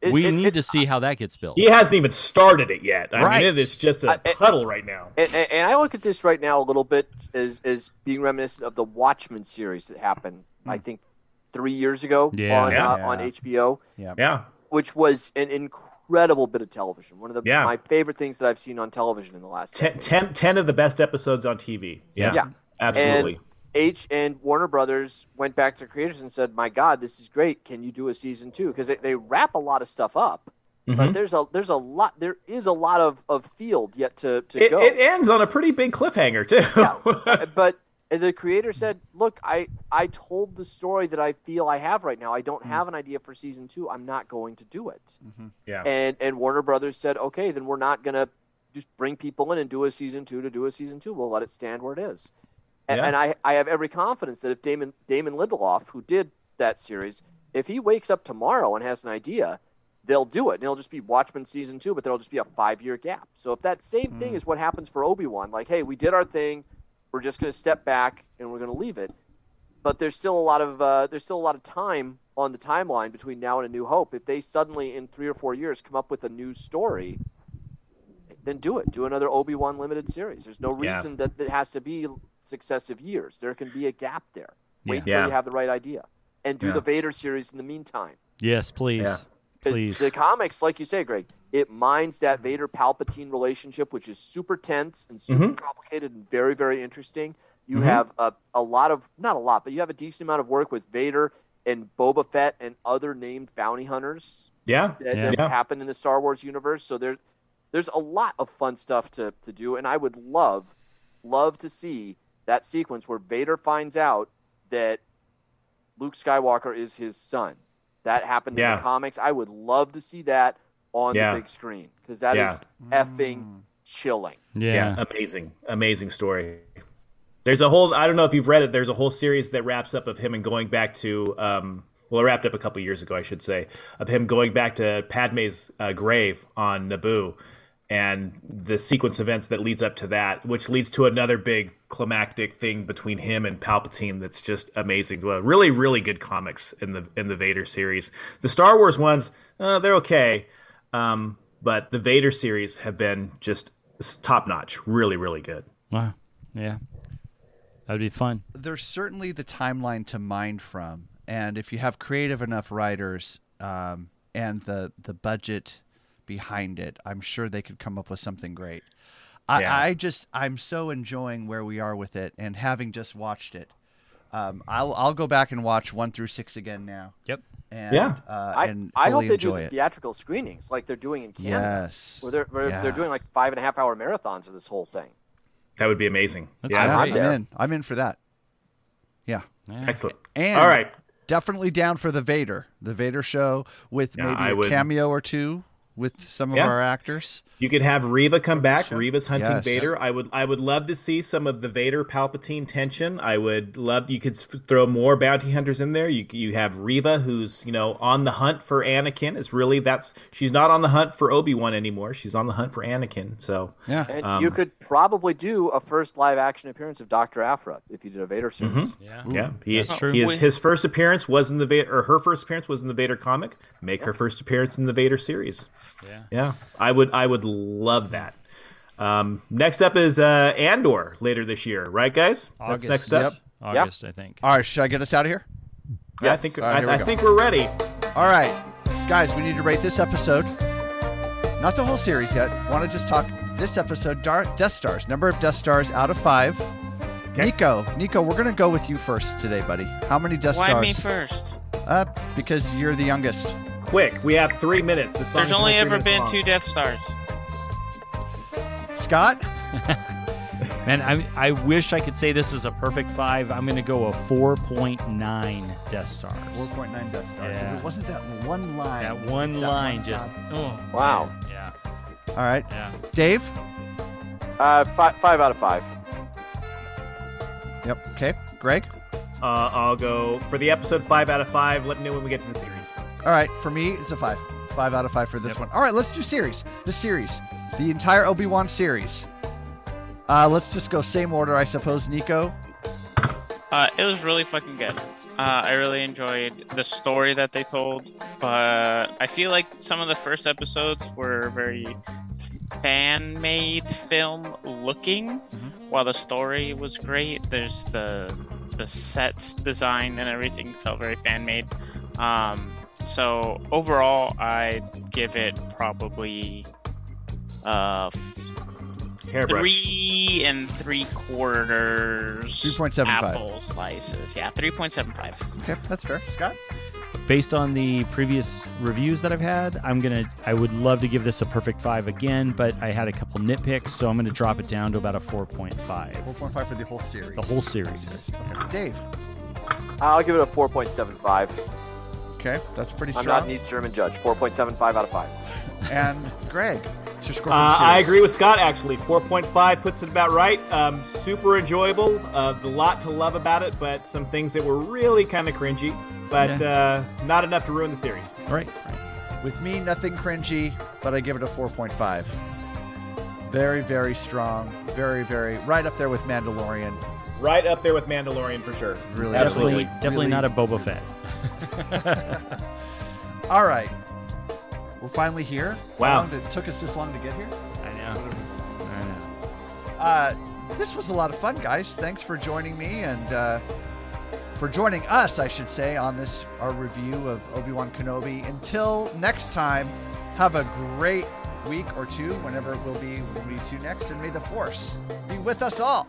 [SPEAKER 4] It-
[SPEAKER 6] we
[SPEAKER 4] it-
[SPEAKER 6] need
[SPEAKER 4] it-
[SPEAKER 6] to see how that gets built.
[SPEAKER 3] He hasn't even started it yet. I
[SPEAKER 6] Right.
[SPEAKER 3] mean, it is just a
[SPEAKER 4] I- I-
[SPEAKER 3] puddle right now.
[SPEAKER 4] And, and, and I look at this right now a little bit as, as being reminiscent of the Watchmen series that happened, I think, three years ago
[SPEAKER 6] Yeah.
[SPEAKER 4] on Uh,
[SPEAKER 2] Yeah.
[SPEAKER 4] on HBO,
[SPEAKER 3] Yeah,
[SPEAKER 4] which was an incredible bit of television. One of the
[SPEAKER 3] Yeah.
[SPEAKER 4] my favorite things that I've seen on television in the last
[SPEAKER 3] ten, ten, 10 of the best episodes on TV. Yeah,
[SPEAKER 4] Yeah.
[SPEAKER 3] absolutely.
[SPEAKER 4] And H and Warner Brothers went back to creators and said, "My God, this is great. Can you do a season two? Because they, they wrap a lot of stuff up,
[SPEAKER 3] Mm-hmm.
[SPEAKER 4] but there's a there's a lot there is a lot of, of field yet to, to
[SPEAKER 3] it,
[SPEAKER 4] go.
[SPEAKER 3] it ends on a pretty big cliffhanger too.
[SPEAKER 4] but the creator said, "Look, I I told the story that I feel I have right now. I
[SPEAKER 3] Mm.
[SPEAKER 4] don't have an idea for season two. I'm not going to do it."
[SPEAKER 3] yeah.
[SPEAKER 4] And and Warner Brothers said, "Okay, then we're not gonna just bring people in and do a season two to do a season two. We'll let it stand where it is." And,
[SPEAKER 3] Yeah.
[SPEAKER 4] and I I have every confidence that if Damon Damon Lindelof, who did that series, if he wakes up tomorrow and has an idea. They'll do it, and it'll just be Watchmen season two, but there'll just be a five-year gap. So if that same thing
[SPEAKER 3] Hmm.
[SPEAKER 4] is what happens for Obi Wan, like, hey, we did our thing, we're just going to step back and we're going to leave it. But there's still a lot of uh, there's still a lot of time on the timeline between now and A New Hope. If they suddenly in three or four years come up with a new story, then do it. Do another Obi Wan limited series. There's no
[SPEAKER 3] Yeah.
[SPEAKER 4] reason that it has to be successive years. There can be a gap there. Wait
[SPEAKER 3] Yeah.
[SPEAKER 4] until you have the right idea, and do
[SPEAKER 3] Yeah.
[SPEAKER 4] the Vader series in the meantime.
[SPEAKER 6] Yes, please.
[SPEAKER 3] Yeah.
[SPEAKER 6] Please.
[SPEAKER 4] Because the comics, like you say, Greg, it mines that Vader Palpatine relationship, which is super tense and super complicated and very, very interesting. You have a, a lot of, not a lot, but you have a decent amount of work with Vader and Boba Fett and other named bounty hunters
[SPEAKER 3] yeah.
[SPEAKER 4] that,
[SPEAKER 6] Yeah.
[SPEAKER 4] that
[SPEAKER 3] Yeah.
[SPEAKER 4] happen in the Star Wars universe. So there, there's a lot of fun stuff to, to do. And I would love, love to see that sequence where Vader finds out that Luke Skywalker is his son. That happened in
[SPEAKER 3] Yeah.
[SPEAKER 4] the comics. I would love to see that on
[SPEAKER 3] Yeah.
[SPEAKER 4] the big screen because that is
[SPEAKER 3] Yeah.
[SPEAKER 2] Mm.
[SPEAKER 4] effing chilling.
[SPEAKER 6] yeah.
[SPEAKER 3] yeah. amazing amazing story there's a whole i don't know if you've read it there's a whole series that wraps up of him and going back to um well it wrapped up a couple years ago i should say of him going back to padme's uh, grave on naboo and the sequence events that leads up to that which leads to another big climactic thing between him and palpatine that's just amazing well really really good comics in the in the vader series the star wars ones uh, they're okay um, but the Vader series have been just top notch, really, really good.
[SPEAKER 6] Wow. Yeah. That would be fun.
[SPEAKER 2] there's certainly the timeline to mine from, and if you have creative enough writers um, and the the budget behind it, I'm sure they could come up with something great. I,
[SPEAKER 3] Yeah.
[SPEAKER 2] I just I'm so enjoying where we are with it, and having just watched it, um, I'll I'll go back and watch one through six again now.
[SPEAKER 6] Yep.
[SPEAKER 2] And,
[SPEAKER 3] Yeah.
[SPEAKER 2] Uh,
[SPEAKER 4] I,
[SPEAKER 2] and
[SPEAKER 4] I hope
[SPEAKER 2] fully
[SPEAKER 4] they do
[SPEAKER 2] enjoy
[SPEAKER 4] the
[SPEAKER 2] it.
[SPEAKER 4] theatrical screenings like they're doing in Canada,
[SPEAKER 2] Yes.
[SPEAKER 4] where they're where
[SPEAKER 2] Yeah.
[SPEAKER 4] they're doing like five and a half hour marathons of this whole thing.
[SPEAKER 3] That would be amazing.
[SPEAKER 6] That's
[SPEAKER 3] yeah,
[SPEAKER 2] Yeah,
[SPEAKER 4] I'm
[SPEAKER 2] I'm
[SPEAKER 4] there.
[SPEAKER 2] in. I'm in for that. Yeah.
[SPEAKER 3] excellent.
[SPEAKER 2] And
[SPEAKER 3] All right.
[SPEAKER 2] definitely down for the Vader, the Vader show with
[SPEAKER 3] Yeah, I
[SPEAKER 2] maybe a
[SPEAKER 3] would-
[SPEAKER 2] cameo or two with some of
[SPEAKER 3] Yeah.
[SPEAKER 2] our actors.
[SPEAKER 3] You could have Reva come back. Reva's hunting
[SPEAKER 2] Yes.
[SPEAKER 3] Vader. I would I would love to see some of the Vader Palpatine tension. I would love you could s- throw more bounty hunters in there. You you have Reva who's, you know, on the hunt for Anakin. It's really that's she's not on the hunt for Obi-Wan anymore. She's on the hunt for Anakin. So,
[SPEAKER 2] Yeah.
[SPEAKER 4] And you could probably do a first live action appearance of Doctor Afra if you did a Vader series.
[SPEAKER 6] Yeah.
[SPEAKER 2] Hmm,
[SPEAKER 3] yeah. He,
[SPEAKER 6] That's true.
[SPEAKER 3] he is
[SPEAKER 6] When-
[SPEAKER 3] his first appearance was in the Vader or her first appearance was in the Vader comic. Make her first appearance in the Vader series.
[SPEAKER 6] Yeah.
[SPEAKER 3] Yeah, I would I would love that. Um, next up is uh, Andor later this year, right, guys?
[SPEAKER 6] August.
[SPEAKER 3] That's next up.
[SPEAKER 2] Yep.
[SPEAKER 6] August, I think.
[SPEAKER 2] All right, should I get us out of here?
[SPEAKER 3] Yeah, I think
[SPEAKER 2] All right, here
[SPEAKER 3] I,
[SPEAKER 2] we
[SPEAKER 3] I
[SPEAKER 2] go.
[SPEAKER 3] think we're ready.
[SPEAKER 2] All right, guys, we need to rate this episode. Not the whole series yet. Want to just talk this episode? Dar- Death Stars. Number of Death Stars out of five. Nico, Nico, we're gonna go with you first today, buddy. How many Death
[SPEAKER 5] Why
[SPEAKER 2] Stars?
[SPEAKER 5] me first?
[SPEAKER 2] Uh, because you're the youngest.
[SPEAKER 3] Quick, we have three minutes. This song
[SPEAKER 5] There's
[SPEAKER 3] is
[SPEAKER 5] only
[SPEAKER 3] three
[SPEAKER 5] ever
[SPEAKER 3] minutes
[SPEAKER 5] been
[SPEAKER 3] long.
[SPEAKER 5] two Death Stars.
[SPEAKER 2] Scott,
[SPEAKER 6] Man, I, I wish I could say this is a perfect five. I'm going to go a 4.9 Death Stars.
[SPEAKER 2] four point nine Death Stars.
[SPEAKER 6] Yeah.
[SPEAKER 2] If it wasn't that one line.
[SPEAKER 6] That one
[SPEAKER 2] it's that
[SPEAKER 6] line
[SPEAKER 2] one
[SPEAKER 6] just.
[SPEAKER 2] line.
[SPEAKER 6] Oh,
[SPEAKER 4] Wow.
[SPEAKER 6] man. Yeah.
[SPEAKER 2] All right,
[SPEAKER 6] Yeah.
[SPEAKER 2] Dave.
[SPEAKER 4] Uh, five, five out of five.
[SPEAKER 2] Yep. Okay, Greg.
[SPEAKER 3] Uh, I'll go for the episode five out of five. Let me know when we get to the series.
[SPEAKER 2] All right, for me, it's a five. Five out of five for this one. All right, let's do series. The series, the entire Obi Wan series. Uh, let's just go same order, I suppose. Nico.
[SPEAKER 5] Uh, it was really fucking good. Uh, I really enjoyed the story that they told, but I feel like some of the first episodes were very fan made film looking, while the story was great. There's the the sets design and everything felt very fan made. Um, so overall, I give it probably uh,
[SPEAKER 3] Hairbrush.
[SPEAKER 5] three and three quarters
[SPEAKER 2] 3.75.
[SPEAKER 5] apple slices. Yeah, three point seven five.
[SPEAKER 2] Okay, that's fair. Scott.
[SPEAKER 6] Based on the previous reviews that I've had, I'm going to. I would love to give this a perfect five again, but I had a couple nitpicks, so I'm going to drop it down to about a 4.5.
[SPEAKER 2] Four point five for the whole series.
[SPEAKER 6] The whole series.
[SPEAKER 2] Dave.
[SPEAKER 4] I'll give it a 4.75.
[SPEAKER 2] Okay, that's pretty
[SPEAKER 4] I'm
[SPEAKER 2] strong.
[SPEAKER 4] not an East German judge. 4.75 out of five.
[SPEAKER 2] and Greg. It's your score for the
[SPEAKER 3] Uh,
[SPEAKER 2] series.
[SPEAKER 3] I agree with Scott. Actually, four point five puts it about right. Um, super enjoyable. Uh, a lot to love about it, but some things that were really kind of cringy, but uh, not enough to ruin the series.
[SPEAKER 6] All right.
[SPEAKER 2] With me, nothing cringy, but I give it a 4.5. Very, very strong. Very, very right up there with Mandalorian.
[SPEAKER 3] Right up there with Mandalorian for sure.
[SPEAKER 2] Really,
[SPEAKER 6] Definitely,
[SPEAKER 3] Absolutely.
[SPEAKER 6] definitely
[SPEAKER 2] Really-
[SPEAKER 6] not a Boba Fett.
[SPEAKER 2] All right, we're finally here. How
[SPEAKER 3] Wow.
[SPEAKER 2] long did- it took us this long to get here.
[SPEAKER 6] I know. I know.
[SPEAKER 2] Uh, this was a lot of fun, guys. Thanks for joining me and uh, for joining us, I should say, on this our review of Obi Wan Kenobi. Until next time, have a great week or two, whenever it will be when we see you next, and may the Force be with us all.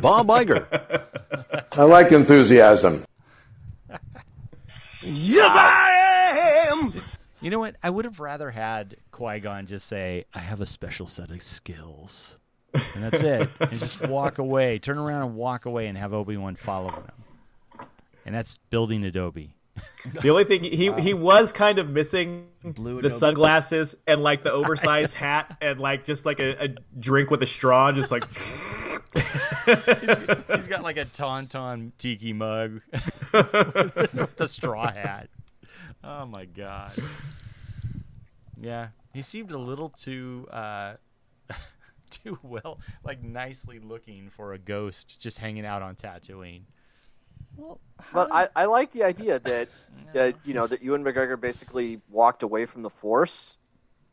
[SPEAKER 9] Bob Iger.
[SPEAKER 1] I like enthusiasm.
[SPEAKER 6] You know what? I would have rather had Qui Gon just say, "I have a special set of skills," and that's it, and just walk away, turn around and walk away, and have Obi Wan follow him. And that's building Adobe.
[SPEAKER 3] The only thing he he was kind of missing
[SPEAKER 2] Blue
[SPEAKER 3] the
[SPEAKER 2] and
[SPEAKER 3] sunglasses and like the oversized hat and like just like a, a drink with a straw, just like
[SPEAKER 6] He's got like a tauntaun tiki mug with a straw hat. Oh my god! Yeah, he seemed a little too. Uh, too well, like nicely looking for a ghost just hanging out on Tatooine.
[SPEAKER 4] But I, I like the idea that, that you know that Ewan McGregor basically walked away from the Force,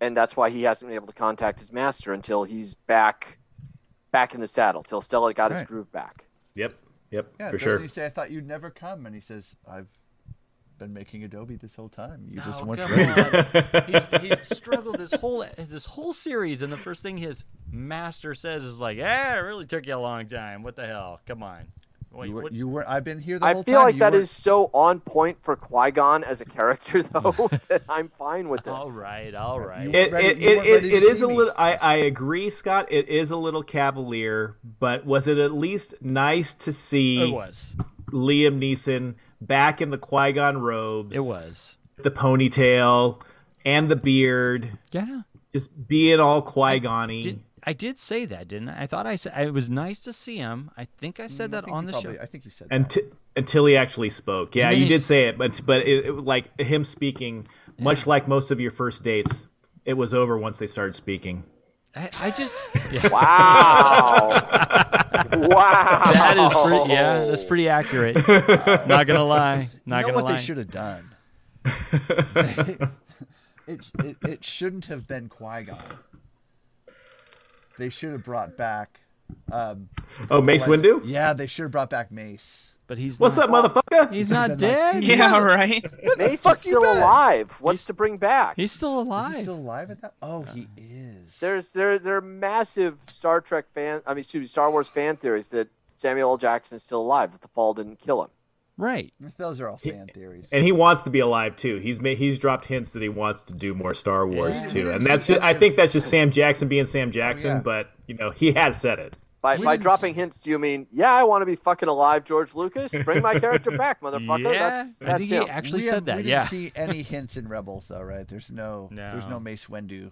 [SPEAKER 4] and that's why he hasn't been able to contact his master until he's back, back in the saddle, till Stella got his
[SPEAKER 2] Right.
[SPEAKER 4] groove back.
[SPEAKER 3] yep. Yep,
[SPEAKER 2] Yeah,
[SPEAKER 3] for
[SPEAKER 2] doesn't
[SPEAKER 3] sure.
[SPEAKER 2] he say, I thought you'd never come? And he says, I've been making Adobe this whole time. You just
[SPEAKER 6] Oh,
[SPEAKER 2] weren't
[SPEAKER 6] come
[SPEAKER 2] ready.
[SPEAKER 6] on. He's, he struggled this whole this whole series, and the first thing his master says is like, "Yeah, it really took you a long time. What the hell? Come on." Wait,
[SPEAKER 2] You, were,
[SPEAKER 6] what-
[SPEAKER 2] you were I've been here the
[SPEAKER 4] I
[SPEAKER 2] whole
[SPEAKER 4] feel
[SPEAKER 2] time.
[SPEAKER 4] like
[SPEAKER 2] you
[SPEAKER 4] that
[SPEAKER 2] were-
[SPEAKER 4] is so on point for Qui Gon as a character, though, that I'm fine with it.
[SPEAKER 6] all right, all right.
[SPEAKER 2] weren't
[SPEAKER 3] it,
[SPEAKER 2] ready-
[SPEAKER 3] it,
[SPEAKER 2] you
[SPEAKER 3] it,
[SPEAKER 2] weren't
[SPEAKER 3] it,
[SPEAKER 2] ready to
[SPEAKER 3] it is
[SPEAKER 2] see
[SPEAKER 3] a
[SPEAKER 2] me.
[SPEAKER 3] little I, I agree scott it is a little cavalier but was it at least nice to see
[SPEAKER 6] it was.
[SPEAKER 3] liam neeson back in the qui-gon robes
[SPEAKER 6] It was.
[SPEAKER 3] the ponytail and the beard
[SPEAKER 6] Yeah.
[SPEAKER 3] just being all qui-gon-y
[SPEAKER 6] Did, I did say that, didn't I? I thought I said it was nice to see him. I think I said
[SPEAKER 2] Mm, I
[SPEAKER 6] that
[SPEAKER 2] think
[SPEAKER 6] on
[SPEAKER 2] he
[SPEAKER 6] the
[SPEAKER 2] probably-
[SPEAKER 6] show.
[SPEAKER 2] I think he said
[SPEAKER 3] Unti- until he actually spoke. Yeah,
[SPEAKER 6] And then
[SPEAKER 3] you
[SPEAKER 6] he
[SPEAKER 3] did
[SPEAKER 6] s-
[SPEAKER 3] say it, but but it, it- like him speaking, much like most of your first dates, it was over once they started speaking.
[SPEAKER 6] I, I just
[SPEAKER 4] Wow. wow.
[SPEAKER 6] that is pretty, yeah, that's pretty accurate. Not gonna lie. Not
[SPEAKER 2] that. You
[SPEAKER 6] gonna
[SPEAKER 2] know what
[SPEAKER 6] lie.
[SPEAKER 2] they should have done? it, it, it shouldn't have been Qui Gon. They should have brought back. Um,
[SPEAKER 3] Oh, Mace Windu,
[SPEAKER 2] Yeah, they should have brought back Mace.
[SPEAKER 6] but he's
[SPEAKER 3] what's
[SPEAKER 6] not,
[SPEAKER 3] up, motherfucker?
[SPEAKER 6] He's not
[SPEAKER 2] like,
[SPEAKER 6] dead.
[SPEAKER 5] Yeah, right.
[SPEAKER 4] Mace is still
[SPEAKER 2] been?
[SPEAKER 4] alive. What's to bring back?
[SPEAKER 6] He's still
[SPEAKER 2] Is
[SPEAKER 6] alive.
[SPEAKER 2] he still alive at that? Oh,
[SPEAKER 6] Uh,
[SPEAKER 2] he is.
[SPEAKER 4] There's there there are massive Star Trek fan. I mean, excuse me, Star Wars fan theories that Samuel L. Jackson's still alive. That the fall didn't kill him.
[SPEAKER 6] right.
[SPEAKER 2] Those are all fan theories.
[SPEAKER 3] And he wants to be alive too. He's ma- he's dropped hints that he wants to do more Star Wars
[SPEAKER 2] Yeah.
[SPEAKER 3] too, and that's just, I think that's just Sam Jackson being Sam Jackson.
[SPEAKER 2] yeah.
[SPEAKER 3] But you know he has said it.
[SPEAKER 4] By,
[SPEAKER 2] We
[SPEAKER 4] by
[SPEAKER 2] didn't
[SPEAKER 4] dropping
[SPEAKER 2] s-
[SPEAKER 4] hints, do you mean, yeah, I want to be fucking alive, George Lucas? Bring my character back, motherfucker.
[SPEAKER 6] Yeah.
[SPEAKER 4] That's,
[SPEAKER 6] I
[SPEAKER 4] that's
[SPEAKER 6] think
[SPEAKER 4] him.
[SPEAKER 6] he actually
[SPEAKER 2] we
[SPEAKER 6] said
[SPEAKER 2] have-
[SPEAKER 6] that.
[SPEAKER 2] We
[SPEAKER 6] yeah.
[SPEAKER 2] didn't see any hints in Rebels though, right? There's no, there's
[SPEAKER 6] No.
[SPEAKER 2] no Mace Windu.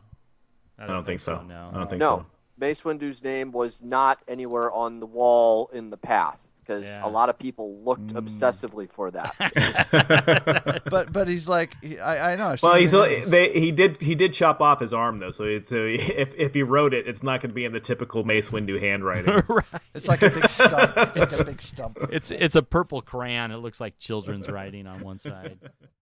[SPEAKER 3] I don't think so.
[SPEAKER 6] No.
[SPEAKER 3] I don't think
[SPEAKER 4] no,
[SPEAKER 3] so.
[SPEAKER 4] Mace Windu's name was not anywhere on the wall in the path because
[SPEAKER 6] Yeah.
[SPEAKER 4] a lot of people looked obsessively for that.
[SPEAKER 2] But but he's like, he, I I know. I've
[SPEAKER 3] Well,
[SPEAKER 2] seen
[SPEAKER 3] he's
[SPEAKER 2] him in-
[SPEAKER 3] they, he did he did chop off his arm though, so it's uh, if if he wrote it, it's not going to be in the typical Mace Windu handwriting.
[SPEAKER 2] It's like a big stump. It's like a big stump.
[SPEAKER 6] It's it's a purple crayon. It looks like children's writing on one side.